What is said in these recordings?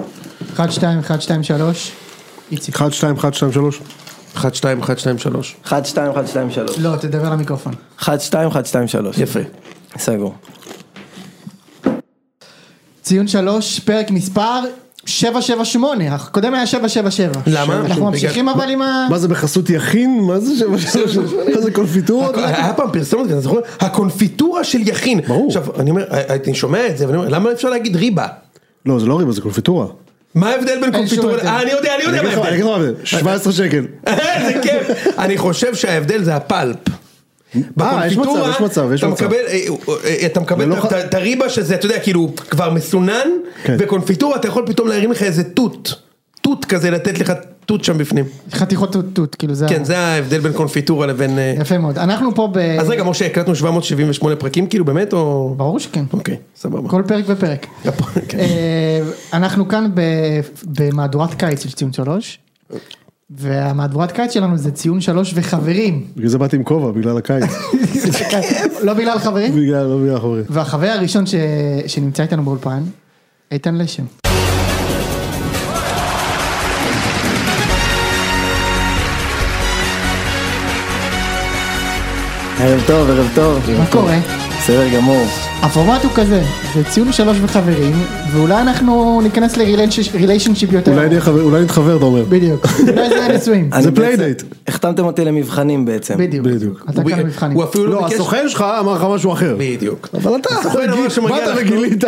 1, 2, 1, 2, 3. איציק. 1, 2, 1, 2, 3. 1, 2, 1, 2, 3. 1, 2, 1, 2, 3. לא, תדבר למיקרופון. 1, 2, 1, 2, 3. יפה. סגור. ציון 3, פרק מספר 778. הקודם היה 777. למה? אנחנו בגלל- ממשיכים אבל עם ה... מה זה בחסות יכין? מה זה שבע שלוש? מה זה קונפיטורות? היה פעם פרסומת כזה, זוכר? הקונפיטורה של יכין. ברור. עכשיו, אני אומר, אה, אני שומע את זה, ואני אומר, למה אפשר להגיד ריבה? לא, זה לא ריבה, זה קונפיטורה. מה ההבדל בין אין שום קונפיטורה? הבדל. אה, אני יודע, אני אני יודע מה אגיד לך- אני אגיד ההבדל. לך מה זה, 17 שקל. איזה כיף. אני חושב שההבדל זה הפלפ. אה, יש מצב, יש מצב, יש אתה מצב. מקבל, אה, אה, אתה מקבל ולא את ח- ה- את הריבה שזה, אתה יודע, כאילו, כבר מסונן, כן. וקונפיטורה אתה יכול פתאום להרים לך איזה תות. תות כזה, לתת לך תות שם בפנים. אה. חתיכות טוט טוט, כאילו זה... כן, זה ההבדל בין קונפיטורה לבין... אה, יפה מאוד. אנחנו פה ב... אז רגע, משה, הקלטנו 778 פרקים, כאילו, באמת, או... ברור שכן. אוקיי, סבבה. כל פרק ופרק. כן. אה, אנחנו כאן ב- במהדורת קיץ של ציון 3. והמהדורת קיץ שלנו זה ציון 3 וחברים. בגלל זה באתי עם כובע, בגלל הקיץ. לא בגלל חברים. בגלל, לא בגלל החברים. והחבר הראשון ש... שנמצא איתנו באולפן, איתן לשם. ערב טוב, ערב טוב. מה קורה? בסדר גמור. הפורמט הוא כזה, זה ציון שלוש וחברים, ואולי אנחנו ניכנס לריליישנשיפ יותר. אולי נהיה חבר- אולי נתחבר, אתה אומר. בדיוק. אולי זה נישואים. אני זה בעצם- playdate. החתמתם אותי למבחנים בעצם. בדיוק. בדיוק. אתה הוא- כאן מבחנים. הוא אפילו לא, לא ביקש... הסוכן שלך אמר לך משהו אחר. בדיוק. אבל אתה, הסוכן אמר שמגיע באת לך. וגילית.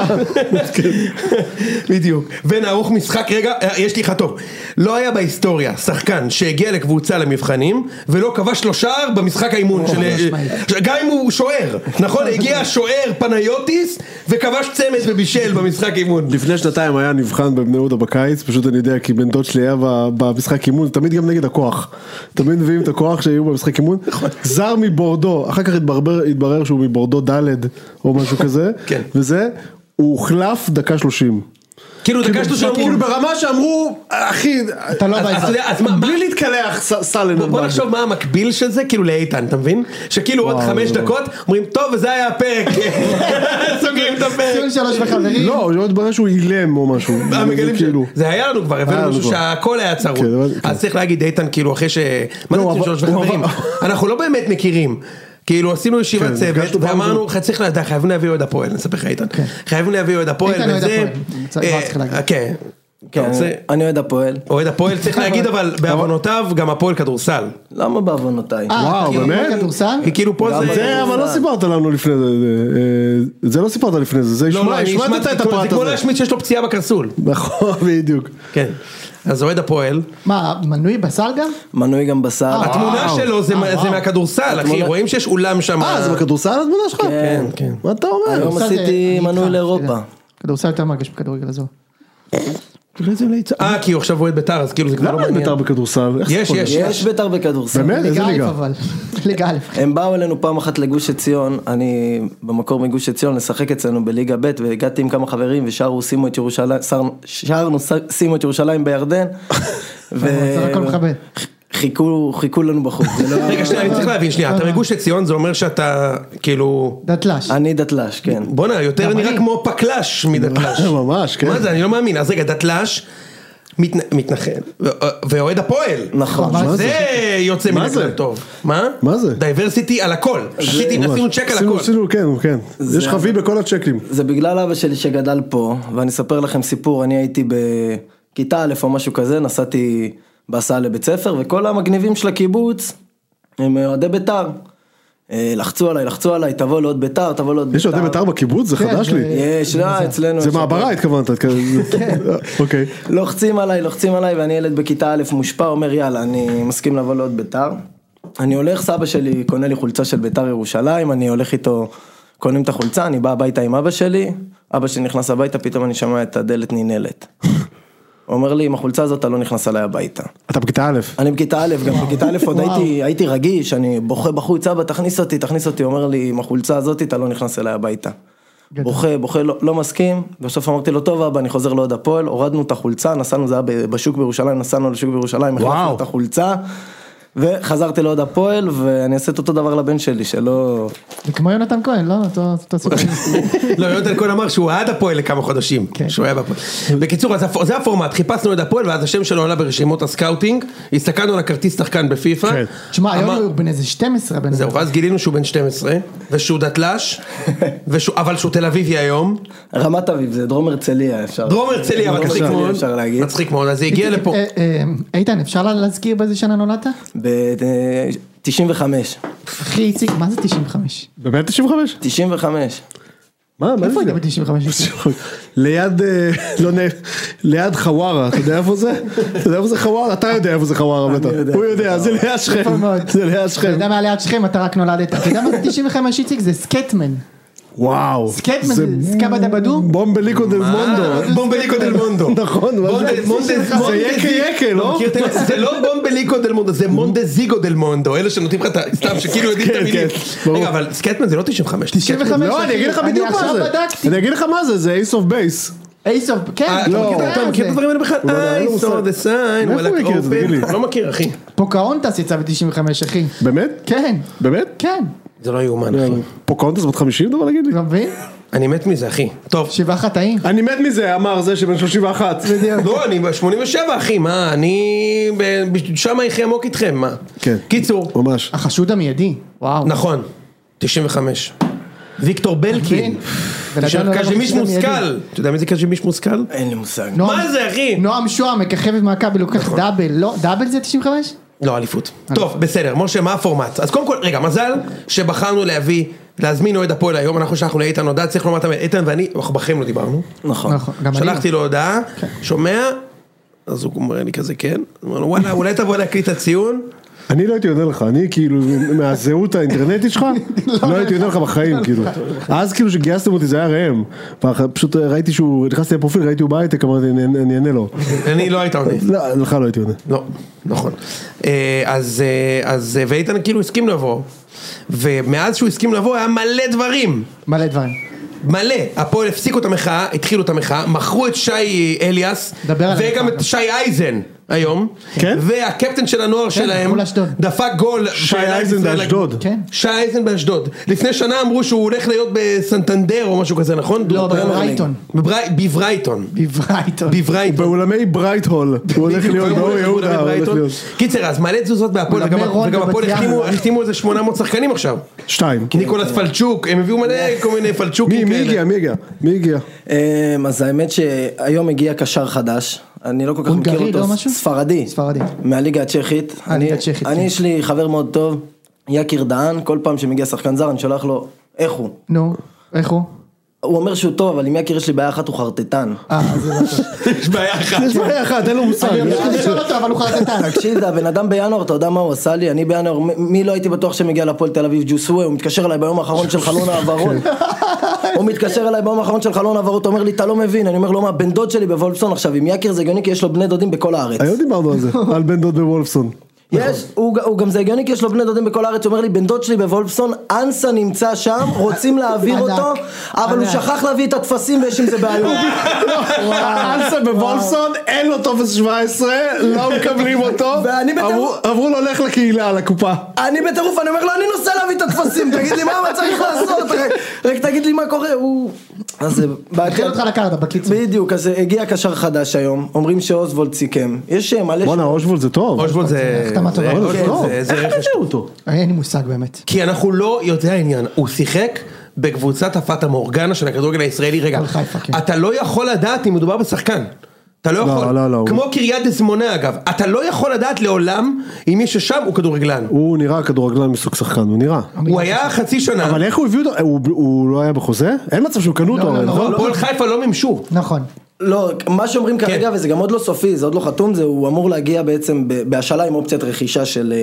בדיוק. ונערוך משחק, רגע, אה, יש לי לך טוב. לא היה בהיסטוריה שחקן שהגיע לקבוצה למבחנים, ולא כבש לו שער במשחק האימון אוקיי, של... חד משמעית. אה, גם אם הוא שוער, נכון? הגיע שוער פניוטיס, וכבש צמד ובישל במשחק אימון. לפני שנתיים היה נבחן בבני יהודה בקיץ, פשוט אני יודע כי בן דוד שלי היה ב- במשחק אימון, תמיד גם נגד הכוח. תמיד מביאים את הכוח שהיו במשחק אימון. זר מבורדו, אחר כך התברר, התברר שהוא מבורדו ד' או משהו כזה, כן. וזה, הוא הוחלף דקה שלושים. כאילו, דקה שלושה אמרו... כאילו ברמה שאמרו, אחי, אתה לא אז- אז באזור. אתה יודע, אז מה- מה- בלי להתקלח ס- סלן. בוא- בוא אמר. נחשוב מה המקביל של זה, כאילו לאיתן, אתה מבין? שכאילו עוד לא, וואו, חמש וואו. דקות, אומרים, טוב, וזה היה הפרק. סוגרים את הפרק. ציון שלוש וחברים. לא, לא התברר שהוא אילם או משהו. אה, מגלים ש- כאילו. זה היה לנו כבר, היה הבאנו לנו משהו כבר. שהכל היה צרוד. כן, אבל- אז צריך להגיד, איתן, כאילו, אחרי ש... מה זה לא, ציון אבל- שלוש וחברים? אבל- אנחנו לא באמת מכירים. כאילו עשינו ישיבת כן, צוות נפגשנו פעם כן. ואמרנו לך צריך לדעת חייבים להביא אוהד הפועל נספר לך איתן חייבים להביא אוהד הפועל איתן אוהד וזה הפועל, צריך- אה, לא, צריך להגיד. כן. כן, אתה רוצה- אני- אני אוהד הפועל. אוהד הפועל צריך להגיד אבל בעוונותיו גם הפועל כדורסל למה בעוונותיי? אה, וואו, כאילו, אה, באמת? כמו כדורסל? כי כאילו פה גם זה זה אבל לא סיפרת לנו לפני זה, אה, זה לא סיפרת לפני זה, זה לא, לא, השמע- אני השמטת השמעתי, את זה כמו- הפרט זה כמו הזה. להשמיט שיש לו פציעה בקרסול. נכון, בדיוק. כן. אז אוהד הפועל, מה, מנוי בסל גם? מנוי גם בשר. אה, התמונה וואו. שלו זה אה, מה- זה וואו. מהכדורסל, אחי, התמונה- רואים שיש אולם שם. אה, זה בכדורסל התמונה שלך? כן, כן. מה אתה אומר? היום כדורסל זה- עשיתי אני מנוי איתך, לאירופה. אתה יודע. כדורסל יותר מרגש מכדורגל הזו. אה, כי הוא עכשיו אוהד בית"ר, אז כאילו זה כבר לא למה אין מעניין. בית"ר בכדורסל? איך זה יש, יכול להיות? יש. יש בית"ר בכדורסל. באמת? איזה ליגה א' ליגה? אבל. ליגה א'. הם באו אלינו פעם אחת לגוש עציון, אני במקור מגוש עציון לשחק אצלנו בליגה ב' והגעתי עם כמה חברים ושרנו שימו את ירושלים, שרנו- שרנו ש- שימו את ירושלים בירדן. ו- זה הכל מכבד. חיכו, חיכו לנו בחוץ. זה לא- רגע, שנייה, אני צריך להבין, אה. שנייה, אתה מגוש עציון, זה אומר שאתה, כאילו, דתל"ש. אני דתל"ש, כן. בואנה, יותר גם נראה אני. כמו פקלש מדתל"ש. ממש, כן. מה זה, אני לא מאמין. אז רגע, דתל"ש, מתנ- מתנחל, ו- אה, ואוהד הפועל. נכון. מה זה יוצא מן מה זה? הכלל טוב. מה? מה זה? דייברסיטי על הכל. עשיתי, ממש. עשינו צ'ק על עשינו- הכל. עשינו, כן, כן. יש לך וי בכל הצ'קים. זה בגלל אבא שלי שגדל פה, ואני אספר לכם סיפור, אני הייתי בכיתה א' או משהו כזה, נסעתי בהסעה לבית ספר, וכל המגניבים של הקיבוץ הם אוהדי בית"ר. אה, לחצו עליי, לחצו עליי, תבוא לעוד בית"ר, תבוא לעוד בית"ר. יש אוהדי בית"ר בקיבוץ? זה כן, חדש זה- לי. יש, לא, אצלנו. זה יש מעברה הכל. התכוונת. את- אוקיי. לוחצים עליי, לוחצים עליי, ואני ילד בכיתה א' מושפע, אומר יאללה, אני מסכים לבוא לעוד בית"ר. אני הולך, סבא שלי קונה לי חולצה של בית"ר ירושלים, אני הולך איתו, קונים את החולצה, אני בא הביתה עם אבא שלי, אבא שלי נכנס הביתה, פתאום אני שומע את הדלת ננעלת. הוא אומר לי, עם החולצה הזאת אתה לא נכנס אליי הביתה. אתה בכיתה א'. אני בכיתה א', גם בכיתה א' עוד וואו. הייתי, הייתי רגיש, אני בוכה בחוץ, אבא תכניס אותי, תכניס אותי, אומר לי, עם החולצה הזאת אתה לא נכנס אליי הביתה. גדול. בוכה, בוכה, לא, לא מסכים, בסוף אמרתי לו, טוב אבא, אני חוזר לעוד הפועל, הורדנו את החולצה, נסענו, זה היה ב- בשוק בירושלים, נסענו לשוק בירושלים, החלפנו את החולצה, וחזרתי לעוד הפועל, ואני אעשה את אותו דבר לבן שלי, שלא... זה כמו יונתן כהן, לא? אותו אותו סיפור. אוקיי. לא, יונתן כהן אמר שהוא עד הפועל לכמה חודשים, כן. שהוא היה בהפועל. בקיצור, אז הפ- זה הפורמט, חיפשנו את הפועל, ואז השם שלו עלה ברשימות הסקאוטינג, הסתכלנו על הכרטיס שחקן בפיפ"א. כן. שמע, היום אמר- הוא בן איזה 12 הבן זהו, אדם. ואז גילינו שהוא בן 12, ושהוא דתל"ש, ושהוא- אבל שהוא תל אביבי היום. רמת אביב, זה דרום הרצליה, אפשר... דרום הרצליה, דרום מצחיק הרצליה, מאוד, לא, אפשר להגיד. מצחיק מאוד, אז זה הגיע לפה. אה, אה, איתן, אפשר לה- להזכיר באיזה שנה נולדת? ב-95. אחי איציק, מה זה 95? באמת 95? 95. מה, מה איפה היית זה? ב-95? ליד, אה, לא נ... ליד חווארה, אתה יודע איפה זה? אתה יודע איפה זה חווארה? אתה יודע איפה זה חווארה בטח. יודע הוא איפה יודע, זה ליד יפה שכם. מאוד. זה ליד אתה שכם. יודע מה ליד שכם, אתה רק נולדת. אתה יודע מה זה 95 איציק? זה סקטמן. וואו. סקטמן זה זה סקאבה דבדו? בומבליקו דל מונדו. אה, בומבליקו דל מונדו. נכון, מה בונדה- זה? מונדה- זה מונדה- יקה יקה, לא? מכיר את ה- זה לא בומבליקו דל מונדו, זה מונדזיגו דל מונדו, אלה שנותנים לך את ה... סתם שכאילו יודעים את כן, המילים. כן, ברור. רגע, אבל סקטמן זה לא 95. 95, לא, אני אגיד לך בדיוק מה אני זה. עכשיו בדקתי. אני אגיד לך מה זה, זה אייס אוף בייס. אייס אוף, כן, אה, אתה מכיר את ה- אתה מכיר את הדברים האלה בכלל? לא יודע, לא. אין I לו saw מושג. the sign, מאיפה הוא וואלה, מכיר את זה? תגיד לי. open. לא מכיר, אחי. פוקהונטס יצא ב-95 אחי. באמת? כן, באמת? כן, זה לא יאומן, אחי. פוקאונטס בת 50 אתה בא להגיד לי? אתה מבין? אני מת מזה, אחי. טוב. שבעה חטאים. אני מת מזה, אמר זה שבן 31. לא, אני ב-87, אחי, מה, אני... ב- שם יחיה עמוק איתכם, מה? כן. קיצור, ממש. החשוד המיידי, וואו. נכון, 95. ויקטור בלקין. בן אדם לא קז'מיש יודע מה זה מושכל. אתה יודע מי זה קז'מיש מושכל? אין לי מושג. נועם- מה זה, אחי? נועם שועה מככב עם מכבי לוקח דאבל, לא, דאבל זה 95? לא, אליפות. טוב, בסדר, משה, מה הפורמט? אז קודם כל, רגע, מזל שבחרנו להביא, להזמין אוהד הפועל היום, אנחנו שלחנו לאיתן הודעה, צריך לומר את האמת, איתן ואני, אנחנו בחיים לא דיברנו. נכון. נכון, גם אני לא. שלחתי לו הודעה, שומע, אז הוא אומר לי כזה כן, אמר לו וואלה, אולי תבוא להקליט את הציון? אני לא הייתי עונה לך, אני כאילו מהזהות האינטרנטית שלך, לא הייתי עונה לך בחיים כאילו. אז כאילו שגייסתם אותי זה היה ראם, ואח- פשוט ראיתי שהוא, נכנסתי לפרופיל, ראיתי הוא בהייטק, אמרתי "אני- אני אענה לו. אני לא הייתה עונה. לא, לך לא הייתי עונה. לא, נכון. אה, אז, אה, אז, אה, ואיתן כאילו הסכים לבוא, ומאז שהוא הסכים לבוא היה מלא דברים. מלא דברים. מלא, הפועל הפסיקו את המחאה, התחילו את המחאה, מכרו את שי אליאס, דבר על וגם המחאה. את שי אייזן היום, כן? והקפטן של כן, הנוער שלהם, מכרו לאשדוד. דפק גול, שי והעלה את אייזן ישראל- באשדוד. כן. שי אייזן באשדוד, לפני שנה אמרו שהוא הולך להיות בסנטנדר או משהו כזה, נכון? לא, בברייטון. בברי- בברייטון, בברייטון. בברייטון. באולמי ברייט הול, הוא הולך להיות באור יהודה, הוא הולך להיות. קיצר, אז מלא תזוזות בהפועל, אולמי וגם- רון וגם בבת הפועל ים. החתימו- החתימו איזה 800 שחקנים עכשיו. שתיים. ניקולס פלצ'וק, הם הביאו מלא כל מיני פלצ'וקים מי כאלה. כן, מי הגיע? מי הגיע? מי הגיע? אמ, אז האמת שהיום הגיע קשר חדש, אני לא כל כך מכיר הונגרי, אותו, לא משהו? ספרדי, ספרדי. מהליגה הצ'כית, אה, ליגה אני- הצ'כית, כן. אני יש לי חבר מאוד טוב, יקיר דהן, כל פעם שמגיע שחקן זר אני שולח לו, איך הוא? נו, איך הוא? הוא אומר שהוא טוב, אבל עם יקיר יש לי בעיה אחת, הוא חרטטן. אה, זה לא טוב. יש בעיה אחת. יש בעיה אחת, אין לו מושג. אני אמשיך לשאול אותו, אבל הוא חרטטן. תקשיב, זה הבן אדם בינואר, אתה יודע מה הוא עשה לי? אני בינואר, מ- מי לא הייתי בטוח שמגיע להפועל תל אביב ג'וסווה, הוא מתקשר אליי ביום האחרון של חלון העברות. כן. הוא מתקשר אליי ביום האחרון של חלון העברות, אומר לי, אתה לא מבין, אני אומר לו, מה, בן דוד שלי בוולפסון עכשיו, עם יקיר זה הגיוני כי יש לו בני דודים בכל הארץ. היום דיברנו על זה, על בן דוד בוולפסון. יש, נכון. הוא, ג- הוא גם זה הגיוני כי יש לו בני דודים בכל הארץ, הוא אומר לי, בן דוד שלי בוולפסון, אנסה נמצא שם, רוצים להעביר ענק, אותו, אבל הוא ענק. שכח להביא את הטפסים ויש עם זה בעיות. אה, אנסן בוולפסון, אין לו טופס 17, לא מקבלים אותו, ואני בטח- אמרו- אמרו לו לך לקהילה, לקופה. אני בטירוף, אני אומר לו, אני נוסע להביא את הטפסים, תגיד לי מה מה צריך לעשות, רק- רק תגיד לי מה קורה, הוא... אז זה... תתחיל אותך לקרדה, בקיצור. בדיוק, אז הגיע קשר חדש היום, אומרים שאוסוולד סיכם, יש אה, מלא... בואנה, שמות. אושבולד זה לא. טוב. אושבולד זה... החתמה זה- טובה. אושבולד אושבולד טוב. זה- זה איך רכש הביאו אותו? אין לי מושג באמת. כי אנחנו לא יודעי העניין, הוא שיחק בקבוצת הפטה מורגנה של הכדורגל הישראלי, רגע, על חיפה, כן. אתה לא יכול לדעת אם מדובר בשחקן. אתה לא לא, יכול, לא, לא, הוא- כמו קריית דסמונה אגב, אתה לא יכול לדעת לעולם אם מי ששם הוא כדורגלן. הוא נראה כדורגלן מסוג שחקן, הוא נראה. הוא היה חצי שנה, אבל איך הוא הביא אותו? הוא- הוא לא היה בחוזה? אין מצב שהוא קנו אותו, לא, הרי, לא, נכון? אבל הפועל חיפה לא מימשו. נכון. לא, מה שאומרים כרגע, כן. וזה גם עוד לא סופי, זה עוד לא חתום, זה הוא אמור להגיע בעצם ב- בהשאלה עם אופציית רכישה של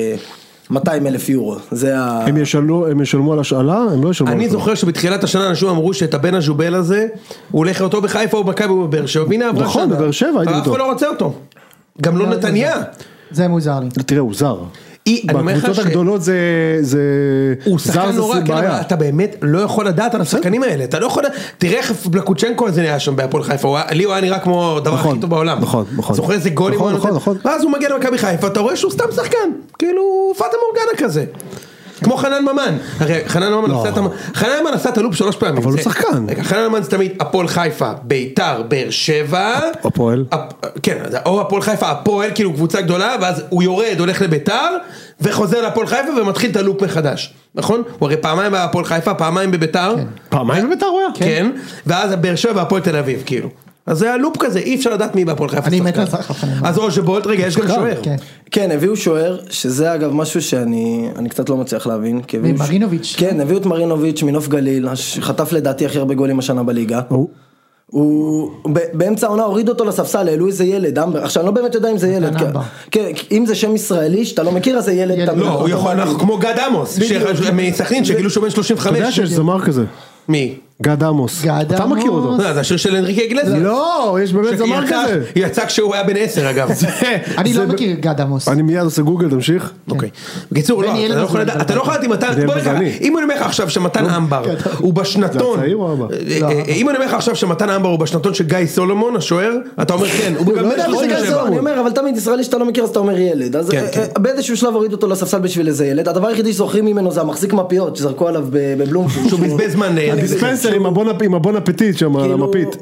200 אלף יורו, זה ה... הם ישלמו- הם ישלמו על השאלה? הם לא ישלמו על אני השאלה. זוכר שבתחילת השנה אנשים אמרו שאת הבן הז'ובל הזה, הוא הולך אותו בחיפה או במכבי או בבאר שבע, הנה עברה נכון, שנה. בבאר שבע, הייתי אבל אף אחד איתו. לא רוצה אותו. גם לא נתניה. לא, זה מוזר לי. תראה, הוא זר. אי- אני אומר לך בקבוצות ש- הגדולות זה... זה- הוא זר שחקן זה נורא, כן, אבל בעיה. אתה באמת לא יכול לדעת על השחקנים האלה, אתה לא יכול, לדעת- תראה איך בלקוצ'נקו הזה נהיה שם בהפועל חיפה, הוא היה- לי הוא היה נראה כמו הדבר הכי נכון, טוב בעולם, נכון, נכון. זוכר איזה גולים הוא נכון, היה נכון, נותן? נכון. ואז הוא מגיע למכבי חיפה, אתה רואה שהוא סתם שחקן, כאילו פאטה מורגנה כזה, כמו חנן ממן, הרי חנן ממן עשה את המ- חנן ממן עשה את הלופ שלוש פעמים, לא. אבל הוא זה- שחקן. רגע, חנן ממן זה תמיד הפועל חיפה, ביתר, באר שבע, הפועל. הפ- כן, אז או הפועל חיפה, הפועל כאילו קבוצה גדולה, ואז הוא יורד, הולך לביתר, וחוזר להפועל חיפה ומתחיל את הלופ מחדש, נכון? הוא הרי פעמיים היה הפועל חיפה, פעמיים בביתר, כן. פעמיים בביתר הוא היה? כן, ואז באר שבע, הפועל תל אביב, כאילו. אז זה היה לופ כזה, אי אפשר לדעת מי בהפועל חיפה. אני שחקן. מת על שחקן חנן. אז אוז'בולט, רגע, יש גם שוער. כן. כן, הביאו שוער, שזה אגב משהו שאני אני קצת לא מצליח להבין. כי הביאו ש- מרינוביץ'. כן, הביאו את מרינוביץ' מנוף גליל, הש- חטף לדעתי הכי הרבה גולים השנה בליגה. הוא ב- באמצע העונה הוריד אותו לספסל, העלו איזה ילד, אמבר, עכשיו אני לא באמת יודע אם זה ילד, אמבר. כן, כן, אם זה שם ישראלי שאתה לא מכיר אז זה ילד, ילד. אתה- לא, הוא יכול, אנחנו כמו גד עמוס, בדיוק. ש- מסכנין, שגילו שהוא בן כן. אתה יודע 35. שיש זמר כזה, מי? גד עמוס. גד אתה עמוס. מכיר אותו. לא, זה השיר של אנריקי אגלזיה. לא, יש באמת זמר כזה. יצא כשהוא היה בן 10 אגב. אה, אני זה לא ב- מכיר גד עמוס. אני מיד עושה גוגל, תמשיך. כן. אוקיי. בקיצור, בני לא, אתה ילד לא הזה יכול לדעת, מבלבל. אתה לא יכול לדעת אם אתה, זה בוא רגע, בזבזני. אם אני אומר לך עכשיו שמתן אמבר כן. הוא בשנתון, זה הצעיר או אמבר? לא. אה, אה, אם אני אומר לך עכשיו שמתן אמבר הוא בשנתון של גיא סולומון השוער, אתה אומר כן, הוא לא גם בן יודע, אבל זה 37. כזה, אני אומר, אבל תמיד ישראלי שאתה לא מכיר אז אתה אומר ילד, אז כן, אה, כן. אה, באיזשהו שלב הורידו אותו לספסל בשביל איזה ילד, הדבר היחידי שזוכרים ממנו זה המחזיק מפיות שזרקו עליו ב- בבלומפילד, שהוא בזבז זמן, אה, הדיספנסר עם הבון הפ- עם הבון הפטיט שם, על כאילו- המפית.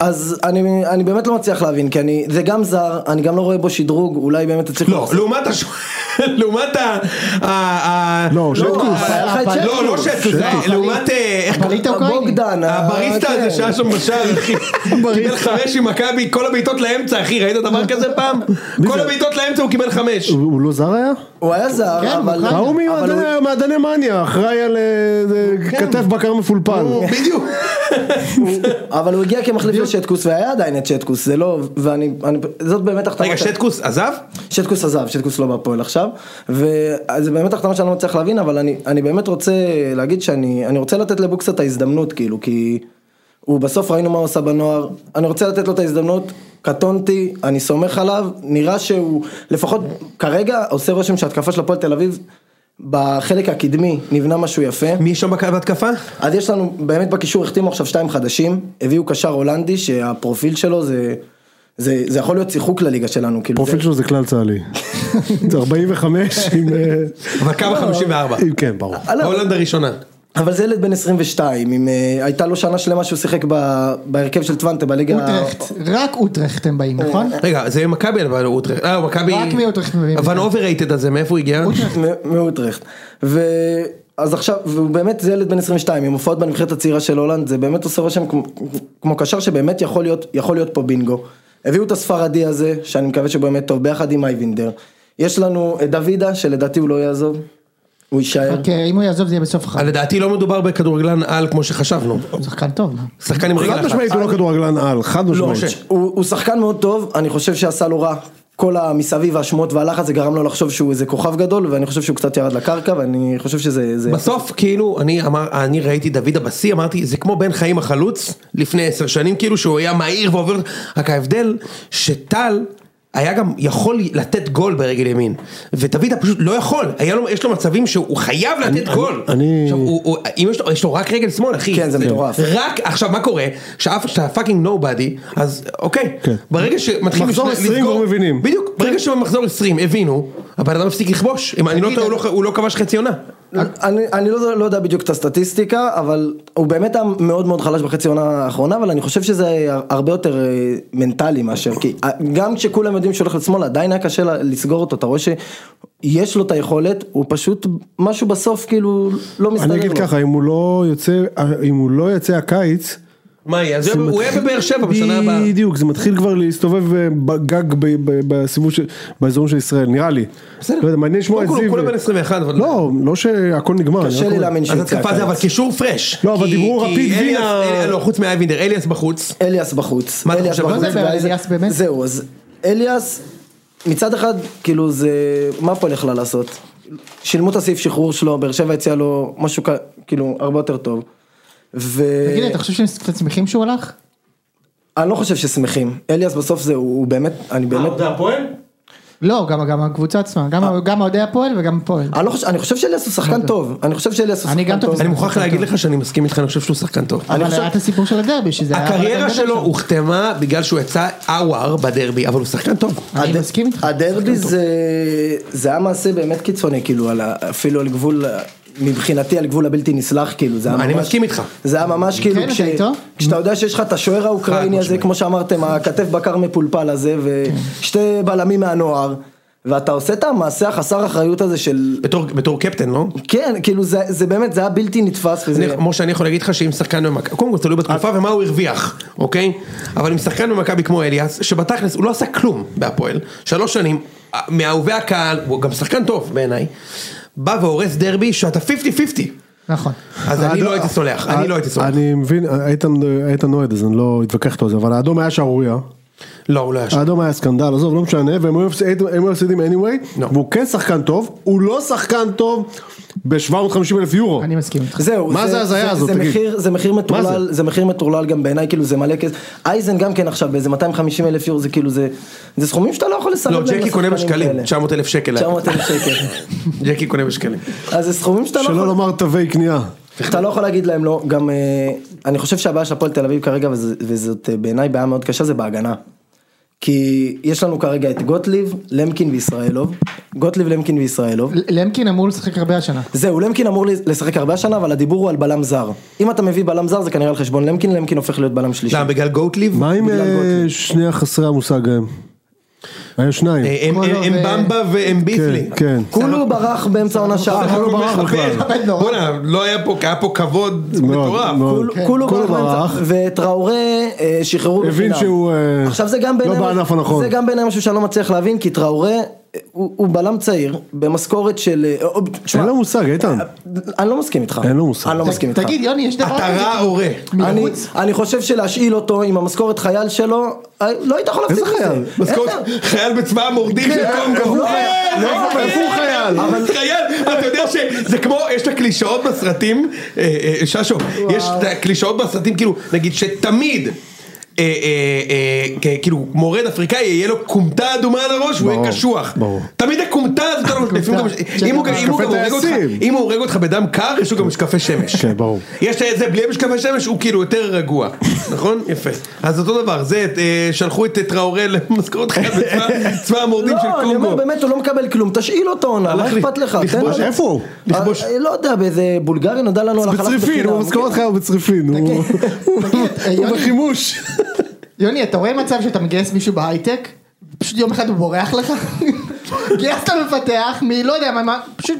אז אני, אני באמת לא מצליח להבין, כי אני, זה גם זר, אני גם לא רואה בו שדרוג, אולי באמת תצליחו... לא, לעומת השוער, לעומת ה... ה- ה- לא, שטקוס. היה לך את אבל- לא, לא שטקוס, שטקוס. לעומת אה, איך בליטה אוקראיני. בוגדן, ה- הבריסטה כן. הזה שהיה שם בשער, אחי, קיבל חמש עם מכבי, כל הבעיטות לאמצע, אחי, ראית דבר כזה פעם? כל הבעיטות לאמצע הוא קיבל חמש. הוא הוא לא זר היה? הוא היה זר, כן, אבל... אוקראיני. ההוא לא, אבל הוא- ממדעני- מעדני מניה, אחראי על אה, זה, כתף בקר מפולפל. בדיוק. אבל הוא הגיע כמחליף לשטקוס, והיה עדיין את שטקוס, זה לא... ואני... אני- זאת באמת החתמה... רגע, ש- שטקוס עזב? שטקוס עזב, שטקוס לא בהפועל עכשיו, וזה באמת החתמה שאני לא מצליח להבין, אבל אני, אני באמת רוצה להגיד שאני אני רוצה לתת לבוקס את ההזדמנות, כאילו, כי הוא בסוף ראינו מה הוא עשה בנוער, אני רוצה לתת לו את ההזדמנות, קטונתי, אני סומך עליו, נראה שהוא לפחות כרגע עושה רושם שההתקפה של הפועל תל אביב, בחלק הקדמי נבנה משהו יפה. מי שם בקו התקפה? אז יש לנו, באמת בקישור החתימו עכשיו שתיים חדשים, הביאו קשר הולנדי שהפרופיל שלו זה, זה, זה יכול להיות שיחוק לליגה שלנו, כאילו, זה, פרופיל שלו זה כלל צה"לי. זה 45 עם... אה, אבל קו ה-54. עם- כן, ברור. לא. ההולנד הראשונה. אבל זה ילד בן 22, עם, אה, הייתה לו שנה שלמה שהוא שיחק ב, בהרכב של טוונטה בליגה... אוטרחט, אה, רק אוטרחט הם באים, נכון? רגע, זה מכבי אבל אוטרחט. אה, מכבי... רק מאוטרחט מביאים. אבל אובררייטד הזה, מאיפה הוא הגיע? מ- מאוטרחט. ו... אז עכשיו, והוא באמת זה ילד בן 22, עם הופעות בנבחרת הצעירה של הולנד, זה באמת עושה רושם כמו- כמו קשר שבאמת יכול להיות, יכול להיות פה בינגו. הביאו את הספרדי הזה, שאני מקווה שהוא באמת טוב, ביחד עם אייבינדר. יש לנו את דוידה, שלדעתי הוא לא יעזוב, הוא יישאר. אוקיי, אם הוא יעזוב זה יהיה בסוף החג. אבל לדעתי לא מדובר בכדורגלן על כמו שחשבנו. הוא שחקן טוב. שחקן עם חד רגל אחת. משמעית הוא לא כדורגלן על, חד משמעית. משה. לא, הוא, הוא שחקן מאוד טוב, אני חושב שעשה לו רע. כל המסביב והשמועות והלחץ זה גרם לו לחשוב שהוא איזה כוכב גדול ואני חושב שהוא קצת ירד לקרקע ואני חושב שזה זה... בסוף כאילו אני אמר אני ראיתי דוד הבסי אמרתי זה כמו בן חיים החלוץ לפני עשר שנים כאילו שהוא היה מהיר ועובר רק ההבדל שטל היה גם יכול לתת גול ברגל ימין ודוידה פשוט לא יכול היה לו יש לו מצבים שהוא חייב לתת גול אני- עכשיו, הוא, הוא, אם יש לו, יש לו רק רגל שמאל אחי כן, זה מטורף. רק עכשיו מה קורה שאף שאתה פאקינג נובדי אז אוקיי כן. ברגע שמתחילים מחזור לשני- 20 לסגור- כבר מבינים. כן. בדיוק ברגע שבמחזור 20 הבינו הבן אדם הפסיק לכבוש אם אני לא טועה הוא לא- הוא לא כבש חצי עונה. אני, אני לא, לא יודע בדיוק את הסטטיסטיקה, אבל הוא באמת היה מאוד מאוד חלש בחצי העונה האחרונה, אבל אני חושב שזה הרבה יותר אה, מנטלי מאשר, כי אה, גם כשכולם יודעים שהוא הולך לשמאל, עדיין היה קשה לה- לסגור אותו, אתה רואה שיש לו את היכולת, הוא פשוט, משהו בסוף כאילו לא מסתדר לו. אני אגיד ככה, אם הוא לא יוצא, אם הוא לא יצא הקיץ, מה יהיה? אז זה הוא יהיה מתחיל- בבאר שבע בשנה הבאה. בדיוק, זה מתחיל כבר להסתובב אה, בגג ב- ב- בסיבוב של, באזורים של ישראל, נראה לי. לא יודע, מעניין לשמוע את כולם- זיו. כולם בן 21, אבל... לא, לא שהכל נגמר. אני קשה רק לי אומר. להאמין אז שהוא יצא התקפה זה אבל הקיץ. קישור פרש. לא, אבל כי- דיברו כי רפיד אליאס- וינה- אל- לא, חוץ מאייבינדר, אליאס בחוץ. אליאס בחוץ. מה אתה אליאס חושב? בחוץ, לא יודע, ואז- אליאס באמת? זהו, אז אליאס, מצד אחד, כאילו זה, מה פה יכלה לעשות? שילמו את הסעיף שחרור שלו, באר שבע הציע לו משהו כ- כאילו הרבה יותר טוב. ו... תגיד לי, אתה חושב שהם קצת שמחים שהוא הלך? אני לא חושב ששמחים, אליאס בסוף זה, הוא הוא באמת, אני באמת, הפועל? לא, גם, גם הקבוצה עצמה, גם, גם אוהדי הפועל וגם הפועל. אני, לא חושב, אני חושב שאליאס הוא שחקן טוב, אני חושב שאליאס הוא אני שחקן גם טוב. תופס- אני לא מוכרח להגיד לך שאני מסכים איתך, אני חושב שהוא שחקן טוב. אני אבל חושב- היה את הסיפור של הדרבי, שזה היה... הקריירה הדרבי שלו הוכתמה בגלל שהוא יצא אאואר בדרבי, אבל הוא שחקן טוב. אני הד- מסכים איתך. הדרבי זה, זה היה מעשה באמת קיצוני, כאילו, על ה, אפילו על גבול, מבחינתי על גבול הבלתי נסלח, כאילו, זה היה אני ממש... מסכים איתך. זה היה ממש כאילו, כן, אתה איתו? כשאתה יודע שיש לך את השוער האוקראיני הזה, משמעית. כמו שאמרתם, הכתף בקר מפולפל הזה, ושתי בלמים מהנוער, ואתה עושה את המעשה החסר אחריות הזה של... בתור- בתור קפטן, לא? כן, כאילו, זה, זה באמת, זה היה בלתי נתפס, וזה... אני- כמו שאני יכול להגיד לך שאם שחקן במכבי, קודם כל תלוי בתקופה אה. ומה הוא הרוויח, אוקיי? אבל אם שחקן במכבי כמו אליאס, שבתכלס הוא לא עשה כלום בהפועל, שלוש שנים, אה, מאהובי הקהל, הוא גם שחקן טוב בעיניי, בא והורס דרבי שאתה 50-50, נכון. אז אני האדום- לא הייתי סולח, אה, אני לא הייתי סולח. אני מבין, איתן איתן אוהד אז אני לא אתווכח איתו על זה, אבל האדום היה שערורייה, לא, הוא לא היה שם. האדום היה סקנדל, עזוב, לא משנה, והם היו הפס- הייתם- הם היו הפסדים anyway, לא. והוא כן שחקן טוב, הוא לא שחקן טוב ב-750 אלף יורו. אני מסכים איתך. זהו, מה זה ההזיה הזאת, זה תגיד? מחיר, זה מחיר מטורלל, זה? זה מחיר מטורלל גם בעיניי, כאילו זה מלא כסף. אייזן גם כן עכשיו באיזה 250 אלף יורו, זה כאילו זה, זה סכומים שאתה לא יכול לסרב לא, להם ג'קי קונה לשחקנים בשקלים, כאלה. 900 אלף שקל. 900 אלף שקל. ג'קי קונה בשקלים. אז זה סכומים שאתה לא שלא יכול... לומר תווי קנייה. אתה לא יכול להגיד להם לא, גם אה, אני חושב שהבעיה של הפועל תל אביב כרגע, וזה- וזאת אה, בעיניי בעיה מאוד קשה, זה בהגנה. כי יש לנו כרגע את גוטליב, למקין וישראלוב, גוטליב, למקין וישראלוב. ל- למקין אמור לשחק הרבה השנה. זהו, למקין אמור לשחק הרבה השנה, אבל הדיבור הוא על בלם זר. אם אתה מביא בלם זר זה כנראה על חשבון למקין, למקין הופך להיות בלם שלישי. למה, לא, בגלל גוטליב? מה עם בגלל אה, גוטליב. שני החסרי המושג הם? היו שניים. אה, הם- כל הם- ה- הם ו- במבה והם ביסלי. לא, כן, כן. אה, לא, כולו ברח באמצע העונה שער. כולו ברח מחבל. בכלל. בואנה, לא היה פה, היה פה כבוד מאוד, מטורף. מאוד. כולו- כן. כולו כולו ברח באמצע, ברח. וטראורה אה, שחררו הבין בחינם. שהוא, אה, עכשיו זה גם לא בעיניי, בענף הנכון. זה גם בעיניי משהו שאני לא מצליח להבין, כי טראורה אה, הוא הוא בלם צעיר, במשכורת של, אה, אה, תשמע, אין לו מושג, איתן. אני לא מסכים איתך, אין לו מושג. אני לא מסכים איתך, תגיד, יוני, יש דבר אתה רע כזה? או רע? אני, מחוץ? אני חושב שלהשאיל אותו עם המשכורת חייל שלו, אה, לא היית יכול להפסיק איזה את זה. חייל? משכורת אין. חייל בצבא המורדים של כן, איפה קונגו. הוא חייל? כן, איפה הוא חייל? אבל חייל, אתה יודע שזה כמו, יש את הקלישאות בסרטים, אה, אה, ששו, יש את הקלישאות בסרטים, כאילו, נגיד שתמיד, אה, אה, אה, כ- כאילו, מורד אפריקאי, יהיה לו כומתה אדומה על הראש, הוא יהיה ברור, קשוח. ברור. תמיד הכומתה הזאת, אתה לא- לפעמים גם- כומתה. אם הוא גם- אם הוא גם משקפי הורג אותך- טייסים. אם הוא הורג אותך בדם קר, יש לו גם משקפי שמש. כן, ברור. יש את זה בלי משקפי שמש, הוא כאילו יותר רגוע, נכון? יפה. אז אותו דבר, זה, אה, שלחו את טראורה למשכורת חייל בצבא צבא המורדים של לא, אני אומר קונגו. באמת, הוא לא מקבל כלום, תשאיל אותו עונה, מה הלך לי- אכפת לך? תן לכבוש, לו- איפה הוא? לכבוש. אה, לא יודע, באיזה בולגרי נודע לנו על החל"ת אוקיי. בצריפין, הוא בחינם. במשכורת חייו בצריפין. הוא- הוא- תגיד, הוא יוני. בחימוש. יוני, אתה רואה מצב שאתה מגייס מישהו בהייטק, פשוט יום אחד הוא בורח לך? גייסת מפתח מלא לא יודע מה, מה, פשוט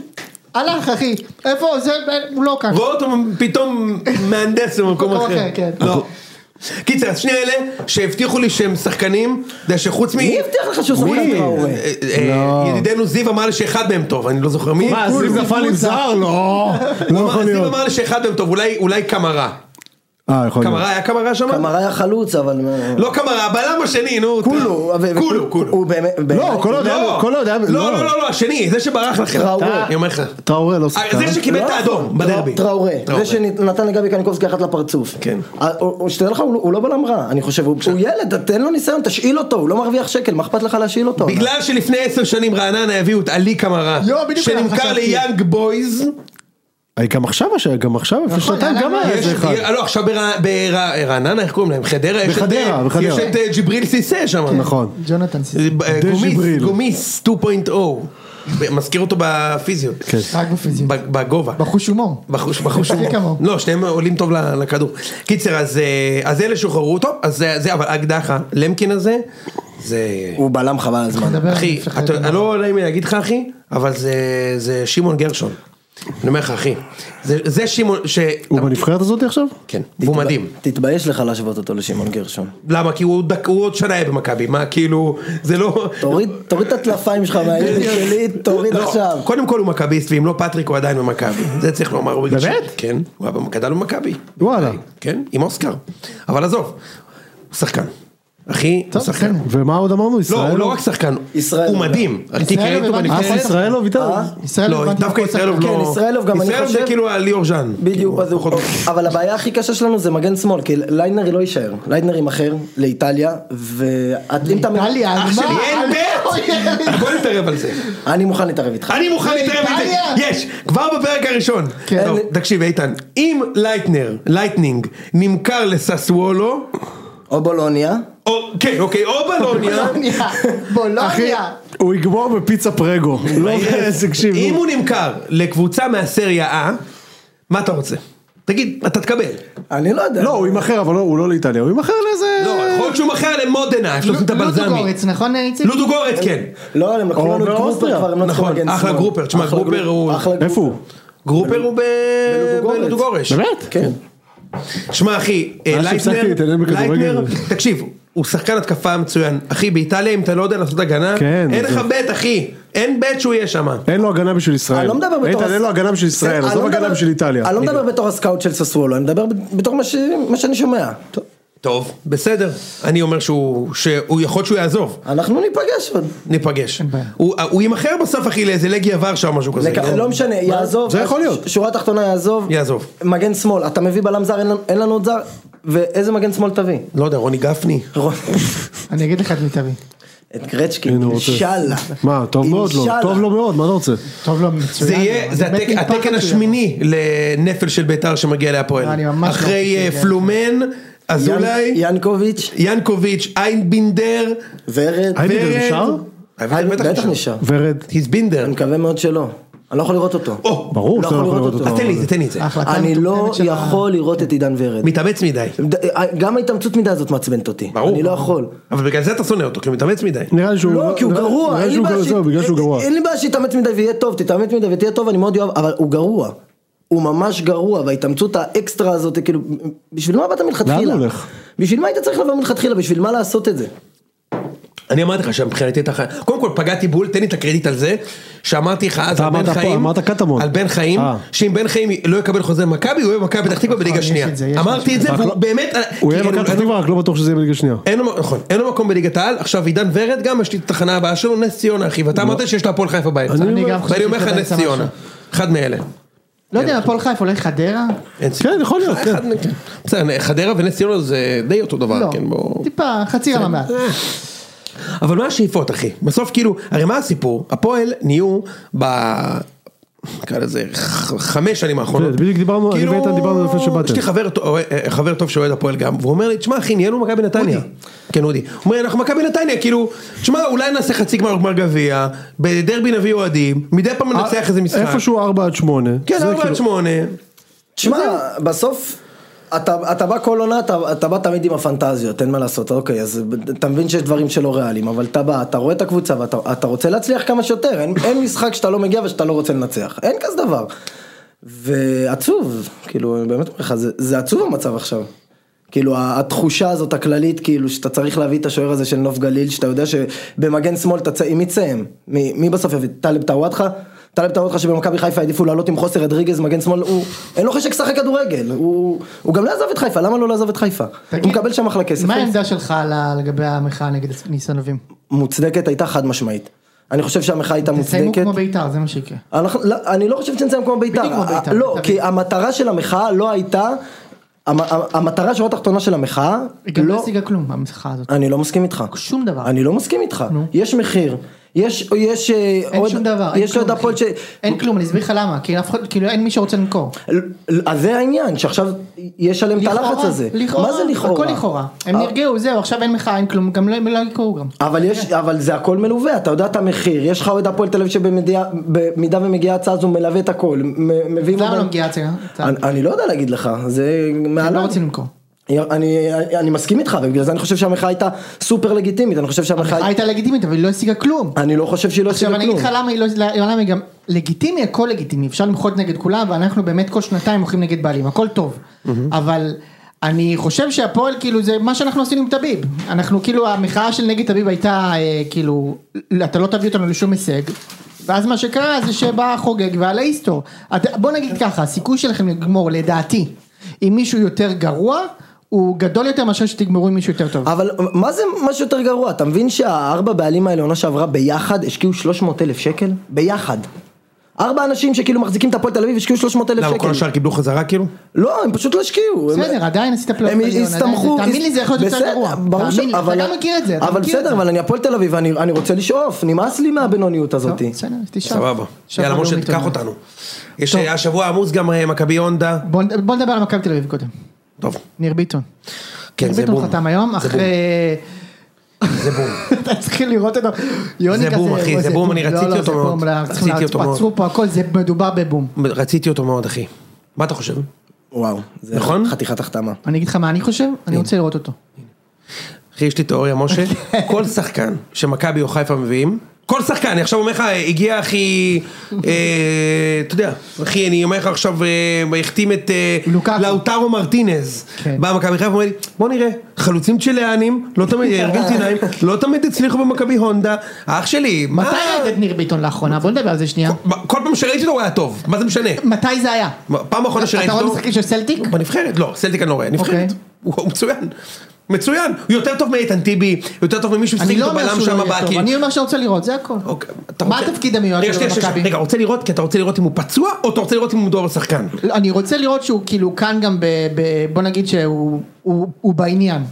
הלך אחי, איפה זה, הוא לא כאן. רואה אותו פתאום מהנדס במקום במקום אחר. אחר, כן. לא. קיצר, אז שני אלה שהבטיחו לי שהם שחקנים, אתה יודע שחוץ מ... מי הבטיח לך שהוא מי? שחקן טראורה? אה, אה, ידידנו זיו אמר לי שאחד מהם טוב, אני לא זוכר מי. לא. מה, זיו נפל עם זר? לא. לא הוא אמר- יכול זיו להיות. אמר לי שאחד מהם טוב, אולי- אולי קמרה. אה, יכול להיות. קמרה היה קמרה שם? קמר היה חלוץ, אבל... מה- לא קמרה, הבלם השני, נו. כולו, אבל- כולו, כולו. הוא באמת... לא, כל עוד היה... לא, כל עוד היה... לא, לא, לא, לא, השני, זה שברח לכם. טראורה. אני אומר לך. טראורה לא אה, זה שחקן. שקיבל את האדום בדרבי. נכון. לא, טראורה, טראורה. זה שנתן לגבי קניקובסקי אחת לפרצוף. כן. אה, הוא- הוא- שתדע לך, הוא לא- הוא לא בלם רע, אני חושב, הוא הוא ילד, תן לו ניסיון, תשאיל אותו, הוא לא מרוויח שקל, מה אכפת לך להשאיל אותו? בגלל שלפני עשר שנים רעננה הביאו את עלי קמרה, לא, יואו, בדיוק עליו שנמכר חשבתי. ליאנג בויז, אה, גם עכשיו, היה- גם עכשיו, לפני נכון, שנתיים היה גם להם- היה יש- איזה אחד. אה, לא עכשיו ברע- ברע- רעננה, איך קוראים להם? חדרה, יש את, בחדרה, אה, בחדרה. יש את אה, ג'יבריל סיסא שם, נכון. ג'ונתן סיסי, אה, ב- אה, דה גומיס, ג'יבריל. גומיס 2.0, מזכיר אותו בפיזיות, כן. רק בפיזיון, ב- בגובה, בחוש הומור. בחוש, בחוש משחק הומור. כמוהו. לא, שניהם עולים טוב ל- לכדור. קיצר, אז, אה, אז אלה שוחררו, טוב, אז זה, זה אבל אקדחה, למקין הזה, זה... הוא בלם חבל על הזמן. נדבר על אחי, זה אחרי אתה, זה. לא נעים לי להגיד לך אחי, אבל זה, זה שמעון גרשון. אני אומר לך אחי, זה, זה שמעון ש... הוא בנבחרת הזאת עכשיו? כן, והוא מדהים. תתבייש לך להשוות אותו לשמעון גרשון. למה? כי הוא, דק, הוא עוד שנה יהיה במכבי, מה כאילו, זה לא... תוריד תוריד את הטלפיים שלך מהילד שלי, תוריד לא, עכשיו. קודם כל הוא מכביסט, ואם לא פטריק הוא עדיין במכבי, זה צריך לומר, הוא בגלל ש- באמת? כן, הוא היה במכבי, גדל במכבי. וואלה. כן, עם אוסקר. אבל עזוב, הוא שחקן. אחי, הוא טוב, שחקן. בסדר. ומה עוד אמרנו? לא, הוא ישראל? לא רק שחקן, ישראל הוא הוא מדהים. אני ישראל ראיתי אותו ובנבחרת. בנבחרת. אה, ישראלוב איתנו. אה? ישראל לא, הבנתי, דווקא הכל ישראלוב שחקן. לא... כן, ישראלוב גם אני ישראלוב זה חושב- כאילו הליאור ז'אן. בדיוק, אז הוא, פחות- אבל הבעיה הכי קשה שלנו זה מגן שמאל, כי ליידנר לא יישאר, ליידנר יימכר לאיטליה, ואם אתה... איטליה, אח על מה? שלי, אין בית! בוא נתערב על זה. אני מוכן להתערב איתך. אני מוכן להתערב על זה. באיטליה? יש, כבר בפרק הראשון. כן. טוב, תקשיב איתן, אם לייטנר, לייטנינג, נמכר לססוולו, או בולוניה. או, כן, אוקיי, או בלוניה, בולוניה, לא אחי, בולוניה. הוא יגמור בפיצה פרגו. לא, תקשיב. אם נו. הוא נמכר לקבוצה מהסריה A, מה אתה רוצה? תגיד, אתה תקבל. אני לא יודע. לא, הוא ימכר, אבל לא, הוא לא לאיטליה, הוא ימכר לאיזה... לא, יכול להיות שהוא מכר למודנה, איפה שעושים את הבלזמי. לודוגורץ, נכון איציק? לודו גורץ, כן. לא, הם לקחו או לנו את באוסטריה. גרופר כבר, הם לא צריכים נכון, מגן שמאל. אחלה גרופר, תשמע, אחלה גרופר גרופ- הוא- אחלה גרופר. איפה הוא? גרופר הוא ב- בלודוגורץ. בלודוגורש. באמת? כן. שמע אחי, אה, מאז שהפסקתי לייטנר, להתעניין בכדורגל. לייטנר, תקשיב, הוא שחקן התקפה מצוין. אחי, באיטליה אם אתה לא יודע לעשות הגנה, כן, אין זה- לך בית אחי, אין בית שהוא יהיה שם. אין לו הגנה בשביל ישראל. אני לא מדבר בתור... איתן, הס- אין אה, לו הגנה בשביל ישראל, אני עזוב לא הגנה מדבר- בשביל איטליה. אני לא מדבר בתור הסקאוט של ססוולו, אני מדבר בתור מה ש- מה שאני שומע. טוב, בסדר, אני אומר שהוא, שהוא יכול להיות שהוא יעזוב, אנחנו ניפגש עוד. ניפגש. בעיה. הוא הוא יימכר בסוף אחי לאיזה לגי עבר שם משהו כזה. לכ- לא משנה, יעזוב. זה יכול להיות. ש- שורה תחתונה יעזוב. יעזוב. מגן שמאל, אתה מביא בלם זר, אין לנו- אין לנו עוד זר, ואיזה מגן שמאל תביא? לא יודע, רוני גפני. רון- אני אגיד לך את מי תביא. את גרצ'קין, הנה, הוא רוצה. אינשאללה. מה, טוב מאוד לו, אינשאללה. טוב לא- לו מאוד, מה אתה רוצה? טוב לא מצוין. זה יהיה, אני זה מת התק- מפחד התקן שהוא השמיני לנפל של ביתר שמגיע להפועל. אני ממש לא אחרי רוצה אה, שזה יהיה. פלומן, אזולאי, ינ- ינקוביץ', ינקוביץ', איינבינדר, ורד. הייתי ורד. נשאר? אייבינדר בטח נשאר. ורד. לא, He's been אני there. מקווה מאוד שלא. אני לא יכול לראות אותו. או, ברור לא שאתה לא יכול יכול לראות לראות אותו. אז תן לי את זה, תן לי את זה. ההחלטה אני לא המטומטמת של ה- יכול לראות את עידן ורד. מתאמץ מדי. ד- אה, גם ההתאמצות מידה הזאת מעצבנת אותי. ברור. אני לא יכול. אבל בגלל זה אתה שונא אותו, כי הוא מתאמץ מדי. נראה לי שהוא... לא, כי הוא נראה- גרוע, נראה לי אין לי שהוא בעיה גרוע, זהו, בגלל שהוא גרוע. ש- אין לי בעיה שיתאמץ מדי ויהיה טוב, תתאמץ מדי ותהיה טוב, אני מאוד אוהב, אבל הוא גרוע. הוא ממש גרוע, וההתאמצות האקסטרה הזאת, כאילו, בשביל מה באת מלכתחילה? לאן הוא הולך? בשביל מה היית צריך לבוא מלכתחילה? בשביל מה לעשות את זה? אני אמרתי לך שמבחינתי אתה חי... קודם כל פגעתי בול, תן לי את הקרדיט על זה, שאמרתי לך אז אתה על בן אמרת פה, חיים, אמרת קטמון. על בן חיים, אה. נכון, שאם בן חיים לא יקבל חוזה במכבי, הוא יהיה במכבי פתח תקווה בליגה יש שנייה. את זה, יש אמרתי את זה, רק והוא לא- באמת... הוא יהיה כאילו, מכבי פתח אין לו- תקווה, רק לא בטוח שזה יהיה בליגה שנייה. אין לו, נכון, אין לו מקום בליגת העל, עכשיו עידן ורד גם יש לי את התחנה הבאה שלו, נס ציונה אחי, לא. ואתה אמרת שיש לו הפועל חיפה באמצע. אני גם ואני חושב אומר לך שזה נס באמצע ציונה, אחד מאלה. לא יודע, הפועל חיפה הולך חדרה? אין סיכוי. כן, יכול להיות, אחד כן. מ- כן. בסדר, חדרה ונס ציונה זה די אותו דבר, לא. כן, בואו. טיפה, חצי רמה מעל. אבל מה השאיפות אחי? בסוף כאילו, הרי מה הסיפור? הפועל נהיו ב... נקרא לזה ח- חמש שנים האחרונות. כן, בדיוק דיברנו, אני כאילו, ואיתן דיברנו לפני שבאתם. יש לי חבר טוב- אה, חבר טוב שאוהד הפועל גם, והוא אומר לי, תשמע אחי, נהיינו מכבי נתניה. כן, אודי. הוא אומר, אנחנו מכבי נתניה, כאילו, תשמע, אולי נעשה חצי גמר גמר גביע, בדרבי נביא אוהדים, מדי פעם ננצח איזה משחק. אה, איפשהו כאילו- 4 עד 8. כן, ארבע עד שמונה. תשמע, בסוף... אתה, אתה בא כל עונה, אתה, אתה בא תמיד עם הפנטזיות, אין מה לעשות, אוקיי, אז אתה מבין שיש דברים שלא ריאליים, אבל אתה בא, אתה רואה את הקבוצה ואתה אתה רוצה להצליח כמה שיותר, אין, אין משחק שאתה לא מגיע ושאתה לא רוצה לנצח, אין כזה דבר. ועצוב, כאילו, אני באמת אומר לך, זה, זה עצוב המצב עכשיו. כאילו, ה- התחושה הזאת הכללית, כאילו, שאתה צריך להביא את השוער הזה של נוף גליל, שאתה יודע שבמגן שמאל, אתה צא, עם מי תסיים? מי, מי בסוף יביא? טלב טוואטחה? טלב טוואטחה שבמכבי חיפה העדיפו לעלות עם חוסר רדריגז, מגן שמאל, הוא, אין לו חשק לשחק כדורגל, הוא, הוא גם לא עזב את חיפה, למה לא לעזוב את חיפה? תגיד, הוא מקבל שם אחלה כסף. מה אין- העמדה שלך על ה- לגבי המחאה נגד ניסנובים? מוצדקת הייתה חד משמעית. אני חושב שהמחאה הייתה תסיימו מוצדקת. כמו בית"ר, זה מה שיקרה. אנחנו- לא, אני לא חושב שנסיים כמו בית"ר. בדיוק כמו בית"ר, אה, לא, אתה כי מבין. המטרה של המחאה לא הייתה, המ- המ- המטרה שורה תחתונה של המחאה, היא גם לא לא, השיגה כלום, המחאה הזאת. אני לא מסכים איתך. שום דבר. אני לא מסכים איתך. נו. יש מחיר. יש, יש, אה, אין עוד- שום דבר, אין יש עוד כלום. הפועל ש... אחי. אין כלום, אני אסביר לך למה, כי אף אחד, כאילו אין מי שרוצה למכור. ל- אז זה העניין, שעכשיו יש עליהם את הלחץ הזה. לכאורה, מה זה לכאורה? הכל לכאורה. הם אה, נרגעו, זהו, עכשיו אין מחאה, אין כלום, גם לא הם לא יקראו גם. אבל כן. יש, אבל זה הכל מלווה, אתה יודע את המחיר, יש לך אוהד הפועל תל אביב שבמידה ומגיעה הצעה אז הוא מלווה את הכל, מ- מביאים... למה אותו- לא מגיעה הצעה? אני, אני לא יודע להגיד לך, זה הם מעליי. לא רוצים למכור. אני, אני, אני מסכים איתך, ובגלל זה אני חושב שהמחאה הייתה סופר לגיטימית, אני חושב שהמחאה... הייתה לגיטימית, אבל היא לא השיגה כלום. אני לא חושב שהיא לא עכשיו עושה אני אגיד כלום. לך למה היא לא, למה היא גם לגיטימי הכל לגיטימי אפשר למחות נגד כולם ואנחנו באמת כל שנתיים הולכים נגד בעלים הכל טוב אבל אני חושב שהפועל כאילו זה מה שאנחנו עשינו עם טביב אנחנו כאילו המחאה של נגד טביב הייתה אה, כאילו אתה לא תביא אותנו לשום הישג ואז מה שקרה זה שבא חוגג ועלה היסטור את- בוא נגיד ככה הסיכוי שלכם לגמור לדעתי עם מישהו יותר גרוע הוא גדול יותר מאשר שתגמרו עם מישהו יותר טוב. אבל מה זה משהו יותר גרוע? אתה מבין שהארבע בעלים האלה עונה שעברה ביחד השקיעו 300 אלף שקל? ביחד. ארבע אנשים שכאילו מחזיקים את הפועל תל אביב השקיעו 300 אלף למה לא, כל שקל. השאר קיבלו חזרה כאילו? לא, הם פשוט לא השקיעו. הם- בסדר, עדיין עשית פלייאוף הם עליון, עדיין- הסתמכו, תאמין לי זה יכול להיות יותר בסדר, גרוע, ברור ש- תאמין לי, אתה אבל- גם מכיר את זה, אתה אבל מכיר את בסדר, זה. אבל אני הפועל תל אביב, אני אני רוצה לשאוף, נמאס לי מהבינוניות הזאת. טוב, בסדר, אז תשאל. לא סבבה. תשאל יאללה מה משה לאומית תיקח אומרת. אותנו. יש היה שבוע עמוס גם אה, מכבי הונדה. בוא נ- בוא נדבר על מכבי תל אביב קודם, טוב. ניר ביטון. כן ניר זה ביטון בום. חתם היום, זה אחרי... בום, זה בום. אתה צריך לראות אותו, יוני זה כזה, בום, אחי, "אוי, זה בום, אני לא, לא, רציתי זה אותו בום, מאוד. לא, צריך רציתי לעצ- אותו מאוד. עצרו פה הכל, זה מדובר בבום. רציתי אותו מאוד אחי. מה אתה חושב? וואו, זה נכון? חתיכת החתמה. אני אגיד לך מה אני חושב, אני כן. רוצה לראות אותו. אחי, יש לי תיאוריה, משה, אוקיי. כל שחקן שמכבי או חיפה מביאים, כל שחקן, אני עכשיו אומר לך, הגיע הכי, אה, אתה יודע, אחי, אני אומר לך עכשיו, אה, החתים את אה, לוקאקו. לאוטרו מרטינז, כן. בא מכבי חיפה, אומר לי, בוא נראה, חלוצים צ'יליאנים, לא תמיד, הרגל צ'יליאנים, לא תמיד הצליחו במכבי הונדה, אח שלי, מה, מתי ראית את ניר ביטון לאחרונה? בוא נדבר על זה שנייה. כל פעם שראיתי אותו הוא היה טוב, מה זה משנה, מתי זה היה? פעם אחרונה שראיתי אתה אותו, רואה משחקים של סלטיק? בנבחרת, לא, סלטיק אני לא רואה, נבחרת. אוקיי. הוא הוא מצוין. מצוין. הוא יותר טוב מאיתן טיבי, יותר טוב ממי שמשחק אני לא אומר בבלם שהוא שם לא יהיה בקיר. טוב, אני אומר שאני רוצה לראות, זה הכל. אוקיי, אתה מה רוצה- התפקיד המיועד רגע, שלו שנייה, שנייה, במכבי? רגע, רוצה לראות, כי אתה רוצה לראות אם הוא פצוע, או אתה רוצה לראות אם הוא מדובר שחקן. לא, אני רוצה לראות שהוא כאילו כאן גם ב... ב- בוא נגיד שהוא הוא- הוא בעניין.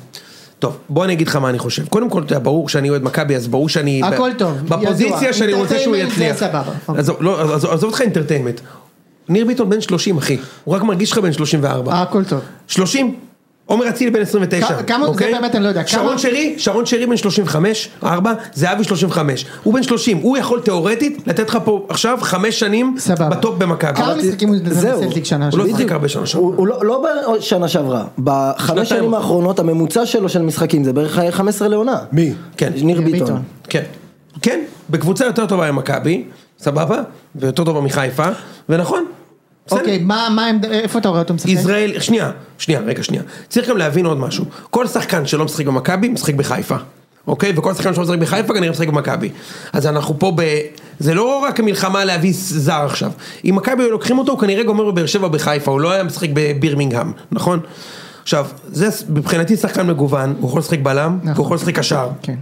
טוב, בוא אני אגיד לך מה אני חושב. קודם כל, אתה יודע, ברור שאני אוהד מכבי, אז ברור שאני... הכל ב- טוב, ידוע. בפוזיציה שאני רוצה שהוא Entertainment זה יצליח. סבבה. אוקיי. עזוב, לא, עזוב- עזוב אותך אינטרטיימנט. ניר ביטון בן 30, אחי. הוא רק מרגיש לך בן 34. הכל טוב. 30. עומר אצילי בן 29, כ- כמה- זה באמת אני לא יודע, כמה- שרון שרי, שרון שרי בן 35, 4, זהבי 35, הוא בן 30, הוא יכול תיאורטית לתת לך פה עכשיו 5 שנים סבבה. בטופ במכבי. כמה משחקים הוא נתן זהו. בסלטיק שנה הוא לא שעברה? שיחק הרבה שנה שעברה. הוא הוא לא- לא בשנה שעברה, בחמש שנתיים. שנים האחרונות הממוצע שלו של משחקים זה בערך 15 לעונה. מי? כן, ניר ביטון. ביטון. כן, כן, בקבוצה יותר טובה ממכבי, סבבה, ויותר טובה מחיפה, ונכון. בסדר. אוקיי, מה מה העמדה, איפה אתה רואה אותו משחק? ישראל, שנייה, שנייה, רגע, שנייה. צריך גם להבין עוד משהו. כל שחקן שלא משחק במכבי, משחק בחיפה. אוקיי? וכל שחקן שלא משחק בחיפה, כנראה משחק במכבי. אז אנחנו פה ב... זה לא רק מלחמה להביא זר עכשיו. אם מכבי היו לוקחים אותו, הוא כנראה גומר בבאר שבע או בחיפה, הוא לא היה משחק בבירמינגהם, נכון? עכשיו, זה מבחינתי שחקן מגוון, הוא יכול לשחק בלם, נכון. הוא יכול לשחק קשר. כן.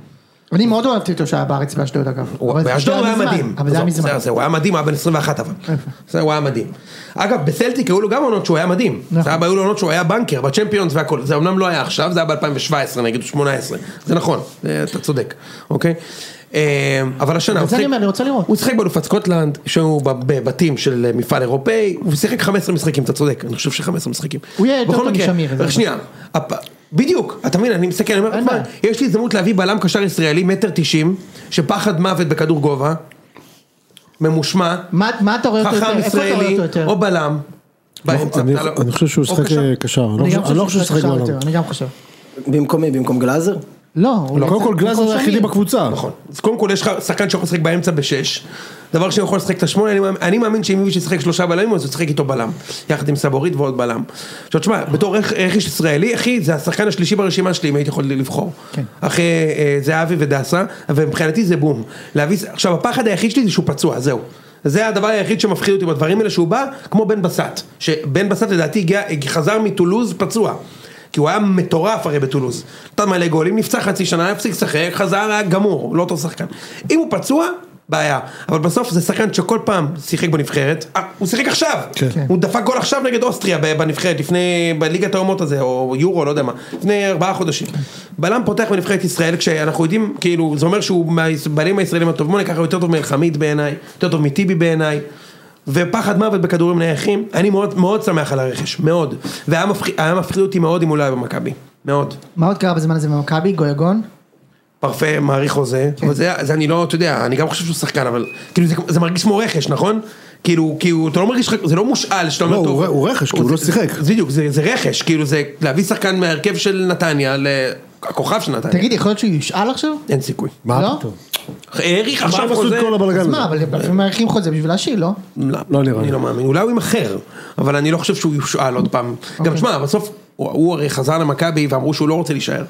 אני מאוד אוהבתי אותו שהיה בארץ באשדוד אגב. הוא- אבל זה- באשדוד זה הוא היה מדהים. אבל זה היה עזוב, מזמן. זה- הוא היה מדהים, הוא היה בן 21 אבל. יפה. זה, הוא היה מדהים. אגב, בסלטיק היו לו גם עונות שהוא היה מדהים. נכון. זה היה היו לו עונות שהוא היה בנקר, בצ'מפיונס והכל. זה אמנם לא היה עכשיו, זה היה ב-2017 נגיד, 18. זה נכון, אה, אתה צודק, אוקיי? אה, אבל השנה, אבל הוא זה אני שיחק- אומר, אני רוצה לראות. הוא שיחק באלופת סקוטלנד, שהוא בב- בבתים של אה, מפעל אירופאי, הוא שיחק 15 משחקים, אתה צודק, אני חושב ש-15 משחקים. הוא יהיה יותר בכל טוב מקרה, משמיר, זה רק שנייה, הפ- בדיוק, אתה מבין, אני מסתכל, אני אומר, אין "מה, בעיה." יש לי הזדמנות להביא בלם קשר ישראלי, מטר תשעים, שפחד מוות בכדור גובה, ממושמע, מה מה אתה רואה אותו יותר? חכם איפה אתה רואה ישראלי, אותו יותר? או בלם, באמצע, אני- אתה לא- אני חושב שהוא או שחק קשר. אה, קשר, אני לא אני גם חושב- אני לא חושב שהוא שהוא שחק קשר בעולם. יותר, אני גם חושב. במקום מי? במקום גלאזר? לא, הוא קודם כל הוא גלאזר הוא שמיר. היחידי בקבוצה. נכון, אז קודם כל יש לך שחקן שיכול לשחק באמצע בשש, דבר שיכול לשחק את השמונה, אני, מאמין- אני מאמין שאם מישהו ישחק שלושה בלמים אז הוא ישחק איתו בלם, יחד עם סבורית ועוד בלם. עכשיו תשמע, בתור רכ- רכש ישראלי, אחי, זה השחקן השלישי ברשימה שלי אם הייתי יכול לבחור. כן. אחרי אה, זהבי ודסה, ומבחינתי זה בום. להביא, עכשיו הפחד היחיד שלי זה שהוא פצוע, זהו. זה הדבר היחיד שמפחיד אותי בדברים האלה, שהוא בא כמו בן בסט. שבן בסט לדעתי הגיע, חזר מטולוז פצוע. כי הוא היה מטורף הרי בטולוז. נתן מלא גולים, נפצע חצי שנה, הפסיק לשחק, חזר, היה גמור, לא אותו שחקן. אם הוא פצוע, בעיה. אבל בסוף זה שחקן שכל פעם שיחק בנבחרת, אה, הוא שיחק עכשיו. כן. הוא דפק גול עכשיו נגד אוסטריה ב- בנבחרת, לפני, בליגת האומות הזה, או יורו, לא יודע מה, לפני ארבעה חודשים. בלם פותח בנבחרת ישראל, כשאנחנו יודעים, כאילו, זה אומר שהוא מהבעלים הישראלים הטובים, בוא ניקח הוא יותר טוב מאלחמיד בעיניי, יותר טוב מטיבי בעיניי. ופחד מוות בכדורים נייחים, אני מאוד מאוד שמח על הרכש, מאוד. והיה מפחיד, היה מפחיד אותי מאוד אם הוא לא היה במכבי, מאוד. מה עוד קרה בזמן הזה במכבי? גויגון? אה. פרפה מעריך חוזה, כן. אבל זה, זה אני לא, אתה יודע, אני גם חושב שהוא שחקן, אבל כאילו זה, זה מרגיש כמו רכש, נכון? כאילו, כאילו, אתה לא מרגיש, לך- זה לא מושאל שאתה אומר, לא, הוא ר- הוא רכש, כי הוא זה- לא שיחק." זה- בדיוק, זה, זה רכש, כאילו זה להביא שחקן מההרכב של נתניה, לכוכב של נתניה, תגיד, יכול להיות שהוא יושאל עכשיו? אין סיכוי. מה לא? פתאום? האריך מה עכשיו הם עשו חוזה, את אז כל הבלאגן הזה? מה, אבל לפעמים מארחים חוזה בשביל להשאיל, לא? לא, לא נראה אני לי. לא מאמין, אולי הוא ימכר, אבל אני לא חושב שהוא יושאל עוד פעם. גם אוקיי. תשמע, בסוף, הוא- הוא הרי חזר למכבי ואמרו שהוא לא רוצה להישאר.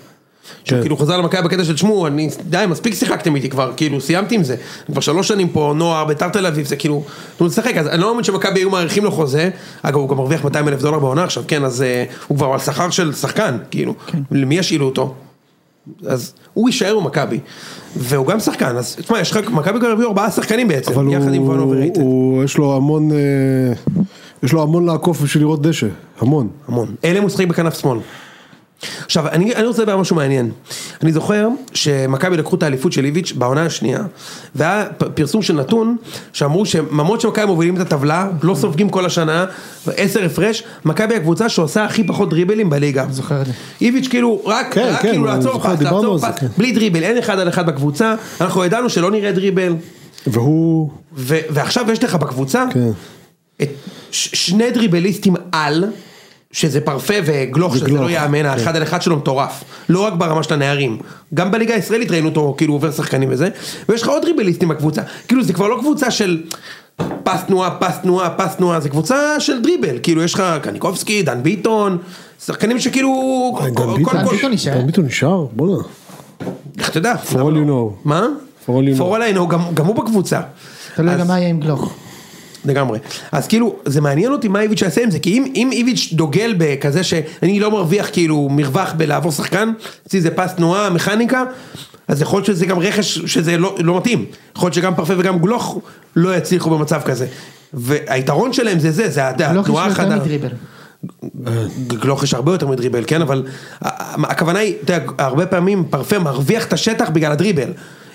שהוא כן. כאילו חזר למכבי בקטע של תשמעו, אני, די, מספיק שיחקתם איתי כבר, כאילו סיימתי עם זה. אני כבר שלוש שנים פה, נוער, ביתר תל אביב, זה כאילו, תנו לשחק, אז אני לא מאמין שמכבי היו מאריכים לו חוזה, אגב הוא גם מרוויח 200 כן. אלף דולר בעונה עכשיו, כן, אז אה, הוא כבר על שכר של שחקן, כאילו, למי ישאילו אותו? אז הוא יישאר במכבי. והוא גם שחקן, אז תשמע, יש לך, מכבי כבר הביאו ארבעה שחקנים אבל בעצם, יחד עם הוא, וואן אוברייטד. הוא, יש לו המון, אה, יש לו המון לעקוף בשביל לראות דשא, המון. המון. אלם הוא שחק בכנף שמאל. עכשיו, אני, אני רוצה לדבר על משהו מעניין. אני זוכר שמכבי לקחו את האליפות של איביץ' בעונה השנייה, והיה פ- פרסום של נתון, שאמרו שלמרות שמכבי מובילים את הטבלה, לא סופגים כל השנה, עשר הפרש, מכבי הקבוצה שעושה הכי פחות דריבלים בליגה. זוכר את זה. איביץ' כאילו, רק, כן, רק כן, כאילו אני לעצור זוכר, פס, דיברנו לעצור על זה, פס, כן. בלי דריבל, אין אחד על אחד בקבוצה, אנחנו ידענו שלא נראה דריבל, והוא, ו- ועכשיו יש לך בקבוצה, כן. את ש- שני דריבליסטים על, שזה פרפה וגלוך, שזה וגלוך, לא יאמן, האחד על אחד שלו מטורף. לא רק ברמה של הנערים, גם בליגה הישראלית ראינו אותו כאילו עובר שחקנים וזה, ויש לך עוד דריבליסטים בקבוצה. כאילו זה כבר לא קבוצה של פס תנועה, פס תנועה, פס תנועה, זה קבוצה של דריבל. כאילו יש לך קניקובסקי, דן ביטון, שחקנים שכאילו... אה, דן ביטון, דן ביטון נשאר. דן ביטון נשאר, בוא'נה. איך אתה יודע? For all you know. מה? For all you know. For all I know, גם- גם הוא בקבוצה. תלוי אז- גם מה יהיה עם גלוך. לגמרי. אז כאילו, זה מעניין אותי מה איביץ' יעשה עם זה, כי אם, אם איביץ' דוגל בכזה שאני לא מרוויח כאילו מרווח בלעבור שחקן, אצלי זה פס תנועה, מכניקה, אז יכול להיות שזה גם רכש שזה לא, לא מתאים. יכול להיות שגם פרפה וגם גלוך לא יצליחו במצב כזה. והיתרון שלהם זה זה, זה גלוך יש לו התנועה יותר החדה. מדריבל. גלוך יש הרבה יותר מדריבל, כן? אבל ה- ה- הכוונה היא, אתה יודע, הרבה פעמים פרפה מרוויח את השטח בגלל הדריבל.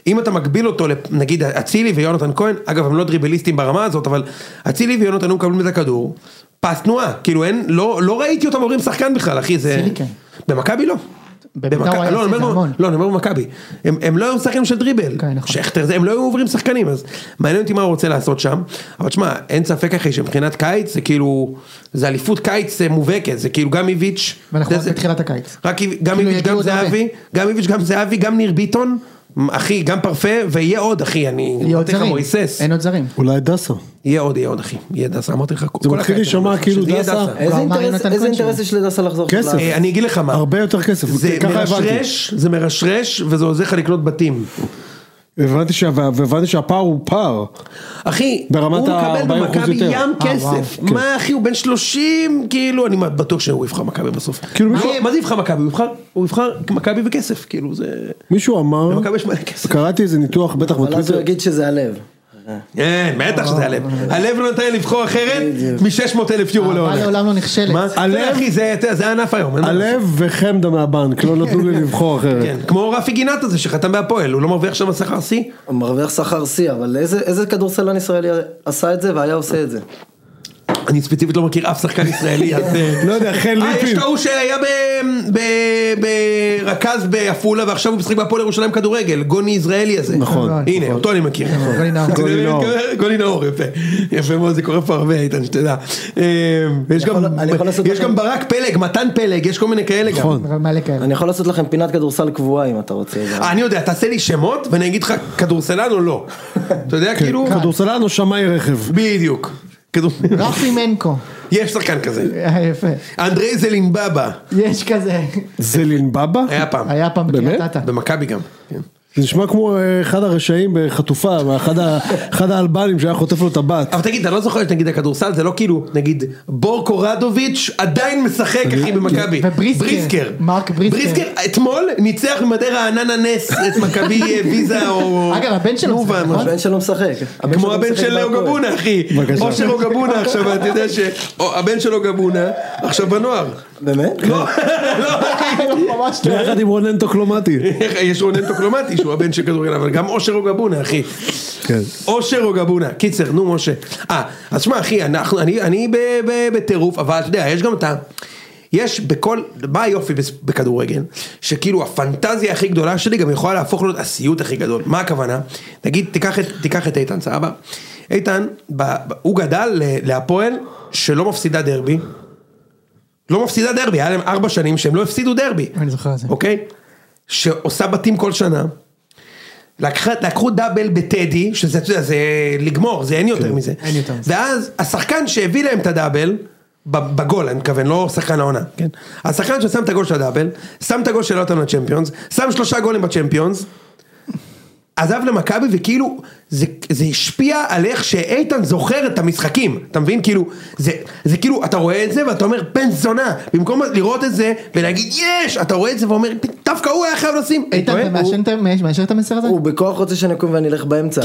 אם אתה מגביל אותו, לפ- נגיד אצילי ויונתן כהן, אגב הם לא דריבליסטים ברמה הזאת, אבל אצילי ויונתן היו מקבלים את הכדור, פס תנועה, כאילו אין, לא, לא ראיתי אותם עוברים שחקן בכלל, אחי, זה... אצילי כן. במכבי לא. בבית"ר במכבי- הוא היה לא, אני עושה את אומר זה המון. לא, אני אומר במכבי. הם, הם לא היו שחקנים של דריבל. כן, נכון. שכטר זה, הם לא היו עוברים שחקנים, אז מעניין אותי מה הוא רוצה לעשות שם. אבל תשמע, אין ספק אחי שמבחינת קיץ זה כאילו, זה אליפות קיץ אה, מובהקת, זה כאילו גם איביץ'. ואנחנו זה- רק זה- בתחילת הקיץ. רק איב- גם כאילו איביץ', יגיעו גם עוד זהבי, הרבה. גם איביץ', גם זהבי, גם ניר ביטון, אחי, גם פרפה, ויהיה עוד אחי, אני... יהיה עוד אמרתי לך, זרים. מויסס. אין עוד זרים. אולי דסה. יהיה עוד, יהיה עוד אחי, יהיה דסה, אמרתי לך, זה כל מתחיל הקיץ, להישמע אמרתי לך, כאילו שזה יהיה דסה. איזה אמר אינטרס- יונתן איזה כהן אינטרס שהוא. יש לדסה לחזור? כסף. בכלל? אה, אני אגיד לך מה, הרבה יותר כסף, זה ככה הבנתי. מרשרש, זה מרשרש, וזה עוזר לך לקנות בתים. הבנתי שה- והבנתי שהפער הוא פער. אחי, ברמת הוא ה- מקבל 40% במכבי יותר. כן. ים אה, וואו. כסף. מה אחי, הוא בן 30, כאילו, אני בטוח שהוא יבחר מכבי בסוף. כאילו, מה- מישהו- מה זה יבחר מכבי? הוא יבחר- הוא יבחר מכבי וכסף, כאילו זה... מישהו אמר, למכבי יש מלא כסף. קראתי איזה ניתוח בטח אבל אז הוא בטוויטר, יגיד שזה הלב. כן, בטח שזה הלב. אה, הלב לא נותן לבחור אחרת מ-600 אלף יורו אהבה אה, לעונה. לעולם לא נכשלת. מה? אתה יודע, אחי, זה- אתה יודע, זה הענף היום. אין מה לעשות. הלב וחמדה מהבנק, לא נתנו לי לבחור אחרת. כן, כמו רפי גינת הזה שחתם בהפועל, הוא לא מרוויח שם שכר שיא? הוא מרוויח שכר שיא, אבל איזה- איזה כדורסלן ישראלי עשה את זה והיה עושה את זה? אני ספציפית לא מכיר אף שחקן ישראלי, אז... אה, לא יודע, חן אה, יש ליפין. את ההוא שהיה ב- ב- ברכז בעפולה ועכשיו הוא משחק בהפועל ירושלים כדורגל, גוני יזרעאלי הזה. נכון, הנה, אותו אני מכיר. נכון. גולי נאור. זה- גולי נאור. גולי נאור, יפה. יפה מאוד, זה קורה פה הרבה, איתן, שתדע. אה, יש גם- יכול- אני יכול לעשות יש לכם- גם ברק פלג, מתן פלג, יש כל מיני כאלה גם. נכון. אבל מלא כאלה. אני יכול לעשות לכם פינת כדורסל קבועה אם אתה רוצה. אה, אני יודע, תעשה לי שמות ואני אגיד לך כדורסלן או לא. אתה כן. יודע, כאילו... כן. כדורסלן או שמאי רכב? בדיוק. כדורסלן. רפי מנקו. יש שחקן כזה. אה, יפה. אנדרי זלינבאבה, יש כזה. זלין בבא? היה פעם. היה פעם באמת? בקריית אתא. במכבי גם. כן. זה נשמע כמו אה, אחד הרשעים בחטופה, מאחד ה- אחד האלבנים שהיה חוטף לו את הבת. אבל תגיד, אתה לא זוכר שנגיד הכדורסל זה לא כאילו, נגיד, בורקו רדוביץ' עדיין משחק אחי במכבי. ובריסקר. מרק בריסקר. בריסקר אתמול ניצח במדי רעננה נס את מכבי אה, ויזה או... אגב, הבן שלו תנובה, משחק, משהו. נכון? הבן שלו משחק. אה? כמו שלו הבן משחק של בהפועל. אוגבונה אחי, בבקשה. אושר אוגבונה עכשיו, אתה יודע שהבן של אוגבונה עכשיו בנוער. כן. באמת? לא, לא, אחי. ממש לא. טוב. ביחד עם רונן טוקלומטי. יש רונן טוקלומטי שהוא הבן של כדורגל, אבל גם אושר אוגבונה אחי. כן. אושר או גבונה, קיצר, נו משה. אה, אז שמע אחי, אנחנו, אני, אני ב- ב- בטירוף, אבל אתה יודע, יש גם את ה... יש בכל, מה היופי בס- בכדורגל? שכאילו הפנטזיה הכי גדולה שלי גם יכולה להפוך להיות הסיוט הכי גדול. מה הכוונה? נגיד, תיקח את, תיקח את איתן, סבבה? איתן, ב, ב, הוא גדל ל- להפועל שלא מפסידה דרבי. לא מפסידה דרבי, היה להם ארבע שנים שהם לא הפסידו דרבי. אני זוכר את זה. אוקיי? שעושה בתים כל שנה. לקח, לקחו דאבל בטדי, שזה, אתה יודע, זה לגמור, זה אין יותר מזה. כן. אין יותר מזה. ואז השחקן שהביא להם את הדאבל, ב- בגול, אני מתכוון, לא שחקן העונה, כן? השחקן ששם את הגול של הדאבל, שם את הגול של אותם לצ'מפיונס, שם שלושה גולים בצ'מפיונס, עזב למכבי וכאילו זה, זה השפיע על איך שאיתן זוכר את המשחקים, אתה מבין? כאילו, זה, זה כאילו, אתה רואה את זה ואתה אומר בן זונה, במקום לראות את זה ולהגיד יש, אתה רואה את זה ואומר דווקא הוא היה חייב לשים, אני איתן, טועה? אתה מאשר את ה- מאשר את המסר הזה? הוא בכוח רוצה שנקום ואני אלך באמצע.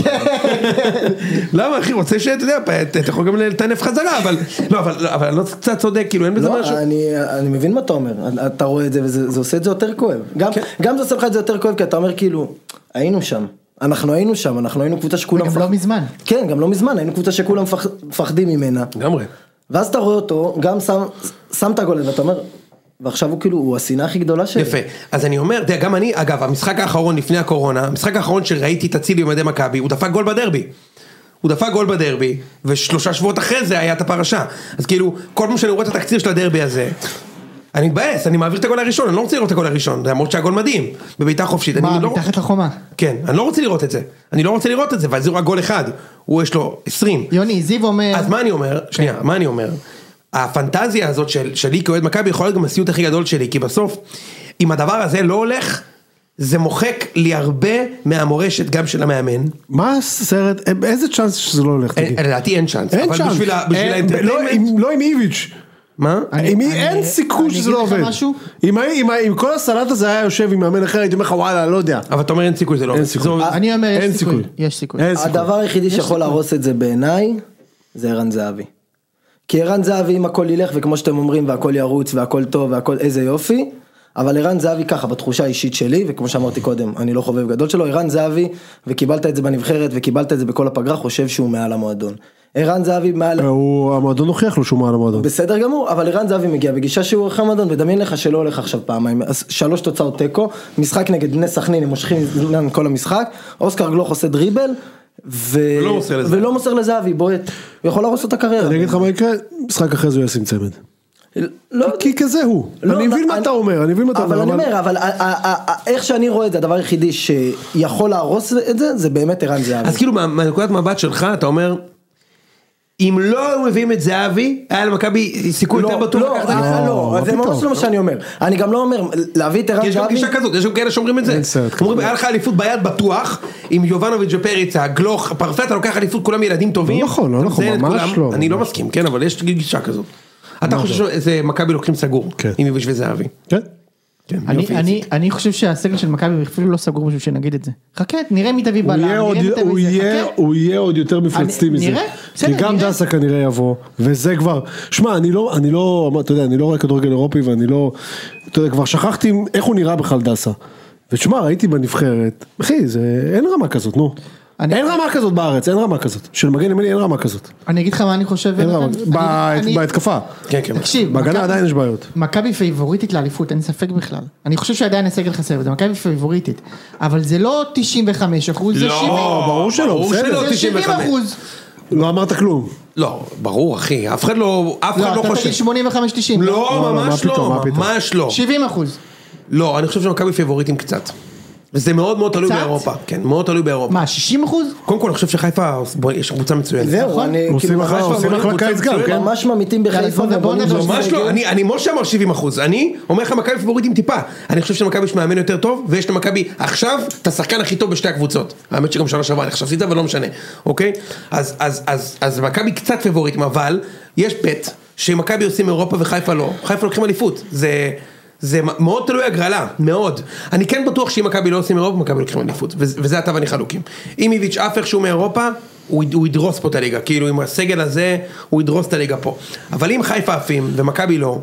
למה אחי רוצה שאתה יודע, אתה אתה יכול גם לטנף חזרה, אבל לא, אבל לא, אבל לא קצת צודק, כאילו אין בזה לא, משהו. אני, אני מבין מה אתה אומר, אתה רואה את זה וזה זה עושה את זה יותר כואב. גם, גם זה עושה לך את זה יותר כואב כי אתה אומר כאילו, היינו שם, אנחנו היינו שם, אנחנו היינו קבוצה שכולם וגם מפח- לא מזמן. כן, גם לא מזמן, היינו קבוצה שכולם מפח... מפחדים ממנה. לגמרי. ואז אתה רואה אותו, גם שם, שם את הגול ואתה אומר, ועכשיו הוא כאילו, הוא השנאה הכי גדולה שלי. יפה, אז אני אומר, אתה יודע, גם אני, אגב, המשחק האחרון לפני הקורונה, המשחק האחרון שראיתי את אצילי במדי מכבי, הוא דפק גול בדרבי. הוא דפק גול בדרבי, ושלושה שבועות אחרי זה היה את הפרשה. אז כאילו, כל פעם שאני רואה את התקציר של הדרבי הזה, אני מתבאס, אני מעביר את הגול הראשון, אני לא רוצה לראות את הגול הראשון, למרות שהגול מדהים, בבעיטה חופשית. אני מה, לא- מתחת לחומה. כן, אני לא רוצה לראות את זה. אני לא רוצה לראות את זה, ואז זה רק גול אחד. הוא יש לו 20. יוני, זיו אומר, כן. אז מה אני אומר? שנייה, מה אני אומר? הפנטזיה הזאת של, שלי כאוהד מכבי יכולה להיות גם הסיוט הכי גדול שלי, כי בסוף, אם הדבר הזה לא הולך, זה מוחק לי הרבה מהמורשת גם של המאמן. מה הסרט, איזה צ'אנס שזה לא אה, הולך, אין- תגיד? לדעתי אין צ'אנס. אין אבל צ'אנס. בשביל ה- בשביל אין- לא אה? האינטרטיימנט... עם- לא עם איביץ'. מה? אני- עם מי- אני- אין סיכוי אני שזה אגיד לא לך עובד. משהו? אם ה- אם ה- אם כל הסלט הזה היה יושב עם מאמן אחר, הייתי אומר לך וואלה, לא יודע. אבל אתה אומר אין סיכוי שזה לא... אין עובד. סיכוי. זה- אני אומר, אין יש סיכוי. סיכוי. יש סיכוי. אין סיכוי. הדבר היחידי שיכול להרוס את זה בעיניי, זה ערן זהבי. כי ערן זהבי אם הכל ילך וכמו שאתם אומרים והכל ירוץ והכל טוב והכל איזה יופי, אבל ערן זהבי ככה בתחושה האישית שלי וכמו שאמרתי קודם אני לא חובב גדול שלו, ערן זהבי וקיבלת את זה בנבחרת וקיבלת את זה בכל הפגרה חושב שהוא מעל המועדון. ערן זהבי מעל, הוא, המועדון הוכיח לו שהוא מעל המועדון. בסדר גמור, אבל ערן זהבי מגיע בגישה שהוא עורך המועדון, ודמיין לך שלא הולך עכשיו פעמיים, אז שלוש תוצאות תיקו, משחק נגד בני סכנין, הם מושכים זמן כל המשחק, אוסקר גלוך עושה דריבל, ו... ולא מוסר לזהבי. ולא מוסר לזהבי, בועט, הוא יכול להרוס לו את הקריירה. אני אגיד לך מה יקרה, משחק אחרי זה הוא ישים צמד. לא, כי כזה הוא. לא, אני מבין לא, מה אתה אומר, אני מבין מה אתה אומר. אבל אני אומר, אבל ה- ה- ה- ה- איך שאני רואה את זה, הדבר היחידי שיכול להרוס את זה, זה באמת ערן זהבי. אז כאילו מה- מהנקודת מבט שלך אתה אומר... אם לא היו מביאים את זהבי, היה למכבי סיכוי יותר בטוח לא, לקחת את אה, זה. לא, מה זה ממש פתאום? לא מה שאני אומר. אני גם לא אומר, להביא את ערן יש גם זהבי, גישה כזאת, יש גם כאלה שאומרים את זה. אין סרט כזה. אומרים, היה לך אליפות ביד בטוח, עם יובנוביץ' ופריצה, גלוך, פרפה, אתה לוקח אליפות, כולם ילדים טובים. לא נכון, לא אתה נכון, מזיין את ממש כולם. לא, אני לא ממש. מסכים, כן, אבל יש גישה כזאת. אתה חושב שזה מכבי לוקחים סגור, כן. עם יביש וזהבי. כן. כן, אני- יופי, אני- אני חושב שהסגל של מכבי אפילו לא סגור בשביל שנגיד את זה. חכה, נראה מי תביא הוא בלם, יהיה נראה עוד- מי תביא הוא זה, יהיה- חכה. הוא יהיה עוד יותר מפלצתי כן. אני- מזה. נראה, כי בסדר, גם נראה. דסה כנראה יבוא, וזה כבר, שמע, אני לא, אני לא, אתה יודע, אני לא רואה כדורגל אירופי ואני לא, אתה יודע, כבר שכחתי איך הוא נראה בכלל דסה. ושמע, ראיתי בנבחרת, אחי, זה, אין רמה כזאת, נו. אני- אין רמה כזאת בארץ, אין רמה כזאת. של מגן ימני אין רמה כזאת. אני אגיד לך מה אני חושב. אין רמה, ולכן, אני- בה- אני- בהתקפה. כן, כן. תקשיב, בהגנה מכבי- עדיין יש בעיות. מכבי פייבוריטית לאליפות, אין ספק בכלל. אני חושב שעדיין הסגל חסר, זה מכבי פייבוריטית. אבל זה לא 95 אחוז, זה 70. לא, ברור שלא, בסדר. זה 70 95. אחוז. לא אמרת כלום. לא, ברור אחי, אף אחד לא, אף אחד לא, לא אתה תגיד חושב. 85 90. לא, לא, מה ממש פתאום, לא, מה פתאום. ממש לא. 70 אחוז. לא, אני חושב שמכבי פיבוריטים קצת. וזה מאוד מאוד תלוי קצת? באירופה, כן, מאוד תלוי באירופה. מה, 60 אחוז? קודם כל, אני חושב שחיפה, בוא, יש קבוצה מצוינת. זהו, אני עושים כאילו אחלה ממש- עושים אחלה קבוצה קיץ גם, מצוינת. כן? ממש ממיתים בחיפה יאללה, בוא ובונים נדבר שם ממש סגל. לא, אני, אני משה אמר 70 אחוז, אני אומר לך מכבי פיבוריטים טיפה, אני חושב שלמכבי יש מאמן יותר טוב, ויש למכבי עכשיו את השחקן הכי טוב בשתי הקבוצות, האמת שגם שנה שעברה אני חשבתי את זה, אבל לא משנה, אוקיי? אז, אז, אז, אז מכבי קצת פיבוריטים, אבל יש פט, שמכבי עושים אירופה וחיפה לא, חיפה לוקחים אליפות, זה... זה מ- מאוד תלוי הגרלה, מאוד. אני כן בטוח שאם מכבי לא עושים אירופה, מכבי לוקחים אליפות, וזה וזה אתה ואני חלוקים. אם איביץ' עף איכשהו מאירופה, הוא, יד- הוא ידרוס פה את הליגה, כאילו עם הסגל הזה, הוא ידרוס את הליגה פה. אבל אם חיפה עפים ומכבי לא,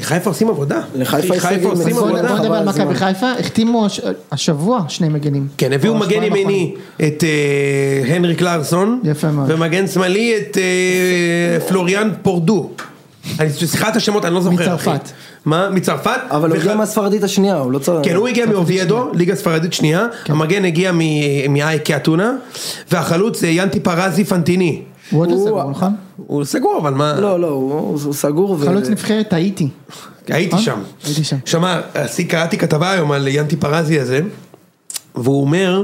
חיפה עושים עבודה. לחיפה יש סגל חיפה עושים מצוין. בוא עבודה. נדבר חבל על מכבי הזמן. חיפה, החתימו הש- השבוע שני מגנים. כן, הביאו או מגן השבועיים ימיני את אה, הנריק לארסון, נכון. יפה מאוד. ומגן שמאלי את אה, פלוריאן פורדו. אני, סליחה את השמות, אני לא זוכר. אחי. מצרפת. מה? מצרפת? אבל הוא הגיע וח- מהספרדית השנייה, הוא לא צריך... כן, הוא אה, הגיע מאוביידו, ליגה ספרדית שנייה, כן. המגן הגיע מ- מאייקי אתונה, והחלוץ אה, ינטי פרזי פנטיני. הוא עוד לא הוא- סגור, נכון? הוא סגור, אבל מה... לא, לא, הוא הוא סגור. ו- חלוץ נבחרת האיטי. הייתי אה? שם. הייתי שם. שמע, עשי- קראתי כתבה היום על ינטי פרזי הזה, והוא אומר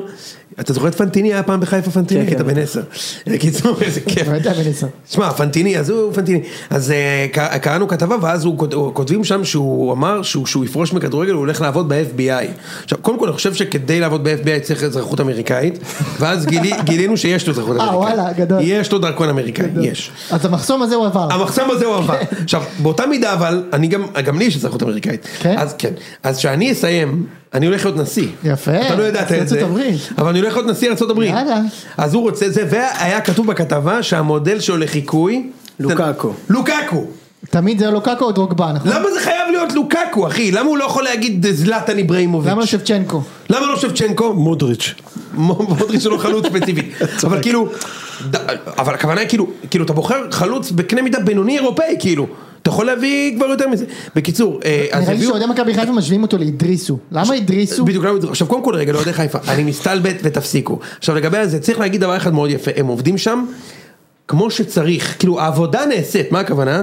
אתה זוכר את פנטיני היה פעם בחיפה פנטיני? כן, היית כן. בן עשר. בקיצור, איזה כיף. לא יודע, בן עשר. שמע, פנטיני, אז הוא פנטיני. אז אה, ק- קראנו כתבה, ואז הוא כות- הוא- כותבים שם שהוא אמר שהוא שהוא יפרוש מכדורגל, הוא הולך לעבוד ב-FBI. עכשיו, קודם כל, אני חושב שכדי לעבוד ב-FBI צריך אזרחות אמריקאית, ואז גילי- גילינו שיש לו אזרחות אה, אמריקאית. וואלה, גדול. יש לו דרכון אמריקאי, יש. אז המחסום הזה הוא עבר. המחסם אה, הזה כן. הוא עבר. עכשיו, באותה מידה אבל, אני גם, גם לי יש אזרחות אמריקאית. כן? אז כן. אז כשאני אסיים, אני הולך להיות נשיא. יפה. אתה לא ידעת נשיא את זה. ארצות הברית. אבל אני הולך להיות נשיא ארה"ב. יאללה. אז הוא רוצה את זה, והיה כתוב בכתבה שהמודל שלו לחיקוי... לוקאקו. לוקקו. תמיד זה היה לוקקו או דרוגבה, נכון? למה זה חייב להיות לוקקו, אחי? למה הוא לא יכול להגיד זלאטן איברהימוביץ'? למה לא שבצ'נקו? למה לא שבצ'נקו? מודריץ'. מודריץ' שלו חלוץ ספציפי, אבל כאילו, ד- אבל הכוונה היא כאילו, כאילו אתה בוחר חלוץ בקנה מידה בינוני אירופאי כאילו, אתה יכול להביא כבר יותר מזה, בקיצור, אה, אז נראה לי הביאו, שאוהדי מכבי חיפה משווים אותו לאידריסו. למה אידריסו? בדיוק, למה- עכשיו קודם כל רגע, לא יודע חיפה, אני מסתלבט ותפסיקו, עכשיו לגבי זה צריך להגיד דבר אחד מאוד יפה, הם עובדים שם כמו שצריך, כאילו העבודה נעשית, מה הכוונה?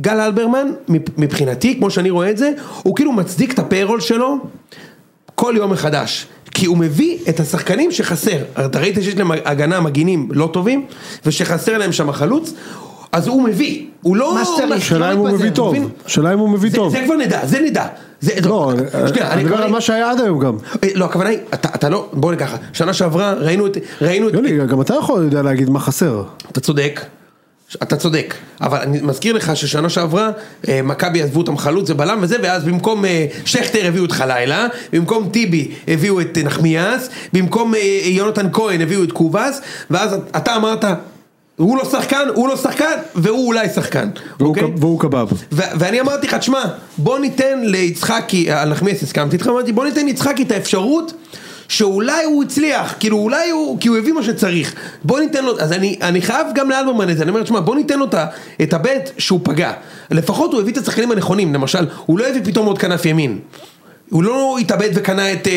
גל אלברמן מב- מבחינתי, כמו שאני רואה את זה, הוא כאילו מצדיק את הפיירול שלו כל יום מחדש. כי הוא מביא את השחקנים שחסר. אתה ראית שיש להם הגנה מגינים לא טובים, ושחסר להם שם החלוץ, אז הוא מביא. הוא לא... מה שצריך. השאלה אם הוא מביא טוב, מבין? השאלה אם הוא מביא זה- טוב. זה כבר נדע, זה נדע. זה... לא, שנייה, אני מדבר כבר- על מה שהיה עד היום גם. אה, לא, הכוונה היא, אתה, אתה לא, בוא נגיד ככה, שנה שעברה ראינו את, ראינו את, יוני, גם אתה יכול יודע להגיד מה חסר. אתה צודק, ש- אתה צודק, אבל אני מזכיר לך ששנה שעברה אה, מכבי עזבו אותם חלוץ ובלם וזה, ואז במקום אה, שכטר הביאו את חלילה, במקום טיבי הביאו את אה, נחמיאס, במקום אה, יונתן כהן הביאו את קובאס, ואז אתה אמרת, הוא לא שחקן, הוא לא שחקן, והוא אולי שחקן, והוא אוקיי? קב- והוא קבב. ו- ואני אמרתי לך, תשמע, בוא ניתן ליצחקי, אה, על נחמיאס הסכמתי איתך, אמרתי, בוא ניתן ליצחקי את האפשרות שאולי הוא הצליח, כאילו אולי הוא, כי הוא הביא מה שצריך, בוא ניתן לו, אז אני, אני חייב גם לאלברמן את זה, אני אומר, תשמע, בוא ניתן לו את ה- את הבט שהוא פגע, לפחות הוא הביא את השחקנים הנכונים, למשל, הוא לא הביא פתאום עוד כנף ימין. הוא לא התאבד וקנה את אה,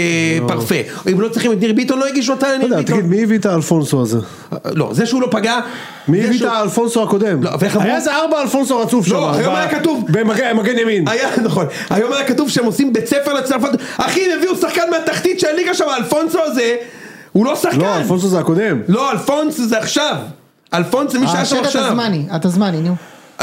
פרפה, אם לא צריכים את ניר ביטון לא הגישו אותה לא לניר יודע, ביטון. תגיד, מי הביא את האלפונסו הזה? לא, זה שהוא לא פגע, מי זה הביא את שהוא- האלפונסו הקודם? לא, ואיך אמרו? לא, היה איזה ארבע אלפונסו רצוף שם. היום ארבעה. היה כתוב- במגן מגן ימין. היה, נכון, היום היה כתוב שהם עושים בית ספר לצרפת, אחי הם הביאו שחקן מהתחתית של הליגה שם, אלפונסו הזה, הוא לא שחקן, לא, אלפונסו זה הקודם. לא אלפונסו זה עכשיו, אלפונסו אה, מי שהיה שם השד עכשיו, התזמני, התזמני, נו.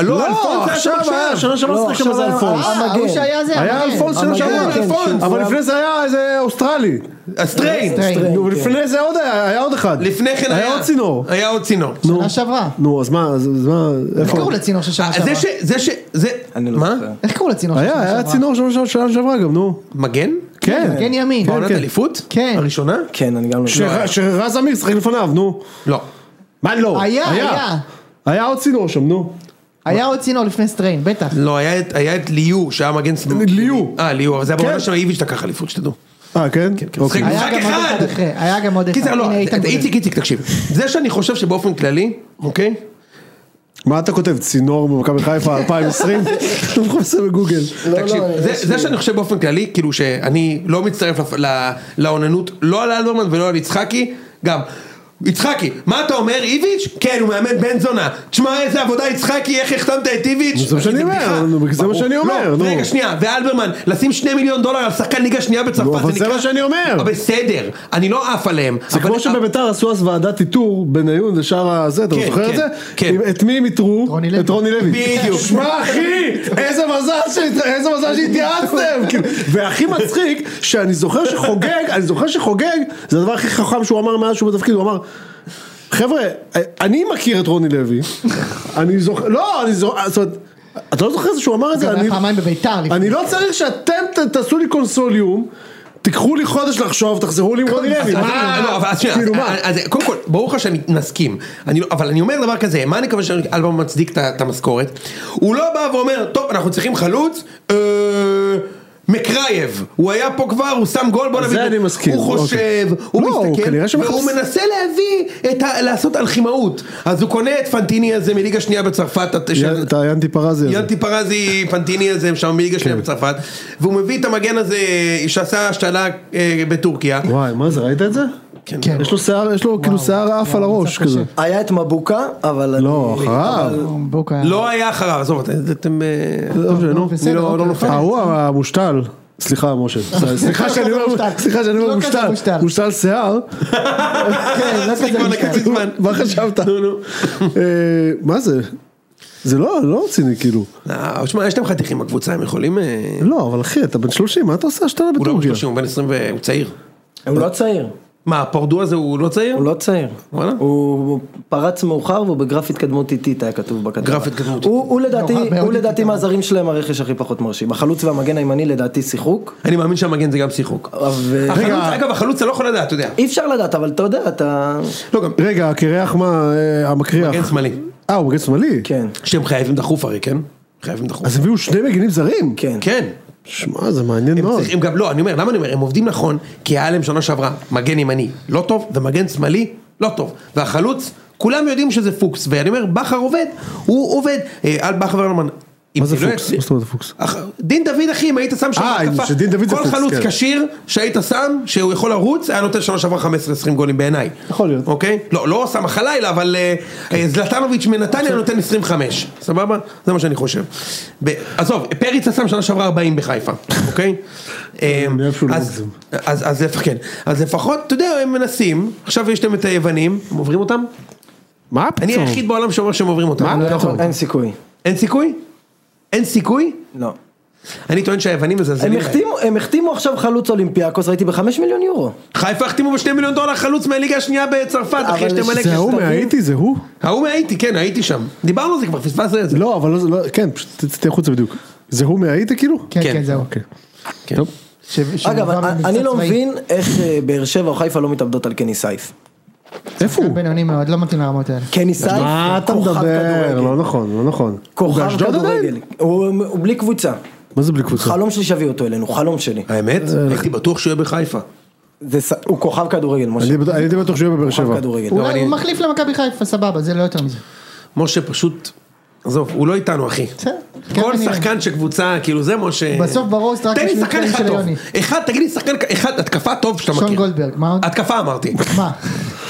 לא לא, אלפונסו היה שם עכשיו היה, עכשיו, שנה לא, שעברה עכשיו שיחק שם זה איזה היה- אלפונס. אה, אה, ההוא המגן. שהיה זה, היה המגן. אלפונס שנה המגן, שעברה. כן, אלפונס. שהוא אבל היה- לפני זה היה איזה אוסטרלי. הסטריין, סטריין. נו, כן. ולפני זה עוד היה, היה עוד אחד. לפני כן היה, היה עוד צינור. היה עוד צינור, נו. שנה שעברה. נו, אז מה, אז אז מה, איך איפה? קראו לצינור של שנה אה, שעברה? זה ש... זה ש... זה... אני לא מה? זוכר. איך קראו לצינור של שנה היה, שעברה? היה צינור שנה שעברה- שנה שעברה גם, נו. מגן? כן. מגן ימין. כן, בעונת כן. אליפות? כן. הראשונה? כן, אני גם לא... ש- שרז אמיר שיחק לפניו, נו. לא. מה לא? היה, היה. היה עוד צינור שם, נו. היה עוד צינור לפני סטריין, בטח. לא, היה את, היה את ליו שהיה מגן שמאל. ליו. אה, ליו, אבל זה היה כן. בעונה של איביץ' לקח אליפות, שתדעו. אה, כן? כן, אוקיי. משחק- היה גם עוד אחד. אחד אחרי, היה גם עוד אחד. קיצר, לא, הנה, איתן גודל. איציק, איציק, תקשיב. זה שאני חושב שבאופן כללי, אוקיי? מה אתה כותב? צינור במכבי חיפה 2020? אתה לא מחפש בגוגל. לא, תקשיב, לא, זה- זה שאני חושב באופן כללי, כאילו שאני לא מצטרף לפ- ל- לאוננות, לא על אלברמן ולא על יצחקי, גם. יצחקי, מה אתה אומר איביץ'? כן, הוא מאמן בן זונה. תשמע איזה עבודה יצחקי, איך החתמת את איביץ'? זה מה שאני איזה אומר, בדיחה. נו, זה מה ברור. שאני אומר, לא, נו. רגע, שנייה, ואלברמן, לשים שני מיליון דולר על שחקן ליגה שנייה בצרפת, נו, אבל זה נקרא- מה שאני אומר. אבל בסדר, אני לא עף עליהם. זה אבל- כמו שבביתר עשו אז ועדת איתור בניון ושאר הזה, אתה כן, זוכר כן, את זה? כן. עם- את מי הם איתרו? רוני לוי. את רוני לוי. בדיוק. שמע אחי, איזה מזל שהת- איזה מזל שהתייעצתם. כאילו, והכי מצחיק, שאני זוכר שחוגג, אני זוכר שחוגג, זה הדבר הכי חכם שהוא אמר מאז שהוא בתפקיד, הוא אמר... חבר'ה, אני מכיר את רוני לוי, אני זוכר, לא, אני זוכר, זאת אומרת, אתה לא זוכר את זה שהוא אמר את זה, גם אני, היה פעמיים בביתר לפני. אני לא כן. צריך שאתם ת- תעשו לי קונסוליום, תיקחו לי חודש לחשוב, תחזרו לי עם רוני לוי, אז- אז- לא, אבל כאילו, מה? אז שנייה, כאילו אז- מה? אז- קודם כל, ברור לך שאני נסכים, אני לא- אבל אני אומר דבר כזה, מה אני מקווה שאלבום מצדיק את ה- את המשכורת? הוא לא בא ואומר, טוב, אנחנו צריכים חלוץ, אה, מקרייב, הוא היה פה כבר, הוא שם גול, בוא זה נביא, אני מסכים, הוא חושב, אוקיי. הוא לא, הוא מסתכל, כנראה שמחפש- והוא מנסה להביא, את ה- לעשות אלחימאות, אז הוא קונה את פנטיני הזה מליגה שנייה בצרפת, את- של- את היאנטי פרזי הזה. ינטי פרזי פנטיני הזה, הם שם מליגה כן. שנייה בצרפת, והוא מביא את המגן הזה שעשה השתלה אה, בטורקיה. וואי, מה זה, ראית את זה? כן. יש לו שיער, יש לו כאילו שיער עף על הראש מצב קשה. כזה. היה את מבוקה, אבל אני... לא, אחריו. בוקה. לא היה אחריו, לא עזוב, אתם- אתם... אה, לא משנה, נו. בסדר, אני לא- לא אוקיי. נופל. ההוא המושתל. סליחה משה, סליחה שאני לא כזה אומר, מושתל. סליחה שאני לא אומר כזה מושתל, מושתל. מושתל שיער, כן, לא כזה סליחה, משקל. ליצמן. מה חשבת? אה, מה זה? זה לא, לא רציני כאילו, אה, שמע, יש להם חתיכים בקבוצה, הם יכולים... אה, לא אבל אחי אתה בן 30 מה אתה עושה השתנה הוא לא בן בטורקיה? 30, הוא בן 20 ו... הוא צעיר. הוא לא צעיר, מה, הפורדו הזה הוא לא צעיר? הוא לא צעיר. וואלה? הוא הוא פרץ מאוחר והוא בגרף התקדמות איטית היה כתוב בכתבה. גרף התקדמות הוא- הוא לדעתי, נורא, מאוד הוא לדעתי איטית, מהזרים שלהם הרכש הכי פחות מרשים. החלוץ והמגן הימני לדעתי שיחוק. אני מאמין שהמגן זה גם אה, שיחוק. אה, אבל- החלוץ, אגב, החלוץ אתה לא יכול לדעת, אתה יודע. אי אפשר לדעת, אבל אתה יודע, אתה... לא, גם רגע הקרח מה, אה, המקריח, מגן כן, שמאלי. אה הוא מגן שמאלי? כן, שהם חייבים דחוף הרי, כן? חייבים דחוף. אז הביאו שני מגנים זרים? כן. כן. שמע זה מעניין הם מאוד, צריכים גם, לא, אני אומר, למה אני אומר, הם עובדים נכון, כי היה להם שנה שעברה מגן ימני לא טוב, ומגן שמאלי לא טוב, והחלוץ, כולם יודעים שזה פוקס, ואני אומר, בכר עובד, הוא עובד, אה, על בכר ורלמן. אם מה זה לא פוקס? יצליח- מה זאת אומרת פוקס? אח- דין דוד אחי, אם היית שם שם אה, התקפה, שדין דוד זה כל פוקס, חלוץ כן. כשיר שהיית שם, שהוא יכול לרוץ, היה נותן שנה שעברה 15-20 גולים בעיניי. יכול להיות. אוקיי? לא, לא שם החלילה, אבל אה, אה, זלטנוביץ' מנתניה נותן 25, סבבה? זה מה שאני חושב. ב- עזוב, פריצה שם שנה שעברה 40 בחיפה, אוקיי? אה, אני אוהב שהוא לא אז- מגזים. אז אז לפ- כן, אז לפחות, אתה יודע, הם מנסים, עכשיו יש להם את היוונים, הם עוברים אותם? מה אני פתאום, היחיד בעולם שאומר שהם עוברים אותם. אני לא יכול- אין סיכוי. אין סיכוי? אין סיכוי? לא. אני טוען שהיוונים מזלזלים. הם בהם. החתימו- הם החתימו עכשיו חלוץ אולימפיאקוס, ראיתי בחמש מיליון יורו. חיפה החתימו בשני מיליון דולר חלוץ מהליגה השנייה בצרפת, אחי אבל שאתם מלא זה ההוא כסף. מהאיטי זה הוא? ההוא מהאיטי, כן, הייתי שם. דיברנו על זה כבר, פספסת את זה. לא אבל לא, זה לא, כן פשוט תצא החוצה בדיוק, זה הוא מהאיטי כאילו? כן, כן. כן, זהו. אוקיי. כן. טוב. ש- אגב, שמועבר אני- במבצע אני לא צבאי. מבין איך אה, באר שבע או חיפה לא מתאבדות על קני סייף. איפה הוא? בינוני מאוד, לא מתאים לרמות כן, האלה. קני סייף, מה אתה כוכב מדבר? כדורגל. לא נכון, לא נכון. כוכב באשדוד עדיין? כדורגל. הוא הוא בלי קבוצה. מה זה בלי קבוצה? אה. חלום שלי שיביא אותו אלינו, חלום שלי. האמת? לא. הייתי בטוח שהוא יהיה בחיפה. זה ס- הוא כוכב כדורגל, משה. אני בטוח- אני הייתי בטוח שהוא יהיה בבאר כוכב שבע. כדורגל. לא, גם אני- אולי הוא מחליף למכבי חיפה, סבבה, זה לא יותר מזה. משה פשוט, עזוב, הוא לא איתנו אחי. בסדר. כל כן, שחקן שקבוצה, כאילו זה משה. בסוף בראש רק תן יש לי לי שחקן תנאים אחד של טוב. יוני. אחד, תגיד לי שחקן, אחד, התקפה טוב שאתה מכיר. שון גולדברג, מה עוד? התקפה אמרתי. מה?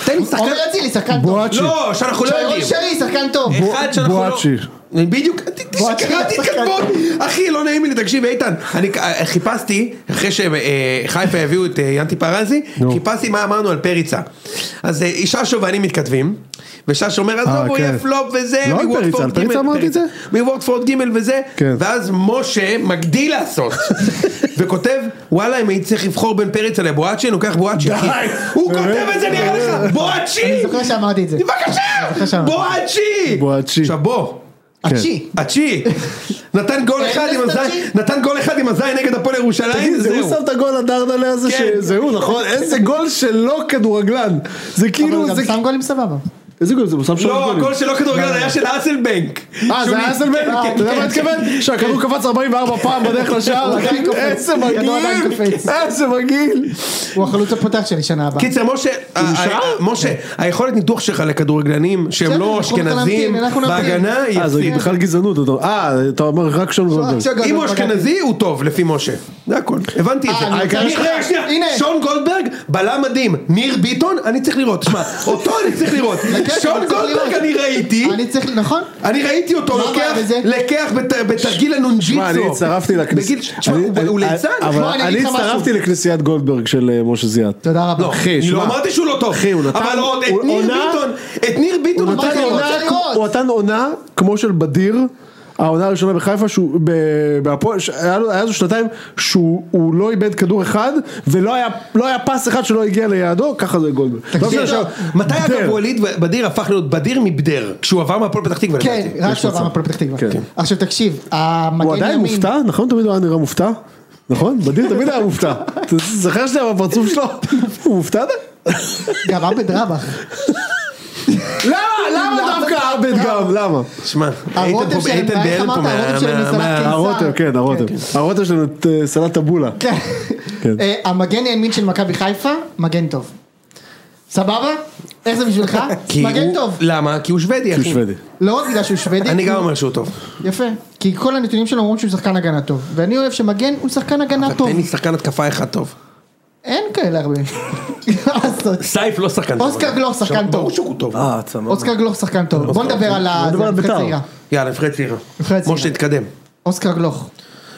תן לי שחקן. עומר אצילי, שחקן טוב. בואצ'י. לא, שאנחנו לא שרון יודעים. שרי, שחקן טוב. אחד שאנחנו לא... בואצ'י. בדיוק, ת- ת- בואצ'י, שקראתי את שחקן. כתבות, אחי לא נעים לי, תקשיב איתן, אני אה, חיפשתי, אחרי שחיפה הביאו את אה, ינטי פרזי, נו. חיפשתי מה אמרנו על פריצה. אז אה, ששו ואני מתכתבים, וששו אומר, עזוב, אה, הוא כן. יהיה פלופ וזה, לא על מוורטפורד פריצה, על ג', פריצה אמרתי את זה? מוורטפורד ג' וזה, כן. ואז משה מגדיל לעשות, וכותב, וואלה, אם הייתי צריך לבחור בין פריצה לבואצ'י, אני לוקח בואצ'י, אחי." הוא כותב את זה נראה לך, בואצ'י! אני זוכר שאמרתי את זה. זוכר בבקשה! שאמרתי. בואצ'י! בואצ'י. עכשיו בוא. כן. אצ'י. אצ'י. נתן גול אחד עם הזין, נתן גול אחד עם הזין נגד הפועל ירושלים, תגיד, זה הוא זהו. שם את הגול הדרדלה הזה, כן. שזה הוא, נכון? איזה גול שלא כדורגלן. זה אבל הוא כאילו, גם זה... שם גולים סבבה. איזה גול זה? הוא שם שלוש לא, גולים. הגול שלו כדורגל היה של אסלבנק. אה, שהוא זה היה נ- אסלבנק? כן, אתה יודע כן, מה התכוון? שהכדור קפץ 44 פעם בדרך לשער? הוא עדיין קופץ. איזה ידו עדיין מגעיל! קופץ. איזה מגעיל! הוא החלוץ הפותח שלי שנה הבאה. כן. קיצר, משה, ה- שאל? כן. ה- משה, היכולת ניתוח שלך לכדורגלנים, שהם בסדר, לא אנחנו אשכנזים, נמתין, אנחנו נמתין. בהגנה היא אה, זה יפסיד. בכלל גזענות. אתה- אה, אתה אומר רק שון גולדברג. שון אם הוא גולדברג. אשכנזי הוא טוב לפי משה, זה הכל, הבנתי את אה, זה. אני רוצה- אני- רגע, שנייה. הנה. שון גולדברג, בלם מדהים, ניר ביטון, אני צריך לראות, שמע, אותו אני צריך לראות, לקחת, שון צריך גולדברג לראות. אני ראיתי, אני צריך, נכון? אני ראיתי אותו מה לוקח, הבעיה בזה? לקח בת- בתרגיל הנונג'יצו. שמע, אני הצטרפתי בגיל- לכנסיית... שמע, הוא- הוא ליצן. אבל בוא, אני אני אגיד לך הצטרפתי משהו. לכנסיית גולדברג של אה, משה זיאת. תודה רבה. לא, אחי, אני לא שמע. אמרתי שהוא לא טוב, אחי, הוא נתן- אבל עוד, הוא- את ניר עונה- ביטון, את ניר ביטון, הוא אמרתי נתן אמרתי, לו, עונה- רוצה לראות. הוא נתן עונה כמו של בדיר. העונה הראשונה בחיפה שהוא ב- בהפועל, ש- היה לו היה לו שנתיים שהוא הוא לא איבד כדור אחד ולא היה- לא היה פס אחד שלא הגיע ליעדו, ככה זה גולדברג. לא משנה עכשיו, עכשיו, מתי אגב בדיר. ווליד בדיר הפך להיות בדיר מבדר, כשהוא עבר מהפועל פתח תקווה כן, לדעתי. רק שהוא עבר מהפועל פתח תקווה. כן. עכשיו תקשיב, המגן הוא עדיין ימין- מופתע, נכון? תמיד הוא היה נראה מופתע, נכון? בדיר תמיד היה מופתע. אתה זוכר שאתה בפרצוף שלו? הוא מופתע? גם עבד רבח. למה? למה דווקא עבד גם? למה? שמע, הרותם איתן פה- שלהם, איתן איך בהלם אמרת? פה הרותם מה- שלהם מה- מסלט מה- קיסר. הרותם, כן, הרותם. הרותם שלנו את אה, סלט הבולה. כן. כן. אה, המגן הימין של מכבי חיפה, מגן טוב. סבבה? איך זה בשבילך? כי מגן הוא- כאילו טוב. למה? כי הוא שוודי, שהוא אחי. שוודי. לא רק בגלל שהוא שוודי. אני כי גם הוא- אומר שהוא טוב. יפה. כי כל הנתונים שלו אומרים שהוא שחקן הגנה טוב. ואני אוהב שמגן הוא שחקן הגנה טוב. תן לי שחקן התקפה אחד טוב. אין כאלה הרבה. סייף לא שחקן טוב. אוסקר גלוך שחקן עכשיו, ברור טוב. שהוא טוב. אה, סבבה. אוסקר גלוך שחקן טוב. בוא נדבר על ה... נדבר על זה, בית"ר. נבחרת צעירה. יאללה, נבחרת צעירה. נבחרת צעירה. משה, תתקדם. אוסקר גלוך.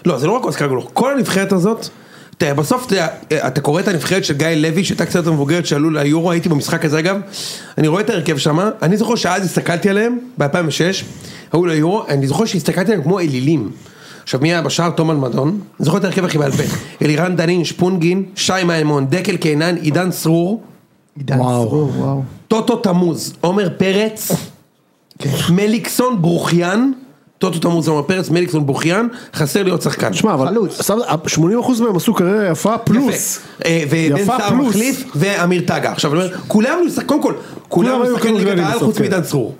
לא, זה לא רק אוסקר גלוך. כל הנבחרת הזאת, תראה, בסוף אתה, יודע, אתה קורא את הנבחרת של גיא לוי, שהייתה קצת יותר מבוגרת, שעלו ליורו, הייתי במשחק הזה אגב, אני רואה את ההרכב שמה, אני זוכר שאז הסתכלתי עליהם, ב-2006, היו ליורו, אני זוכר שהסתכלתי עליהם כמו אלילים. עכשיו מי היה בשער? תום אלמדון, אני זוכר את ההרכב הכי בעל פה, אלירן דנין, שפונגין, שי מימון, דקל קינן, עידן סרור, עידן וואו. סרור, וואו. טוטו תמוז, עומר פרץ, מליקסון ברוכיאן, טוטו תמוז, עומר פרץ, מליקסון ברוכיאן, חסר לי עוד שחקן. שמע, אבל חלוץ. סתם, 80% מהם עשו קריירה יפה פלוס. יפה. אה, ובן יפה סער פלוס. מחליף, ואמיר טגה. עכשיו, אני אומר, כולם, היו- קודם כל, כולם כולם היו משחקים ליגת כדורגלנים העל בסוף, חוץ כן. מעידן צרור.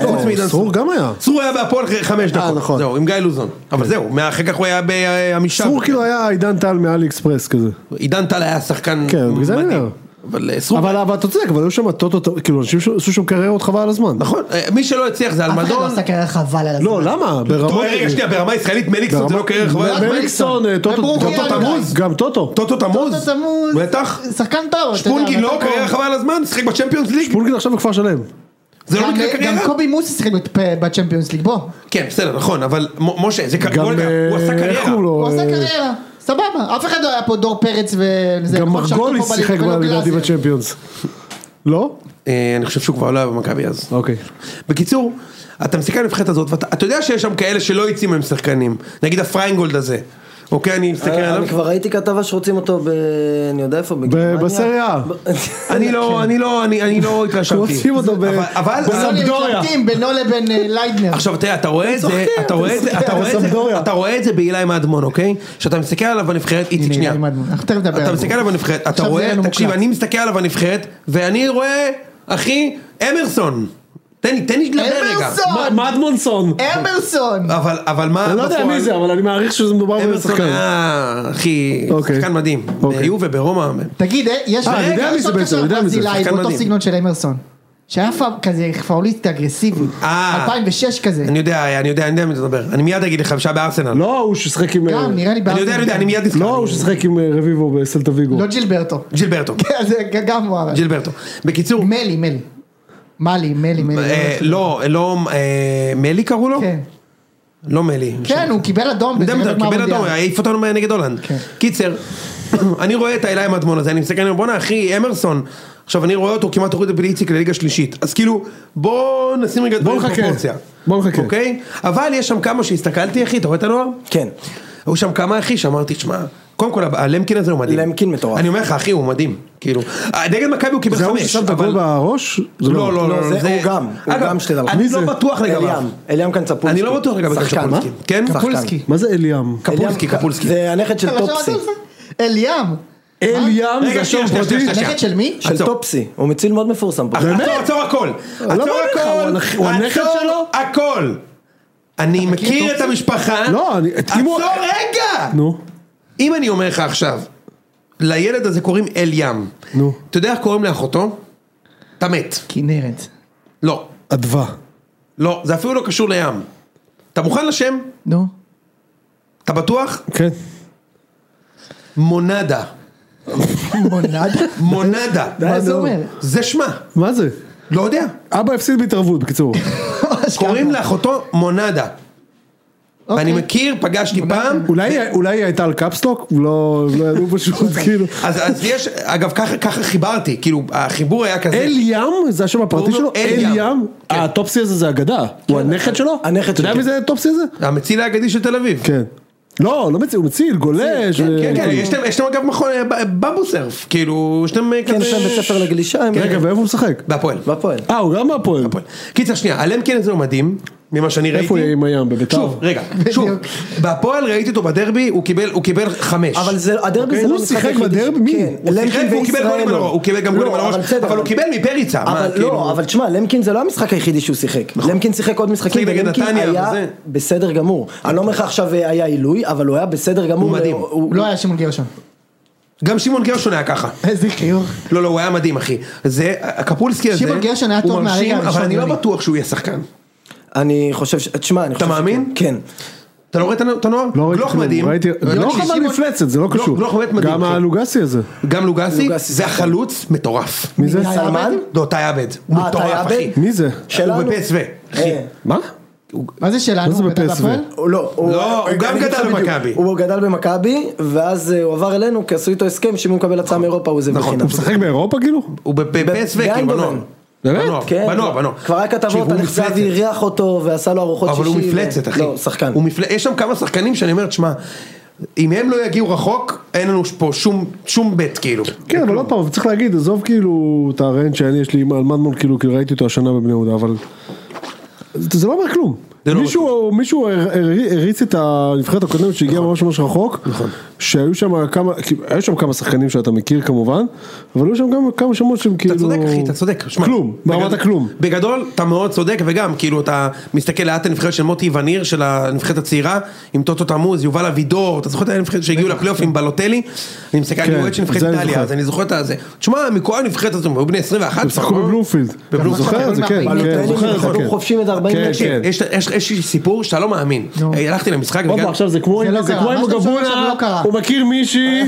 לא, חוץ מעידן צרור גם היה. צרור היה בהפועל אחרי חמש אה, דקות. נכון. זהו, עם גיא לוזון. אבל זהו, מה- אחר כך הוא היה בעמישה. צרור כאילו היה עידן טל מאלי אקספרס כזה. עידן טל היה שחקן כן, בגלל זה אני מדהים. אומר. אבל אה, צרור... אבל אבל אתה צודק, אבל היו שם טוטו, כאילו אנשים שעשו שם קריירות חבל על הזמן. נכון, אה, מי שלא הצליח זה אף אחד לא אלמדון. עשה קריירה חבל על הזמן. לא, למה? טוב, ברמות... רגע, שנייה, ברמה הישראלית מליקסון זה לא ברמות- קריירה חבל. על הזמן. מליקסון, אה, טוטו, וברוכי טוטו היה תמוז, גם. גם טוטו. טוטו תמוז. טוטו תמוז. בטח. שחקן טוב. אתה יודע, שפונגין אבל לא, אתה קריירה פה- חבל על הזמן, שיחק בצ'מפיונס ליג. פולגין עכשיו בכפר שלם. זה לא גם- נקרא קריירה. גם קובי מוסי שיחק בת- בצ'מפיונס ליג, בוא. כן, בסדר, נכון, אבל מ- משה, זה גם... קריירה. הוא עשה אה, איך קריירה. קוראים לו? הוא עשה אה, קריירה. סבבה, אף אחד לא היה פה דור פרץ וזה. גם נכון, מרגוליס שבתו פה שיחק בליגה ולא לדעתי גלאזר. בצ'מפיונס. לא? אה, אני חושב שהוא כבר לא היה במכבי אז. אוקיי. בקיצור, אתה מסתכל על הנבחרת הזאת, ואתה אתה יודע שיש שם כאלה שלא יוצאים עם שחקנים. נגיד הפריינגולד הזה. אוקיי, אני מסתכל עליו. אה, אני כבר ראיתי כתבה שרוצים אותו ב... אני יודע איפה, בסריה A. אני לא, אני לא, אני אני לא התרשמתי. רוצים אותו ב- אבל- אבל... לא בסמפדוריה. מתלבטים בינו לבין אה, ליידנר. עכשיו תראה, אתה רואה את זה, צוחקים, אתה רואה את זה, אתה צוחקים, רואה את זה, בסמפדוריה. אתה רואה את זה באילי מדמון, אוקיי? כשאתה מסתכל עליו בנבחרת, איציק הנה, שנייה. אילי נכון. מדמון, אנחנו תכף נדבר אתה עליו. מסתכל עליו בנבחרת, אתה עכשיו זה רואה, יהיה לנו תקשיב, מוקלט. אני מסתכל עליו בנבחרת, ואני רואה, אחי, אמרסון. תן לי, תן לי לדבר רגע. אמרסון! מ- מדמונסון. אמרסון! אבל, אבל מה, אני לא יודע מי זה, אבל אני מעריך שזה מדובר אמרסון בשחקן. היה, אחי, אוקיי. שחקן מדהים. אוקיי. ביובה, ברומא. תגיד, אה, יש אה, אני יודע רגע, מי יש זה עוד בעצם, קשר אני יודע מי זה, ברזילאי, שחקן באותו מדהים. סגנון של אמרסון. שהיה פאו- כזה פאוליסט אגרסיבי. אה. 2006 כזה. אני יודע, אני יודע, אני יודע מי אתה מדבר. אני מיד אגיד לך, שהיה בארסנל. לא ההוא ששחק עם... גם, נראה לי אני יודע, אני יודע, אני מיד אזכר. לא ההוא ששחק עם אה, רביבו בסלטה ויגו. לא ג'ילברטו. ג'ילברטו. כן, זה ג- גם הוא הרס. ג'ילברטו. בקיצור, מלי, מלי. מלי, מלי, מלי. לא. אה, לא, לא, אה, מלי קראו לו? כן. לא מלי. כן, הוא קיבל אדום. אני יודע, וזה חלק קיבל מהמונדיאל. אדום, העיף אותנו מה- נגד הולנד. כן. קיצר, אני רואה את העילאי המדמון הזה, אני מסתכל, אני אומר, בואנה אחי, אמרסון. עכשיו אני רואה אותו כמעט הוריד את בלי איציק לליגה שלישית. אז כאילו, בוא נשים רגע דברים נחכה. בפרופורציה. בוא נחכה. אוקיי? אבל יש שם כמה שהסתכלתי, אחי, אתה רואה את הנוער? כן. היו שם כמה אחי שאמרתי, שמע, קודם כל הלמקין הזה הוא מדהים. למקין מטורף. אני אומר לך, אחי, הוא מדהים. כאילו, נגד מכבי הוא לא, קיבל זה ההוא חמש. ששם את הגול אבל- בראש? זה לא, לא, לא, לא, זה- לא, זה... הוא גם, הוא אגב, גם שתדע לך. אני מי לא זה? בטוח לגביו. אליאם, אליאם קנצפולסקי. אני לא בטוח לגביו. שחקן, קפולסקי. מה? כן? שחקן. קפולסקי. מה זה אליאם? קפולסקי, אליאם- קפולסקי. זה הנכד אתה של לא שמעת טופסי. על זה? אליאם. אליאם רגע, זה שם שנייה, שנייה, פרטי? שנייה, שנייה. נכד של מי? של עצור. טופסי. הוא מציל מאוד מפורסם פה. עצור, עצור הכל. עצור מאמין לך, הוא הכל. הנכ- הוא הנכד עצור שלו? הכל. אני מכיר את המשפחה. לא, אני- אם הוא- עצור רגע! נו. אם אני אומר לך עכשיו, לילד הזה קוראים אל ים. נו. אתה יודע איך קוראים לאחותו? אתה מת. כנרת. לא. אדווה. לא, זה אפילו לא קשור לים. אתה מוכן לשם? נו. אתה בטוח? כן. מונדה. מונד? מונדה. מה זה נו. אומר? זה שמה. מה זה? לא יודע. אבא הפסיד בהתערבות, בקיצור. קוראים לאחותו מונדה. ואני אוקיי. מכיר, פגשתי פעם. אולי אולי היא הייתה על קאפסטוק? לא לא ידעו פשוט, כאילו. אז, אז יש, אגב ככה, ככה חיברתי, כאילו החיבור היה כזה. אל ים? זה השם הפרטי קוראים לו שלו? אל אל ים. ים? כן. הטופסי הזה זה אגדה. הוא הנכד שלו? הנכד אתה שלו, יודע מי כן. זה הטופסי הזה? המציל האגדי של תל אביב. כן. לא, לא מציל, הוא מציל, גולש. אה, ו- כן, כן, יש להם- יש להם אגב מכון, אה, ב- בבו סרף, כאילו, יש להם אה, כן, כן, כזה... יש להם בית ספר לגלישה. הם- רגע, ואיפה הוא משחק? בהפועל. והפועל. אה, הוא גם מהפועל. בהפועל. קיצר שנייה, הלמקין הזה הוא לא מדהים, ממה שאני ראיתי. איפה הוא יהיה עם הים? בביתר? שוב, רגע, שוב, בדיוק. בהפועל ראיתי אותו בדרבי, הוא קיבל- הוא קיבל חמש. אבל זה, אוקיי, הדרבי זה לא הוא המשחק שיחק היחידי ש- בדרבי? מי? כן, הוא שיחק למקין והוא קיבל וישראל גולים על לא. הראש, הוא קיבל גם גולים לא, על הראש, בסדר, אבל הוא קיבל מפריצה, מה, אבל כאילו- נכון. לא, אבל תשמע, למקין זה לא המשחק היחידי שהוא שיחק. למקין שיחק עוד משחקים, שיחק נגד ולמקין נתניה, היה וזה. בסדר גמור. אני לא אומר לך עכשיו אה, היה עילוי, אבל הוא היה בסדר גמור. הוא מדהים. הוא לא היה שמעון גרשון. גם שמעון גרשון היה ככה. איזה חיוך. לא, לא, הוא היה מדהים, אחי. זה, הקפולסקי הזה, שמעון גרשון היה הוא טוב מהרגע מרשים, אבל הראשון, אני לא יוני. בטוח שהוא יהיה שחקן. אני חושב ש... תשמע, אני חושב... מאמין? שכן. כן. אתה לא רואה את הנ- את הנוער? לא ראיתי גלוך כלום, מדהים. ראיתי- יוני, גלוך אבל שמעון- מפלצת, זה לא גלוך- קשור. גלוך באמת מדהים. גם אחי. הלוגסי הזה. גם לוגסי, לוגסי, זה כן. החלוץ מטורף. מי זה? מי היה? סלמן? לא, תאי עבד. הוא אה, מטורף, תאי עבד? אחי. מי זה? הוא בפסו, אחי. אה, מה? מה זה שלנו? מה זה הוא גדל בפסו? בהפועל? הוא לא, לא, הוא גם אני אגיד גדל לך בדיוק. במכבי. הוא גדל במכבי, ואז אה, הוא עבר אלינו, כי עשו איתו הסכם שאם הוא מקבל הצעה מאירופה הוא עוזב נכון, בחינם. הוא משחק באירופה כאילו? הוא בפסו, כאילו, באיינדובן. בנוער. באמת? בנוער, כן, בנוער, כבר- בנוער. כבר היה תקשיב, כתבות הוא על איך מפלצת. זהבי אירח אותו ועשה לו ארוחות שישי. אבל הוא ו- מפלצת, אחי. לא, שחקן. הוא מפל... יש שם כמה שחקנים שאני אומר, תשמע, אם הם לא יגיעו רחוק, אין לנו פה שום, שום בית, כאילו. כן, אבל עוד פעם, צריך להגיד, עזוב כאילו את הרנט שאני, יש לי עם אלמנמול, כאילו, כאילו ראיתי אותו השנה בבני יהודה, אבל... זה זה לא אומר כלום. זה לא מישהו מישהו הר- הר- הריץ את הנבחרת הקודמת שהגיעה נכון. ממש ממש רחוק, שהיו שם כמה, כאילו, היו שם כמה שחקנים שאתה מכיר כמובן, אבל היו שם גם כמה שמות שהם כאילו... אתה צודק, אחי, אתה צודק. שמע, כלום, בגד- ברמת הכלום. בגדול, אתה מאוד צודק, וגם, כאילו, אתה מסתכל לאט הנבחרת של מוטי וניר, של הנבחרת הצעירה, עם טוטו תמוז, יובל אבידור, אתה זוכר את הנבחרת שהגיעו לפלייאוף עם בלוטלי? אני מסתכל, אני כן, רואה את של נבחרת זה אני איטליה, זוכר. אז אני זוכר את הזה. תשמע, מכל הנבחרת הזאת, הם היו בני 21, הם שיחקו נכון? אה, בבלומפילד. בבלומפילד. זוכר את זה, כן, בלוטלי, כן, זוכר את זה, כדור כן. חופשי מזה 40 כן, מטר. כן. יש- יש יש לי סיפור שאתה לא מאמין. הלכתי למשחק, עוד וגם- פעם, עכשיו זה כמו זה עם לא זה קרה, כמו עם מה שאתה שומע עכשיו הגבונה, לא קרה. אה, כן. הוא מכיר מישהי,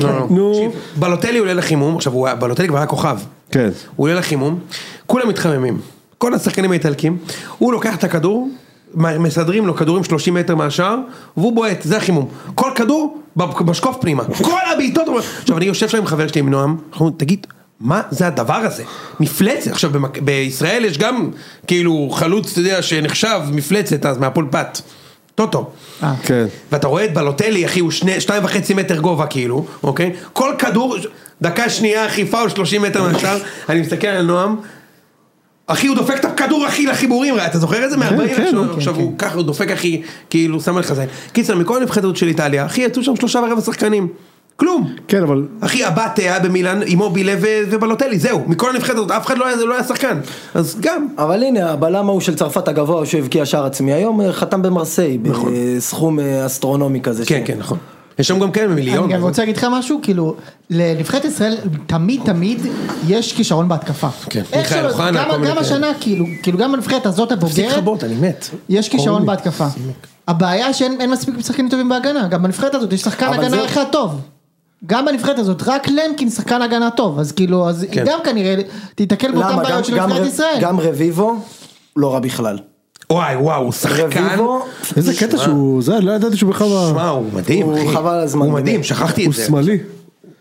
לא, לא, נו, תקשיב, בלוטלי עולה לחימום, עכשיו הוא היה- בלוטלי כבר היה כוכב. כן. הוא עולה לחימום, כולם מתחממים, כל השחקנים האיטלקים, הוא לוקח את הכדור, מ- מסדרים לו כדורים 30 מטר מהשער, והוא בועט, זה החימום. כל כדור, ב- בשקוף פנימה. כל הבעיטות, הוא- עכשיו אני יושב שם עם חבר שלי עם נועם, אנחנו אומרים, תגיד, מה זה הדבר הזה? מפלצת, עכשיו במק... בישראל יש גם כאילו חלוץ, אתה יודע, שנחשב מפלצת אז מהפול פת, טוטו. אה. כן. ואתה רואה את בלוטלי, אחי, הוא שני, שתיים וחצי מטר גובה, כאילו, אוקיי? כל כדור, דקה שנייה, אחי, פאול 30 מטר מהשאר, אני מסתכל על נועם, אחי, הוא דופק את הכדור, אחי, לחיבורים, אתה זוכר את זה? מ-40 כן, עכשיו, אוקיי, עכשיו הוא ככה, הוא דופק, אחי, כאילו, שם על חזק. קיצר, מכל הנבחרת הזאת של איטליה, אחי, יצאו שם שלושה ורבע שחקנים. כלום. כן, אבל אחי, הבאטה היה במילאן, אימובילה ו- ובלוטלי, זהו. מכל הנבחרת הזאת, אף אחד לא היה, לא היה שחקן. אז גם. אבל הנה, הבלם ההוא של צרפת הגבוה שהבקיע שער עצמי, היום אה, חתם במרסיי, בסכום אה, אסטרונומי כזה. נכון. כן, ש- כן, נכון. יש שם גם כן מיליון. אני גם רוצה להגיד לך משהו, כאילו, לנבחרת ישראל תמיד תמיד יש כישרון בהתקפה. כן, איך מיכאל שלא, אוחנה, גם- כל מיני גם כאלה. השנה, כאילו, כאילו גם הנבחרת הזאת תפסיק הבוגרת, לכבות, אני מת. יש כישרון בהתקפה. הבעיה שאין אין מספיק שחקנים טובים בהגנה, גם בנבחרת הזאת יש שחקן אבל הגנה זה- אחד טוב. גם בנבחרת הזאת, רק למקין שחקן הגנה טוב, אז כאילו, אז היא גם כנראה תיתקל באותן כן. למה? גם- בעיות של גם נבחרת ר- ישראל. גם רביבו, לא רע בכלל. וואי, וואו, הוא שחקן. רביבו, איזה קטע שהוא, זה, לא ידעתי שהוא בכלל... שמע, הוא מדהים, הוא אחי. חבל על הזמן, הוא באמת. מדהים, שכחתי הוא את זה. שמאלי.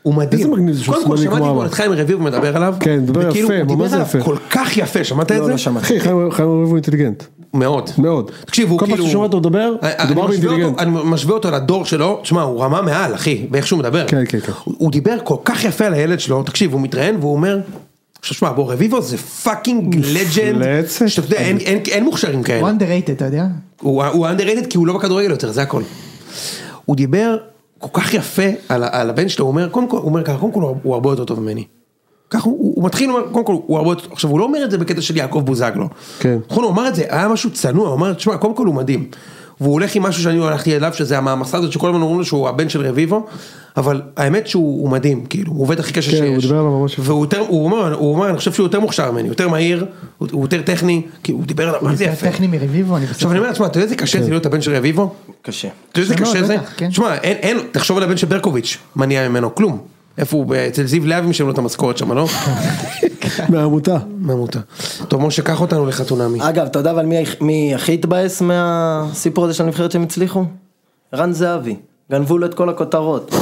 הוא מדהים. איזה מגניב זה שהוא קודם כל שמאלי שמעתי כמו פה אבא. את חיים רביבו מדבר עליו. כן, מדבר וכאילו, יפה, הוא דיבר ממש עליו יפה. כל כך יפה, שמעת את לא, זה? לא שמעתי. אחי, חיים חיים רביבו הוא אינטליגנט. מאוד. מאוד. תקשיב, הוא כל פעם כאילו... ששומע אותו מדבר, אני- אני מדובר משווה באינטליגנט. אותו- אני משווה אותו לדור שלו, תשמע, הוא רמה מעל, אחי, באיך שהוא מדבר. כן, כן, כן. הוא הוא דיבר כל כך יפה על הילד שלו, תקשיב, הוא מתראיין והוא אומר... עכשיו שמע, בוא רביבו זה פאקינג לג'נד, מפלצת. שאתה יודע, אין- אין אין מוכשרים כאלה. הוא underrated, אתה יודע? הוא הוא underrated כי הוא לא בכדורגל יותר, זה הכל. הוא דיבר כל כך יפה על, ה- על הבן שלו, הוא אומר, קודם כל, הוא אומר ככה, קודם כל הוא- הוא הרבה יותר טוב ממני. ככה הוא, הוא מתחיל, הוא אומר, קודם כל הוא הרבה יותר, עכשיו הוא לא אומר את זה בקטע של יעקב בוזגלו. כן. נכון, הוא אמר את זה, היה משהו צנוע, הוא אמר, תשמע, קודם כל הוא מדהים. והוא הולך עם משהו שאני הלכתי אליו, שזה המעמסה הזאת שכל הזמן אומרים לו שהוא הבן של רביבו, אבל האמת שהוא הוא מדהים, כאילו, הוא עובד הכי קשה כן, שיש. הוא דיבר עליו ממש יפה. והוא יותר, הוא אומר, הוא אומר, אני חושב שהוא יותר מוכשר ממני, יותר מהיר, הוא, הוא יותר טכני, כי הוא דיבר עליו, מה זה יפה. טכני מרביבו, אני בסדר. עכשיו אני אומר, תשמע, אתה יודע איזה קשה כן. זה להיות הבן של רביבו? קשה. אתה יודע לא, איזה קשה קשה מאוד, זה? בטח, כן. תשמע, אין, אין, תחשוב על הבן של ברקוביץ', מה נהיה ממנו? כלום. איפה הוא? אצל זיו להבי משלם לו את המשכורת שם, לא? מהעמותה. מהמותה. טוב, משה, קח אותנו לחתונמי. אגב, אתה יודע אבל מי, מי הכי התבאס מהסיפור הזה של הנבחרת שהם הצליחו? ערן זהבי. גנבו לו את כל הכותרות.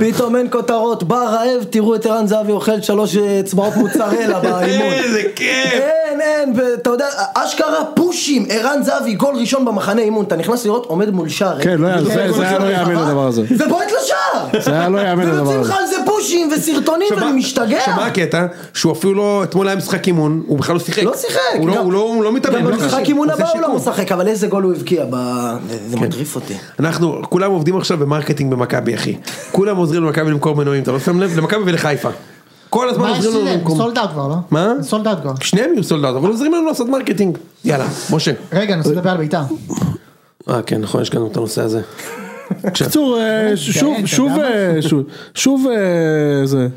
פתאום אין כותרות, בא רעב, תראו את ערן זהבי אוכל שלוש אה, אצבעות מוצרלה באימון. איזה כיף! אין, אין, ואתה יודע, אשכרה פושים, ערן זהבי, גול ראשון במחנה אימון, אתה נכנס לראות, עומד מול שער. כן, לא יאמן, זה- גול זה היה לא ראשון יאמן ברחבה, הדבר הזה. ובועט לשער! זה היה לא יאמן הדבר ויוצאים לך הזה. על זה פושים וסרטונים, עכשיו, ואני מה- משתגע. עכשיו, מה הקטע? שהוא אפילו לא, אתמול היה משחק אימון, הוא בכלל לא שיחק. לא שיחק. הוא לא- גם- הוא לא- הוא לא מתאמן. גם בכלל. במשחק אימון הוא עושה הבא הוא לא שיקום. משחק, אבל איזה גול הוא הבקיע, ב- כן. זה- זה מטריף אותי. אנחנו, כולם עובדים עכשיו במרקטינג במכבי, אחי. כולם עוזרים למכבי למכור מנועים, אתה לא שם לב? למכבי ולחיפה. כל הזמן מה יש עוזרים לנו לזה? למכור. סולד אאוט כבר, לא? מה? סולד אאוט כבר. שניהם יהיו סולדאט, אבל עוזרים לנו לעשות מרקטינג. יאללה, משה. רגע, אני רוצה לדבר על בית"ר. אה, כן, נכון, יש לנו את הנושא הזה. בקיצור, אה, שוב, אתה שוב, יודע אה, שוב, שוב, אה, זה.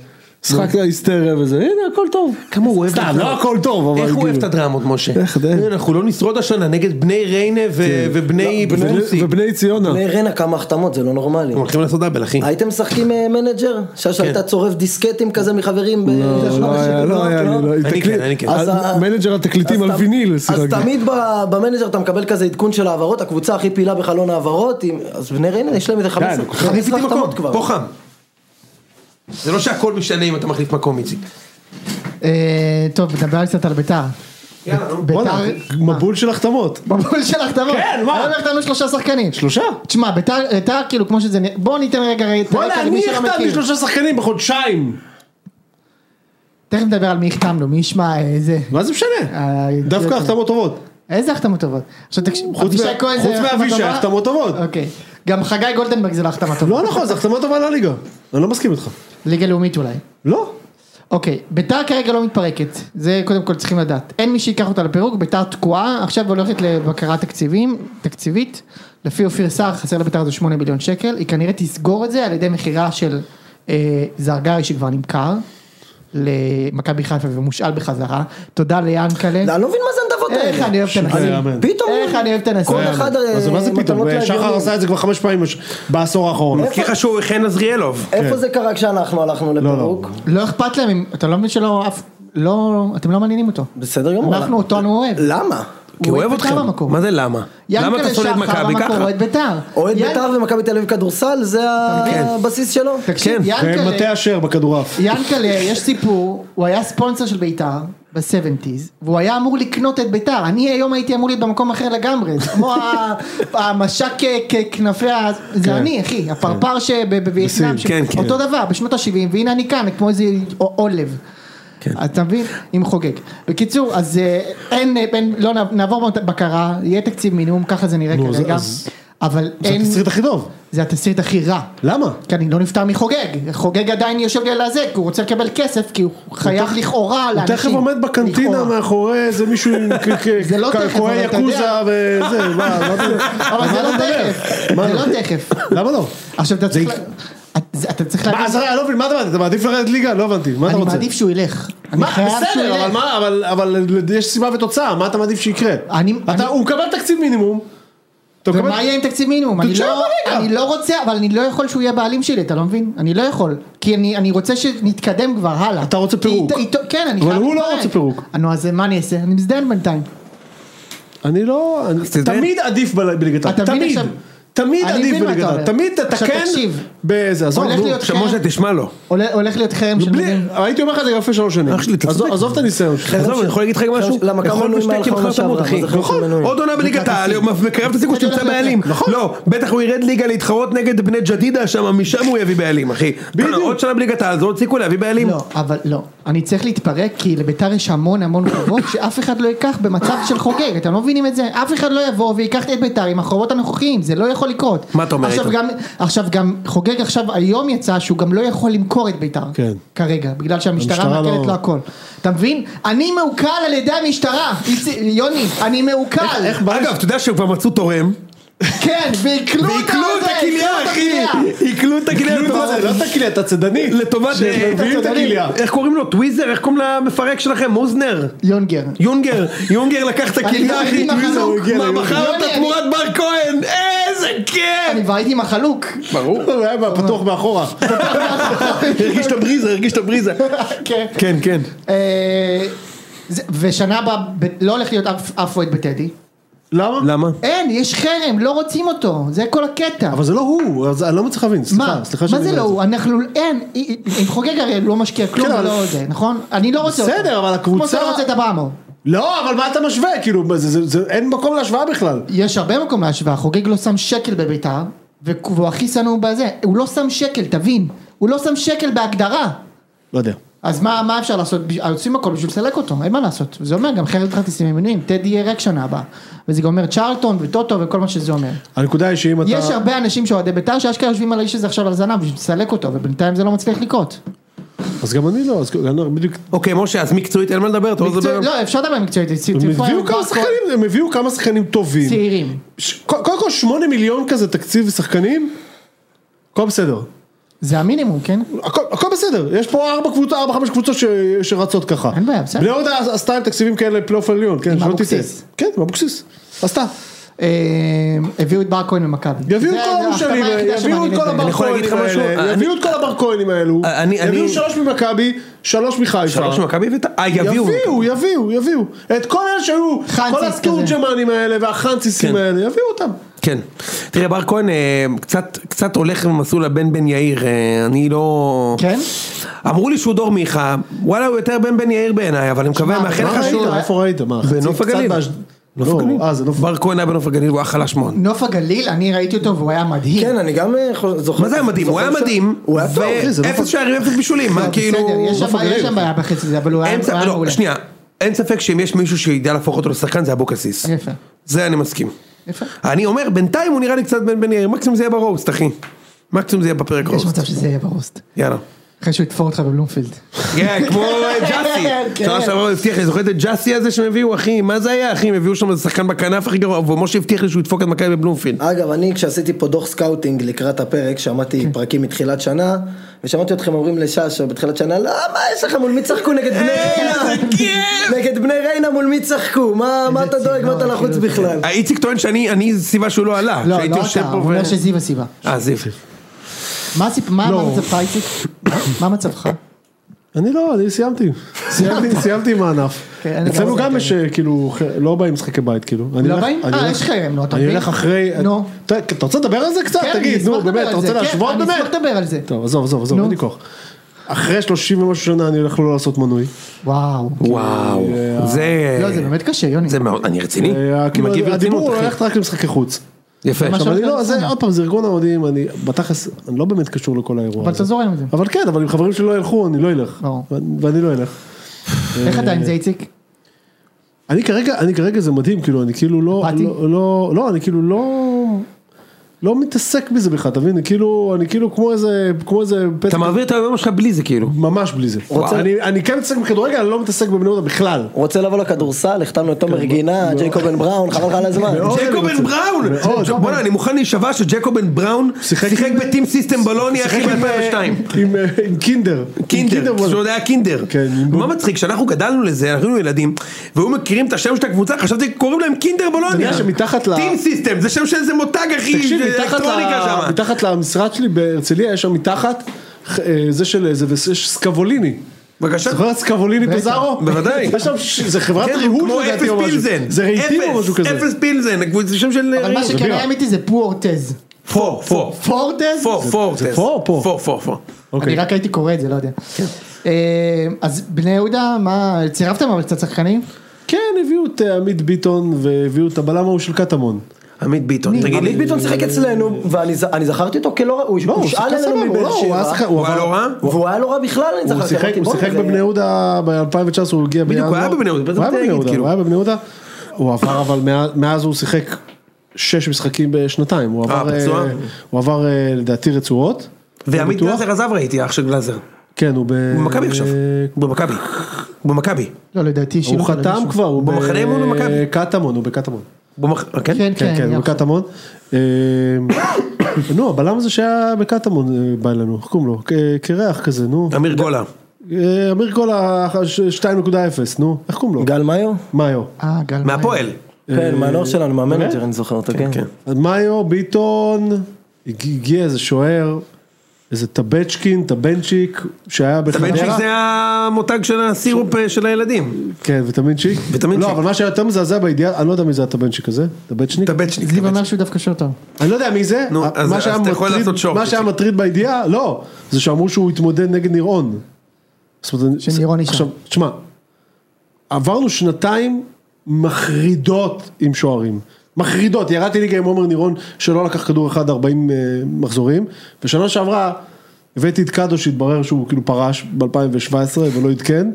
משחק היסטריה וזה, הנה הכל טוב. כמה הוא אוהב את סתם, הדרמות. לא הכל טוב, אבל איך הוא כאילו. אוהב את הדרמות, משה? איך, די. אנחנו לא נשרוד השנה נגד בני ריינה ו- לא, ובני ברוסי. לא, ובני ציונה. רנה כמה החתמות, זה לא נורמלי. הם הולכים לעשות דאבל, אחי. הייתם משחקים אה, מנג'ר? שאשא הייתה צורף דיסקטים כזה מחברים? ב- לא, לא היה, לא היה לי, לא, אני תקליט- כן, אני כן. על- אז ה- מנג'ר התקליטים אז על ת- ויניל אז שיחקתי. תמיד ב- במנג'ר אתה מקבל כזה עדכון של העברות, הקבוצה הכי פעילה בחלון העברות, עם- אז בני ריינה יש להם איזה נו, 15 חליף איתי 15 מקום, החתמות כבר. פה חם. זה לא שהכל משנה אם אתה מחליף מקום, איציק. אה, טוב, נדבר קצת על ביתר. יאללה, נו. ביתר... וואלה, מבול של החתמות. מבול של החתמות. כן, מה? היום החתמנו שלושה שחקנים. שלושה? תשמע, ביתר, ביתר כאילו כמו שזה... נ- בואו ניתן רגע... את הרקע וואלה, למי אני שלא החתמתי מכיר. שלושה שחקנים בחודשיים. תכף נדבר על מי החתמנו, מי ישמע אה, זה. מה זה משנה? אה, דווקא אה, החתמות טובות. איזה החתמות טובות? עכשיו תקשיב, חוץ אבישי מה- כהן חוץ זה החתמה מאבישי, טובה? החתמות טובות. אוקיי. גם חגי גולדנברג זה לא החתמה טובה. לא נכון, זו החתמה טובה לליגה. אני לא מסכים איתך. ליגה לאומית אולי. לא. אוקיי, ביתר כרגע לא מתפרקת, זה קודם כל צריכים לדעת. אין מי שייקח אותה לפירוק, ביתר תקועה, עכשיו הולכת לבקרה תקציבים, תקציבית. לפי אופיר סער חסר לביתר זה 8 מיליון שקל, היא כנראה תסגור את זה על ידי מכירה של אה, זרגרי שכבר נמכר, למכבי חיפה ומושאל בחזרה. תודה ליענקלה. לא, אני לא מבין מה זה הנדבות האלה. איך אני אוהב את לא הנשיא. יאמן. פתאום. איך אני אוהב את הנשיא. כל אחד... אה, אז מה זה מתנות פתאום? שחר להגיוני. עשה את זה כבר חמש פעמים בש- בעשור האחרון. מזכיר לך שהוא חן עזריאלוב. איפה זה קרה כשאנחנו הלכנו לפירוק? לא אכפת להם, אם- אתה לא מבין שלא, אף, לא, אתם לא מעניינים אותו. בסדר גמור. אנחנו אותו אני אוהב. למה? כי הוא אוהב בית"ר אתכם. במקום. מה זה למה? למה ינקלה אתה שונא את שחר מכבי במקור ככה? אוהד בית"ר. אוהד ינ- בית"ר ומכבי תל אביב כדורסל זה הבסיס שלו. כן. תקשיב, כן, ינקלה, ומטה אשר בכדורעף. ינקלה, יש סיפור, הוא היה ספונסר של בית"ר ב-70's, והוא היה אמור לקנות את בית"ר. אני היום הייתי אמור להיות במקום אחר לגמרי, זה כמו ה- המשק כ- כ- כנפי, ה- כן. זה אני אחי, הפרפר שבווייטנאם, כן, כן. אותו דבר, בשנות ה-70, והנה אני כאן, כמו איזה עולב. כן. אתה מבין? עם חוגג. בקיצור, אז אה, אין, אין, לא נע- נעבור מאוד בקרה, יהיה תקציב מינימום, ככה זה נראה נו, אז- כרגע, אז- אבל זה אין, התסריט הכי טוב. זה התסריט הכי רע. למה? כי אני לא נפטר מחוגג, חוגג עדיין יושב לי על הזה, כי הוא רוצה לקבל כסף, כי הוא חייב לכאורה הוא לאנשים. תכף עומד בקנטינה לכאורה. מאחורי איזה מישהו עם זה לא תכף, קעקועי אבל אתה יודע. יקוזה וזה, מה, מה זה? אבל זה על לא מה אתה תכף, מדבר? זה לא תכף. למה לא? עכשיו אתה צריך... יקרה. לה- את- זה- אתה צריך מה, להגיד, אז אני לא מבין, מה אתה מעדיף? אתה מעדיף לרדת ליגה? לא הבנתי, מה אתה אני רוצה? מעדיף שהוא ילך. אני מה, חייב שהוא בסדר, אבל ילך. מה, אבל- אבל יש סיבה ותוצאה, מה אתה מעדיף שיקרה? אני- אתה- אני- הוא מקבל תקציב מינימום. אתה מקבל- ומה יהיה עם תקציב מינימום? אני תקשיב לא, רגע. אני לא רוצה, אבל אני לא יכול שהוא יהיה בעלים שלי, אתה לא מבין? אני לא יכול. כי אני, אני רוצה שנתקדם כבר הלאה. אתה רוצה פירוק. כי איתו- כן, אני אבל חייב הוא לא להתפרק. רוצה פירוק. נו, אז מה אני אעשה? אני מזדיין בינתיים. אני לא, אני- תדע- תמיד עדיף בל- בליגת העל, אתה מבין תמיד, עכשיו- תמיד אני עדיף מבין מה בליגת אתה העל, אומר. תמיד עכשיו תתקן תקשיב. באיזה, עזוב, הולך נו, להיות עכשיו חרם- משה תשמע לו. הולך- הולך להיות חרם של... בלי, מדינה. הייתי אומר לך את זה גם לפני שלוש שנים, לא אח שלי, אתה עזוב- צודק. עזוב את הניסיון שלך, עזוב, אני יכול להגיד לך גם משהו? למה כמה יכול מנויים היה לך בשתי עונה כמחר שעברה? תמות, אחי. מה זה חצי נכון. מנוי? עוד עונה בליגת העל, הוא מקרב את הסיכוי שתמצא הולך בעלים. יותר. נכון. לא, בטח הוא ירד ליגה להתחרות נגד בני ג'דידה שם, משם הוא יביא בעלים, אחי. בדיוק. לא, עוד שנה בליגת העל, זה עוד סיכוי להביא בעלים. לא, אבל לא. אני צריך להתפרק כי לביתר יש המון המון חובות שאף אחד לא ייקח במצב של חוגג. אתם לא מבינים את זה? אף אחד לא יבוא ויקח את ביתר עם החובות הנוכחיים. זה לא יכול לקרות. מה אתה אומר, עכשיו איתן? גם, עכשיו גם חוגג עכשיו היום יצא שהוא גם לא יכול למכור את ביתר. כן. כרגע. בגלל שהמשטרה המשטרה מעקלת לא- לו הכל. אתה מבין? אני מעוקל על ידי המשטרה. איציק- יוני, אני מעוקל. אגב, אתה יודע שהם כבר מצאו תורם? כן, ועיקלו את ועיקלו את הזה, הכליה, עיקלו את אחי! הכליה. עיקלו את הכליה כאילו, מה זה, לא לטובת... את הכליה, אתה צידני, לטובת... אה, שמביאים את הכליה, איך קוראים לו? טוויזר? איך קוראים למפרק שלכם? מוזנר? יונגר. יונגר, יונגר לקח את הכליה, אני אחי, ראיתי טוויזר, מחלוק. הוא הגיע מה, ליונגר. מכר יוני, אותה אני- תמורת בר כהן, איזה אני כיף! כבר הייתי עם החלוק. ברור. הוא היה פתוח מאחורה, הרגיש את הבריזה, הרגיש את הבריזה. כן. כן, כן. אה, זה- ושנה הבאה ב- לא הולך להיות אף- אף אוהד בטדי. למה? למה? אין, יש חרם, לא רוצים אותו, זה כל הקטע. אבל זה לא הוא, אז אני לא מצליח להבין, מה? סליחה, סליחה מה שאני זה אומר לא את הוא? אנחנו, אין, אי- אי- עם חוגג הרי לא משקיע כלום, כן, הוא אבל- לא זה, נכון? אני לא רוצה אותו. בסדר, אבל כמו שאתה הקבוצה- לא רוצה את אברמו. לא, אבל מה אתה משווה? כאילו, מה זה, זה, זה, אין מקום להשוואה בכלל. יש הרבה מקום להשוואה, חוגג לא שם שקל בביתר, וכ- והוא הכי שנוא בזה, הוא לא שם שקל, תבין. הוא לא שם שקל בהגדרה. לא יודע. אז מה, מה אפשר לעשות? בש- עושים הכל בשביל לסלק אותו, אין מה לעשות. זה אומר גם חרם כרטיסים ומנויים, טדי יהיה רק שנה הבאה. וזה גם אומר צ'רלטון וטוטו וכל מה שזה אומר. הנקודה היא שאם אתה... יש הרבה אנשים שאוהדי בית"ר שאשכרה יושבים על האיש הזה עכשיו על זנב בשביל לסלק אותו, ובינתיים זה לא מצליח לקרות. אז גם אני לא, אז גם- בדיוק... אוקיי, משה, אז מקצועית אין מה לדבר, אתה רוצה לדבר? מקצועית- לא, אפשר לדבר מקצועית. זה הם ציפוי- הביאו כמה שחקנים, הם הביאו כמה שחקנים טובים. צעירים. ש- ק- קודם כל שמונה מיליון כזה תקציב שחקנים, הכל בסדר. זה המינימום, כן? הכל, הכל בסדר, יש פה ארבע קבוצות, ארבע חמש קבוצות ש, שרצות ככה. אין בעיה, בסדר. בני יהודה עשתה עם תקציבים כאלה פלייאוף עליון, כן, עם שלא אבוקסיס. תטעה. כן, עם אבוקסיס. עשתה. אה, הביאו את בר כהן ממכבי. יביאו את זה- כל זה המושלים, ההחתמה היחידה יביאו את שמעניינת כל בעיניי. הבר יכול להגיד כהנים לך משהו? האלה, אני- אה, יביאו את כל הבר כהנים האלו, אני- יביאו אני- שלוש ממכבי, שלוש מחיפה. שלוש מכבי הבאת? אה, יביאו. יביאו, יביאו, יביאו. את כל אלה שהיו, חנציס כל הטורג'מנים האלה והחנציסים כן. האלה, יביאו אותם. כן. תראה, בר כהן אה, קצת, קצת הולך במסלול הבן בן יאיר, אה, אני לא... כן? אמרו לי שהוא דור מיכה, וואלה הוא יותר בן בן יאיר בעיניי, אבל אני מקווה, שמע, מאחל מה לך ראית? שהוא... אה, איפה לא ראית? מה? חצי בנוף קצת הגליל. באשד- נוף לא, הגליל. אה, זה נוף... בר כהן היה בנוף הגליל, הוא היה חלש מאוד. נוף הגליל, אני ראיתי אותו והוא היה מדהים. כן, אני גם אה, חו- זוכר. מה זה היה מדהים? הוא היה זוכר ש- מדהים, הוא היה טוב, אחי, זה לא... ואפס פס- שערים, אפס בישולים, מה לא, כאילו... בסדר, יש נוף שם- יש הגליל. שם בעיה בחצי הזה, אבל הוא היה אין הוא ספק, היה לא, מעולה. שנייה, אין ספק שאם יש מישהו שידע להפוך אותו לשחקן זה אבוקסיס. יפה. זה אני מסכים. יפה. אני אומר, בינתיים הוא נראה לי קצת בן בן יאיר, מקסימום זה יהיה ברוסט, אחי. מקסימום זה יהיה בפרק יש רוסט. מצב שזה יהיה ברוסט. יאללה. אחרי שהוא יתפור אותך בבלומפילד. כן, כמו אה, כן, ג'אסי. כן. שנה שעברה הוא הבטיח לי, זוכר את הג'אסי הזה שהם הביאו, אחי? מה זה היה, אחי? הם הביאו שם איזה שחקן בכנף הכי גרוע, ומשה הבטיח לי שהוא ידפוק את מכבי בבלומפילד. אגב, אני כשעשיתי פה דוח סקאוטינג לקראת הפרק, כן. שמעתי פרקים מתחילת שנה, ושמעתי אתכם אומרים לשש בתחילת שנה, לא, מה יש לכם, מול מי צחקו נגד בני אה, ריינה? כן. נגד בני ריינה מול מי צחקו? מה מה אתה דואג, מה אתה צינור, לחוץ כאילו, בכלל? איציק טוען שאני, אני, זו סיבה שהוא לא עלה. לא, שהייתי לא יושב אתה, פה הוא ו- אומר שזיו הסיבה. אה, זיו. כן, מה הסיפ- מה לא. מה מצבך איציק? מה מצבך? אני לא, אני סיימתי. סיימתי, סיימתי עם הענף. כן, אני אצלנו גם גם יש כאילו, ח- לא באים משחקי בית כאילו. אני לא הולך- באים? אני אה, הולך- יש חרם, נו, אתה אני מבין? הולך אחרי... נו. אתה אתה רוצה לדבר על זה קצת? כן, אני תגיד, אשמח נו לדבר באמת, על אתה זה, רוצה כן, להשוות אני באמת? אשמח לדבר על זה. טוב, עזוב, עזוב, עזוב, נו. אין לי כוח. אחרי 30 ומשהו שנה אני הולך לא לעשות מנוי. וואו. וואו. זה... לא, זה באמת קשה, יוני. אה, זה מאוד, אני רציני. אה, אני כאילו, מגיב הדיבור ברצינות, הוא אחי. ללכת רק למשחקי חוץ. יפה. ממש עכשיו אני הולך לא, זה לרצונה. עוד פעם, זה ארגון האוהדים, אני בתכלס, אני לא באמת קשור לכל האירוע אבל הזה. אתה זורם עם זה. אבל כן, אבל אם חברים שלי לא ילכו, אני לא אלך. ברור. ו- ואני לא אלך. אה, איך אתה עם זה איציק? אני כרגע, אני כרגע זה מדהים, כאילו, אני כאילו לא, אפאתי? לא, לא, לא, אני כאילו לא, לא מתעסק בזה בכלל, אתה מבין? אני כאילו, אני כאילו כמו איזה, כמו איזה פתק, אתה מעביר את היום שלך בלי זה כאילו. ממש בלי זה. רוצה- אני, אני כן מתעסק בכדורגל, אני לא מתעסק בבני יהודה בכלל. רוצה לבוא לכדורסל, החתמנו את כן, תומר גינה, ג'ייקובן בראון, חבל לך על הזמן. מאוד. ג'קובן בראון! בוא'נה, אני מוכן להישבע שג'קובן בראון לא, שיחק שיחק עם- בטים סיסטם בלוני אחי עם, ב-2002. עם, אה, עם קינדר. עם קינדר, וואלה. כשעוד היה קינדר. כן, עם בוב. מה מצחיק, כשאנחנו גדלנו לזה, אנחנו היינו ילדים, והיו מכירים את השם של הקבוצה, חשבתי קוראים להם קינדר אתה בולוניה. יודע שמתחת ל- טים סיסטם, זה שם של איזה מותג אחי, תקשיב, זה מתחת, אלקטרוניקה ל... שם. מתחת למשרד שלי בהרצליה, יש שם מתחת, אה, זה של איזה, ויש סקבוליני. בבקשה. זוכר את סקבוליני פזארו? בוודאי. יש שם, ש- זה חברת כן, ריהוט כמו אפס לדעתי או משהו. פילזן. זה רהיטים או אפס, משהו כזה. אפס פילזן, הקבוצה- זה שם של... אה, אבל מה שכן היה אמיתי זה פואורטז. פור, פור. פואורטז? פור, פור. זה פור או פור? פור, פור, פור. אני רק הייתי קורא את זה, לא יודע. כן. אה, אז בני יהודה, מה, צירפתם אבל קצת שחקנים? כן, הביאו את אה, עמית ביטון והביאו את הבלם ההוא של קטמון. עמית ביטון, תגיד לי. עמית ביטון שיחק אצלנו, ואני ז- אני זכרתי אותו כלא רע, הוא לא, הוא הושאל שיחק אלינו סבבה, הוא מבאר לא, הוא היה שחקן, שבע, הוא הוא היה עבר- לא רע? והוא היה לא רע בכלל, אני הוא זכרתי. שיחק- אמרתי, הוא בואנה, שיחק זה- בבני יהודה ב-2019, הוא הגיע בינואר. הוא היה בבני יהודה, הוא היה בטח בבני תגיד, יהודה, כאילו. הוא היה בבני יהודה. הוא עבר אבל מאז- מאז הוא שיחק שש משחקים בשנתיים. הוא אה, עבר, פצוע? אה, הוא עבר אה, לדעתי רצועות. ועמית בטוח. גלאזר עזב ראיתי, אח של גלאזר. כן, הוא ב... אה, הוא במכבי עכשיו. הוא במכבי. הוא במכבי. לא, לדעתי הוא שילוב של חתם מישהו. כבר, הוא במחנה מול מכבי. בקטמון, הוא בקטמון. הוא במכ- אה, כן? כן, כן, כן, הוא יחד. בקטמון. אה, נו, הבלם הזה שהיה בקטמון אה, בא אלינו, איך קוראים לו? כ- קרח כזה, נו. אמיר גולה. אה, אמיר גולה ש- 2.0, נו, איך קוראים לו? גל מאיו? מאיו. אה, גל. מאיר. מהפועל. כן, מהנוער שלנו, מהמנג'ר, אני זוכר אותו, כן. אז מאיו, ביטון, הגיע- הגיע איזה שוער, איזה טבצ'קין, טבנצ'יק, שהיה הבנצ'יק בחדרה. זה המותג של הסירופ אה, של הילדים. כן, וטמינצ'יק. וטמינצ'יק. לא, אבל מה שהיה יותר מזעזע בידיעה, אני לא יודע מי זה הטבנצ'יק הזה, טבצ'ניק. טבצ'ניק. זיו אומר שהוא דווקא שוטר. אני לא יודע מי זה, נו, מה אז- אז שהיה אתה יכול מטריד- לעשות שורט. מה שהיה מטריד בידיעה, לא, זה שאמרו שהוא התמודד נגד ניר און. זאת אומרת, אני- שניר און נשאר. עכשיו, תשמע, עברנו שנתיים מחרידות עם שוערים. מחרידות, ירדתי ליגה עם עומר נירון שלא לקח כדור אחד 40 אה, מחזורים, ושנה שעברה הבאתי את קאדו שהתברר שהוא כאילו פרש ב-2017 ולא עדכן,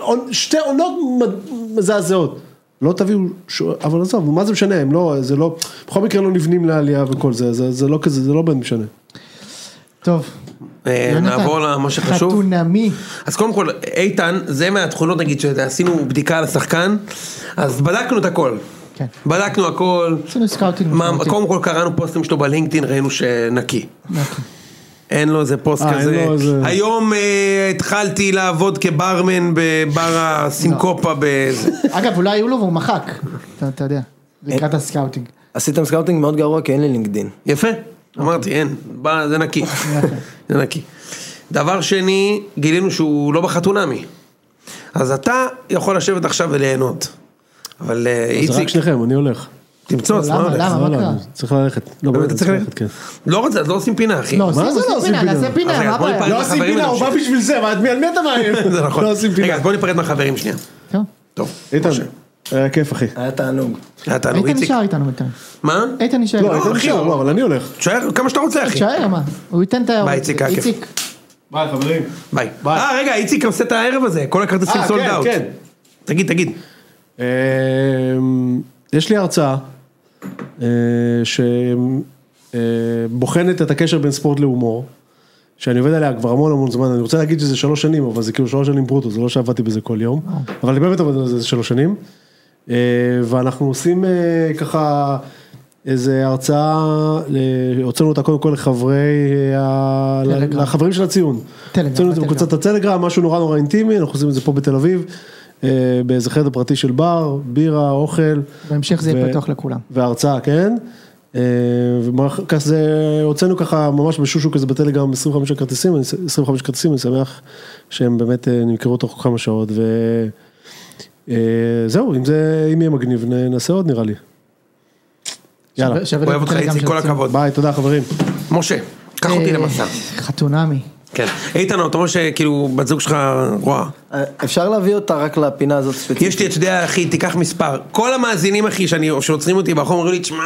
עונ- שתי עונות מ- מזעזעות. לא תביאו, שוער- אבל עזוב, מה זה משנה, הם לא, זה לא, בכל מקרה לא נבנים לעלייה וכל זה, זה, זה לא כזה, זה לא באמת משנה. טוב. אה, יונתן. נעבור למה שחשוב. חתונמי. אז קודם כל, איתן, זה מהתכונות נגיד שעשינו בדיקה על השחקן, אז בדקנו את הכל. כן. בדקנו הכל. עשינו סקאוטינג מה- משמעותי. קודם כל קראנו פוסטים שלו בלינקדאין, ראינו שנקי. אין לו איזה פוסט אה, אין כזה. לו איזה- היום אה, התחלתי לעבוד כברמן בבר לא. הסינקופה באיזה... אגב, אולי היו לו והוא מחק, אתה- אתה יודע, לקראת הסקאוטינג. עשיתם סקאוטינג מאוד גרוע כי אין לי לינקדין. יפה, אמרתי, אין, בא, זה נקי, זה נקי. דבר שני, גילינו שהוא לא בחתונמי. אז אתה יכול לשבת עכשיו וליהנות. אבל אה, זה רק איציק, שניכם, אני הולך. תמצוץ, מה למה, הולך? למה? לא, לא, קרה? אני צריך ללכת. לא, באמת באמת, אתה אני צריך ללכת, ללכת? כן. לא רוצה, אז לא עושים פינה, אחי. לא, מה זה זה לא לא עושים פינה, פינה? נעשה אז פינה, רגע, מה בוא הבעיה? נפעל. לא עושים חברים, פינה, הוא בא נמשיך. בשביל זה, מה, את מי- על מי אתה מאיים? זה נכון. לא עושים רגע, פינה. אז בוא ניפרד מהחברים שנייה. טוב. טוב, איתן, היה כיף, אחי. היה תענוג. היה תענוג, איתן איציק. נשאר איתנו בינתיים. מה? איתן נשאר. לא, איתן אחי, נשאר, הוא- לא, אבל אני הולך. תשאר כמה שאתה רוצה, אחי. תשאר, מה? הוא ייתן את ה... ביי, איציק, היה כיף. איציק. ביי, חברים. ביי. ביי. אה, רגע, איציק עושה את הערב הזה, כל הכרטיסים אה, סולד כן, אאוט. כן. תגיד, תגיד. אמ, יש לי הרצאה אה, שבוחנת אה, את הקשר בין ספורט להומור, שאני עובד עליה כבר המון המון זמן, אני רוצה להגיד שזה שלוש שנים, אבל זה כאילו שלוש שנים ברוטו, זה לא שעבדתי בזה כל יום, אבל אני באמת עובד על זה שלוש שנים, אה, ואנחנו עושים אה, ככה איזה הרצאה, אה, הוצאנו אותה קודם כל לחברי, אה, ה- טלגרם. לחברים של הציון, טלגרם, הוצאנו את זה בטלגרם. בקבוצת הטלגרם, משהו נורא נורא אינטימי, אנחנו עושים את זה פה בתל אביב, אה, באיזה חדר פרטי של בר, בירה, אוכל. בהמשך זה יהיה ו- פתוח לכולם. וההרצאה, כן. אה, ומערך- כזה, הוצאנו ככה ממש בשושו כזה בטלגרם 25 כרטיסים, אני ש- 25 כרטיסים, אני שמח שהם באמת אה, נמכרו תוך כמה שעות, וזהו, אם זה, אם יהיה מגניב, נ- נעשה עוד נראה לי. יאללה, שווה- שווה אוהב אותך, לטלגרם איציק, של כל הציון. הכבוד. ביי, תודה חברים. משה, קח אותי אה, למסע. חתונמי. כן. איתן, אתה אומר שכאילו בת זוג שלך רואה. אה, אפשר להביא אותה רק לפינה הזאת ספציפית. יש לי, אתה יודע, אחי, תיקח מספר. כל המאזינים, אחי, שאני- שעוצרים אותי ברחוב, אומרים לי, תשמע,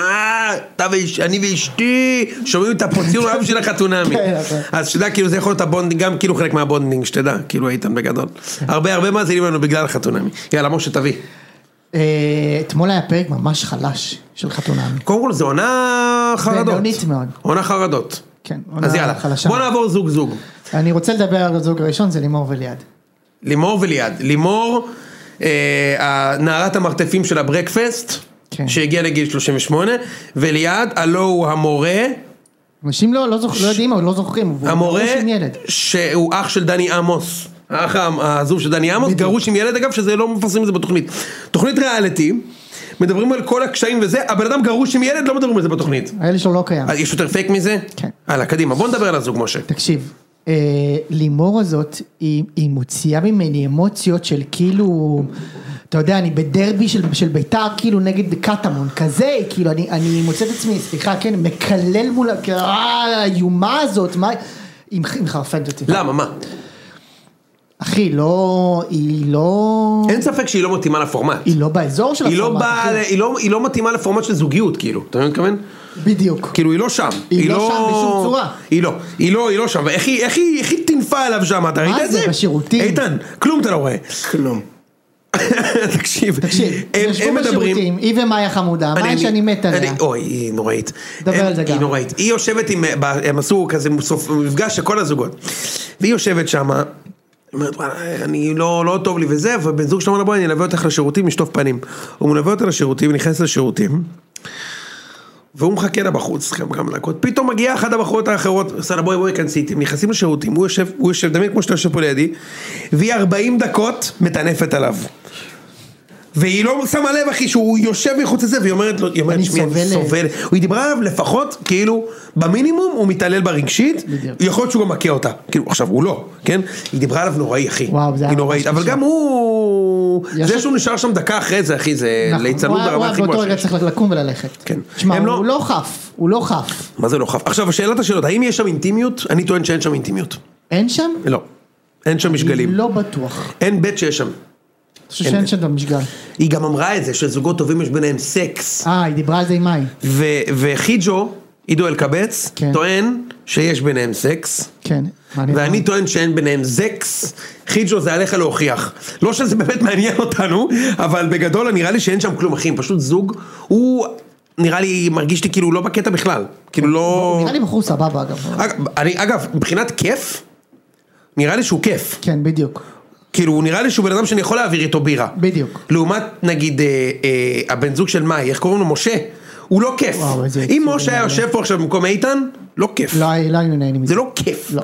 אתה ואש- אני ואשתי שומעים את הפוציון רק בשביל החתונמי. כן, נכון. אז שתדע, כאילו, זה יכול להיות הבונדינג, גם כאילו חלק מהבונדינג, שתדע, כאילו, איתן בגדול. הרבה הרבה מאזינים לנו בגלל החתונמי. יאללה, משה, תביא. אה, אתמול היה פרק ממש חלש של חתונמי. קודם כל, זה עונה כן, חרדות. בינונית מאוד. עונה חרדות. כן, אז יאללה, חלשה. בוא נעבור זוג-זוג. אני רוצה לדבר על הזוג הראשון, זה לימור וליעד. לימור וליעד. לימור, אה, נערת המרתפים של הברקפסט, כן. שהגיעה לגיל 38, וליעד, הלו הוא המורה, אנשים לא, לא, זוכ... לא יודעים או לא זוכרים, הוא המורה גרוש עם ילד. שהוא אח של דני עמוס. האח ה- הזוג של דני עמוס, בדיוק. גרוש עם ילד אגב, שזה לא מפרסמים את זה בתוכנית. תוכנית ריאליטי, מדברים על כל הקשיים וזה, הבן אדם גרוש עם ילד, לא מדברים על זה בתוכנית. הילד שלו לא קיים. אז יש יותר פייק מזה? כן. הלאה, קדימה, בוא נדבר על הזוג משה. תקשיב, אה, לימור הזאת, היא, היא מוציאה ממני אמוציות של כאילו, אתה יודע, אני בדרבי של, של ביתר כאילו נגד קטמון, כזה, כאילו, אני, אני מוצא את עצמי, סליחה, כן, מקלל מול ה- אה, האיומה הזאת, מה, היא מח- היא מחרפנת אותי. למה, מה? אחי, לא, היא לא, אין ספק שהיא לא מתאימה לפורמט. היא לא באזור של היא לא הפורמט, באה, אחי. ל- היא לא- היא לא מתאימה לפורמט של זוגיות, כאילו, אתה מבין מה אני מתכוון? בדיוק. כאילו היא לא שם. היא לא שם בשום צורה. היא לא, היא לא, היא לא שם. ואיך היא, איך היא, איך היא טינפה עליו שם, אתה ראית מה את זה, זה? בשירותים? איתן, כלום אתה לא רואה. כלום. תקשיב, תקשיב, הם, ישבו הם מדברים. בשירותים, היא ומאיה חמודה, מאיה שאני מת עליה. אני- אוי, היא נוראית. דבר הם- על זה היא גם. נוראית. היא יושבת עם, ב- הם עשו כזה סוף- מפגש של כל הזוגות. והיא יושבת שמה, אומרת, "וואלה, אני לא, לא טוב לי וזה, ובן זוג שלה אומר לה, בואי, אני אלווה אותך לשירותים, לשטוף פנים. הוא מלווה אותה לשירותים, נכנס לשירותים. והוא מחכה לה בחוץ כמה כמה דקות, פתאום מגיעה אחת הבחורות האחרות, עושה לה בואי בואי כנסי איתי, הם נכנסים לשירותים, הוא יושב, הוא יושב, דמיין כמו שאתה יושב פה לידי, והיא 40 דקות מטנפת עליו. והיא לא שמה לב אחי שהוא יושב מחוץ לזה והיא אומרת לו, היא אומרת אני שמי אני סובלת." סובלת, היא דיברה עליו לפחות כאילו במינימום הוא מתעלל בה רגשית, בדיוק. יכול להיות שהוא גם מכה אותה, כאילו עכשיו הוא לא, כן, היא דיברה עליו נוראי אחי, וואו, זה היה היא נוראית, ממש אבל קשה. גם הוא, יש- זה שהוא נשאר שם דקה אחרי זה אחי זה נכון, ליצנות הוא היה- ברמה הכי הוא היה באותו רגע גבוהה שיש. צריך לקום וללכת. כן. שמע, הם לא- הוא לא חף, הוא לא חף. מה זה לא חף? עכשיו, שאלת השאלות, האם יש שם אינטימיות? אני טוען שאין שם אינטימיות. אין שם? לא. אין שם משגלים. לא בטוח. אין בית שיש שם. אני חושב שאין שם את המשגל. היא גם אמרה את זה, שלזוגות טובים יש ביניהם סקס. אה, היא דיברה על זה עם מאי. ו- וחיג'ו, עידו אלקבץ, כן. טוען שיש ביניהם סקס. כן. מעניין. ואני טוען שאין ביניהם זקס, חיג'ו זה עליך להוכיח. לא שזה באמת מעניין אותנו, אבל בגדול נראה לי שאין שם כלום אחי, הם פשוט זוג, הוא נראה לי, מרגיש לי כאילו לא בקטע בכלל. כאילו לא... נראה לי בחור סבבה אגב. אג- אני, אגב, מבחינת כיף, נראה לי שהוא כיף. כן, בדיוק. כאילו, הוא נראה לי שהוא בן אדם שאני יכול להעביר איתו בירה. בדיוק. לעומת, נגיד, אה, אה, הבן זוג של מאי, איך קוראים לו? משה. הוא לא כיף. וואו, איזה אם עצוב, משה היה מעולה. יושב פה עכשיו במקום איתן, לא כיף. לא לא היינו נהנים מזה. זה לא כיף. לא.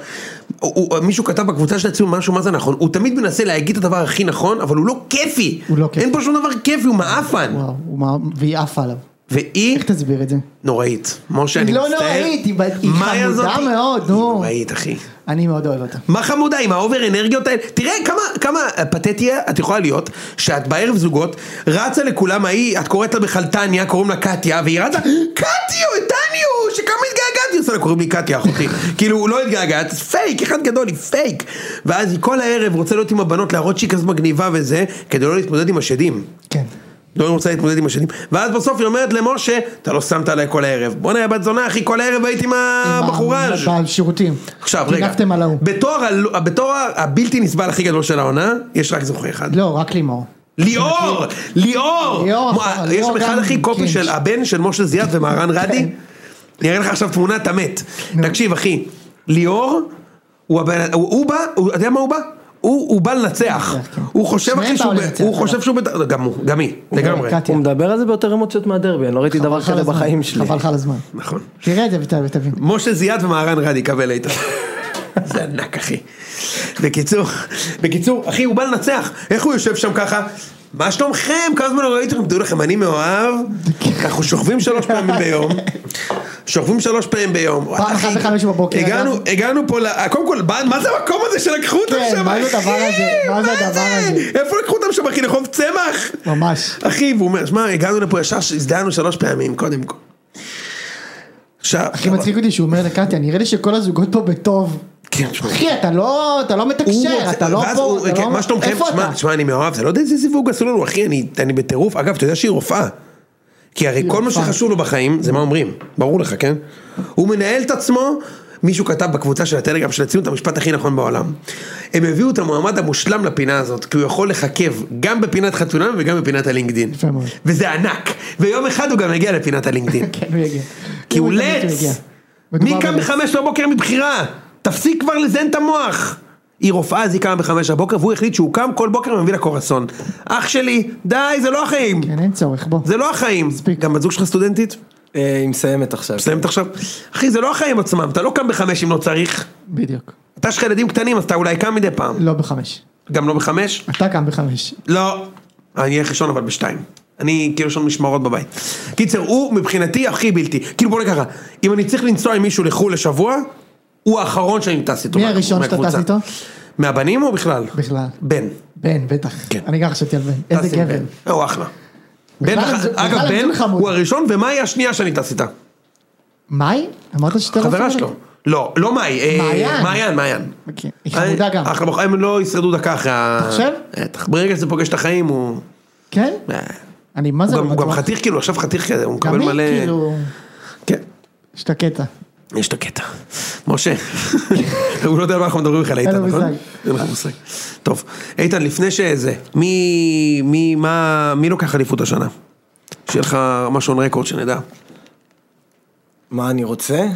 הוא, הוא, מישהו כתב בקבוצה של הציון משהו מה זה נכון, הוא תמיד מנסה להגיד את הדבר הכי נכון, אבל הוא לא כיפי. הוא לא כיפי. אין פה שום דבר כיפי, הוא מעפן. וואו, הוא מה- והיא עפה עליו. והיא איך תסביר את זה? נוראית. משה, אני היא מצטער. לא נוראית, היא ב- היא מאיה חמודה זאתי- מאוד, היא נו. נוראית, אחי. אני מאוד אוהב אותה. מה חמודה עם האובר אנרגיות האלה? תראה כמה, כמה פתטיה את יכולה להיות, שאת בערב זוגות, רצה לכולם ההיא, את קוראת לה בכלתניה, קוראים לה קטיה, והיא רצה, קטיו, טניו, שכמה התגעגעתי, היא עושה לה, קוראים לי קטיה אחותי. כאילו, לא התגעגעת, פייק, אחד גדול, היא פייק. ואז היא כל הערב רוצה להיות עם הבנות, להראות שהיא כזאת מגניבה וזה, כדי לא להתמודד עם השדים. כן. לא רוצה להתמודד עם השדים, ואז בסוף היא אומרת למשה, אתה לא שמת עליי כל הערב. בואנה, יא בת זונה, אחי, כל הערב הייתי עם הבחורה. הזו." בשירותים. אה, עכשיו רגע, טינפתם על ההוא. בתור, ה... בתור ה- הבלתי נסבל הכי גדול של העונה, יש רק זוכה אחד. לא, רק לימור. ליאור! ליאור! ליאור, מו- אחר, יש ליאור שם אחד גם הכי קופי כן. של הבן של משה זיאת ומהרן רדי, אני אראה לך עכשיו תמונה, אתה מת. תקשיב אחי, ליאור, הוא הבן- הוא- הוא בא, הוא- אתה יודע מה הוא בא? הוא הוא בא לנצח, לנצח, כן. הוא חושב שניהם אחי שהוא, באו ב- לנצח, הוא אגב. כן, חושב שהוא, בת- גם הוא, גם היא, לגמרי, קטיה. הוא מדבר על זה ביותר אמוציות מהדרבי, אני לא ראיתי דבר חבל לך על כזה הזמן. בחיים שלי. חבל לך על הזמן. נכון. תראה את זה ות- ותבין. משה זיאת ומהרן רדי קבל איתן. זה ענק אחי. בקיצור, בקיצור, אחי הוא בא לנצח, איך הוא יושב שם ככה? מה שלומכם? כמה זמן לא ראיתי אתכם? תדעו לכם, אני מאוהב, אנחנו שוכבים שלוש פעמים ביום, שוכבים שלוש פעמים ביום. וואי, אחת אחי, בחמש בבוקר, הגענו, אגב. הגענו פה, ל- קודם כל, מה- מה זה המקום הזה שלקחו אותם כן, שם, מה זה הדבר אחי? הזה? מה זה הדבר הזה? איפה לקחו אותם שם, אחי? לחוב צמח? ממש. אחי, והוא אומר, שמע, הגענו לפה ישר, הזדהנו שלוש פעמים, קודם כל. עכשיו, הכי מצחיק אותי שהוא אומר לקטיה, נראה לי שכל הזוגות פה בטוב. כן, תשמע. אחי, אתה לא, אתה לא הוא מתקשר, רוצה- אתה לא ואז פה, הוא- אתה כן, לא... מה שלומכם, איפה תשמע, אתה? תשמע, אני מאוהב, זה לא יודע איזה סיווג עשו לנו, אחי, אני אני בטירוף. אגב, אתה יודע שהיא רופאה. כי הרי כל מה רופאה. שחשוב לו בחיים, זה מה אומרים, ברור לך, כן? הוא מנהל את עצמו, מישהו כתב בקבוצה של הטלגרם של הציון את המשפט הכי נכון בעולם. הם הביאו את המועמד המושלם לפינה הזאת, כי הוא יכול לחכב גם בפינת חתונה וגם בפינת הלינקדין. יפה מאוד. וזה ענק, ויום אחד הוא גם יגיע לפינת הלינקדין. כן, הוא יגיע. כי הוא תמיד לץ. יגיע. מי מדובר קם בלץ. בחמש בבוקר מבחירה? תפסיק כבר לזיין את המוח. היא רופאה אז היא קמה בחמש בבוקר והוא החליט שהוא קם כל בוקר ומביא לה קורסון. אח שלי, די, זה לא החיים. כן, אין צורך, בוא. זה לא החיים. מספיק. גם בת זוג שלך סטודנטית? אה, היא מסיימת עכשיו. מסיימת עכשיו? אחי, זה לא החיים עצמם, אתה לא קם בחמש אם לא צריך. בדיוק. אתה יש לך ילדים קטנים אז אתה אולי קם מדי פעם. לא בחמש. גם לא בחמש? אלך אתה קם בחמש. לא. אני אלך לישון אבל בשתיים. אני כאילו יש לנו משמרות בבית. קיצר, הוא מבחינתי הכי בלתי. כאילו בוא נגיד ככה, אם אני צריך לנסוע עם מישהו לחו"ל לשבוע, הוא האחרון שאני טס איתו. מי מה- הראשון שאתה מהקבוצה. טס איתו? מהבנים או בכלל? בכלל. בן. בן, בטח. כן. אני גם חשבתי על בן. טס איזה עם גבר. בן. אה, הוא אחלה. בן, בכלל, אח- זה- בכלל אגב, הם בן זוג חמוד. הוא הראשון, ומאי השנייה שאני טס איתה? מאי? אמרת שאתה לא... חברה סבבה? שלו. לא, לא מאי. אה, מעיין. מעיין, מעיין. כן, היא חמודה גם. אחלה בחור, הם לא ישרדו דקה אחרי ה... אתה חושב? בטח, ברגע שזה פוגש את החיים הוא... כן? אה. אני מה זה הוא גם- לא הוא גם בטוח. חתיך כאילו, עכשיו חתיך כזה, הוא מקבל גם היא, מלא... כאילו... כן, יש את הקטע. יש את הקטע. משה, הוא לא יודע על מה אנחנו מדברים בכלל, אין איתן, לו נכון? מושג. אין לך מושג. טוב, איתן, לפני שזה, מי, מי, מה, מי לוקח אליפות השנה? שיהיה לך משהו on record שנדע. מה אני רוצה?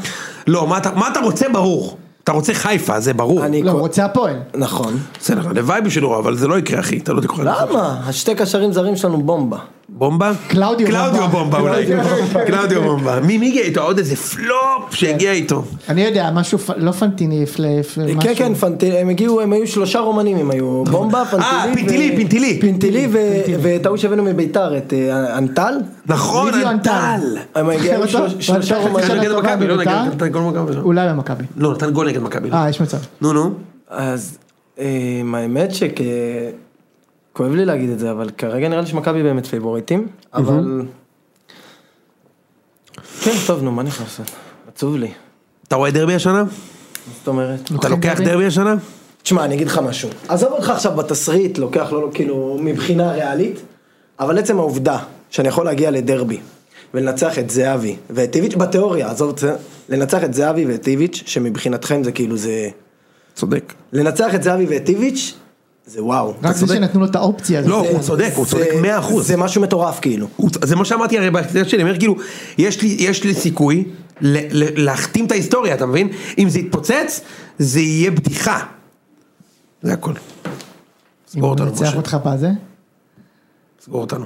לא, מה אתה, מה אתה רוצה ברור. אתה רוצה חיפה, זה ברור. אני- לא, כל- הוא רוצה הפועל. נכון. בסדר, הלוואי בשבילו, אבל זה לא יקרה, אחי, אתה לא תיקח אליפות. למה? השתי קשרים זרים שלנו בומבה. בומבה? קלאודיו קלאודיו בומבה. בומבה אולי. קלאודיו בומבה. קלאודיו בומבה. מי מי הגיע איתו? עוד איזה פלופ שהגיע איתו. אני יודע, משהו, פ- לא פנטיני, פל- פל- משהו. כן, כן, פנטילי, הם הגיעו, הם היו שלושה רומנים, הם היו בומבה, פנטילי. אה, ו- פינטילי, פינטילי. פינטילי ו- ואת ההוא שהבאנו מביתר, את אה, אנטל. נכון, לידיו אנטל. אנטל. הם הגיעו זוכר אותו? שלוש- שלושה אבל הוא רומנים. שנה נגד טובה מכבי, לא בבית"ר? נגד- נתן גול במכבי. אולי במכבי. לא, נתן גול נגד מכבי. אה, יש מצב. נו נו. אז אה, האמת שכ... כואב לי להגיד את זה, אבל כרגע נראה לי שמכבי באמת פייבוריטים, אבל... כן, טוב, נו, מה אני יכול לעשות? עצוב לי. אתה רואה דרבי השנה? מה זאת אומרת? אתה לוקחים לוקח דרבי? דרבי השנה? תשמע, אני אגיד לך משהו. עזוב אותך עכשיו בתסריט, לוקח לא, לא, כאילו, מבחינה ריאלית, אבל עצם העובדה שאני יכול להגיע לדרבי ולנצח את זהבי ואת איביץ', בתיאוריה, עזוב את זה, לנצח את זהבי ואת איביץ', שמבחינתכם זה כאילו זה... צודק. לנצח את זהבי ואת איביץ', זה וואו. רק זה צודק. שנתנו לו את האופציה הזאת. לא, הוא צודק, הוא זה- צודק 100%. זה משהו מטורף כאילו. הוא- זה מה שאמרתי הרי בהקטע שלי, אני אומר כאילו, יש לי- יש לי סיכוי ל- ל- להכתים את ההיסטוריה, אתה מבין? אם זה יתפוצץ, זה יהיה בדיחה. זה הכל. אם סגור הוא אותנו, מנצח משה. אותך בזה. סגור אותנו.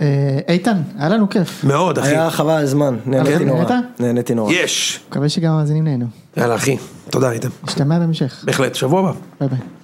אה, אה, איתן, היה לנו כיף. מאוד אחי. היה חבל על הזמן, כן? נהניתי נורא. נהנית? נהניתי נורא. יש. מקווה שגם המאזינים נהנו. יאללה אחי, תודה איתם. נשתמע בהמשך. בהחלט, שבוע הבא. ביי ביי.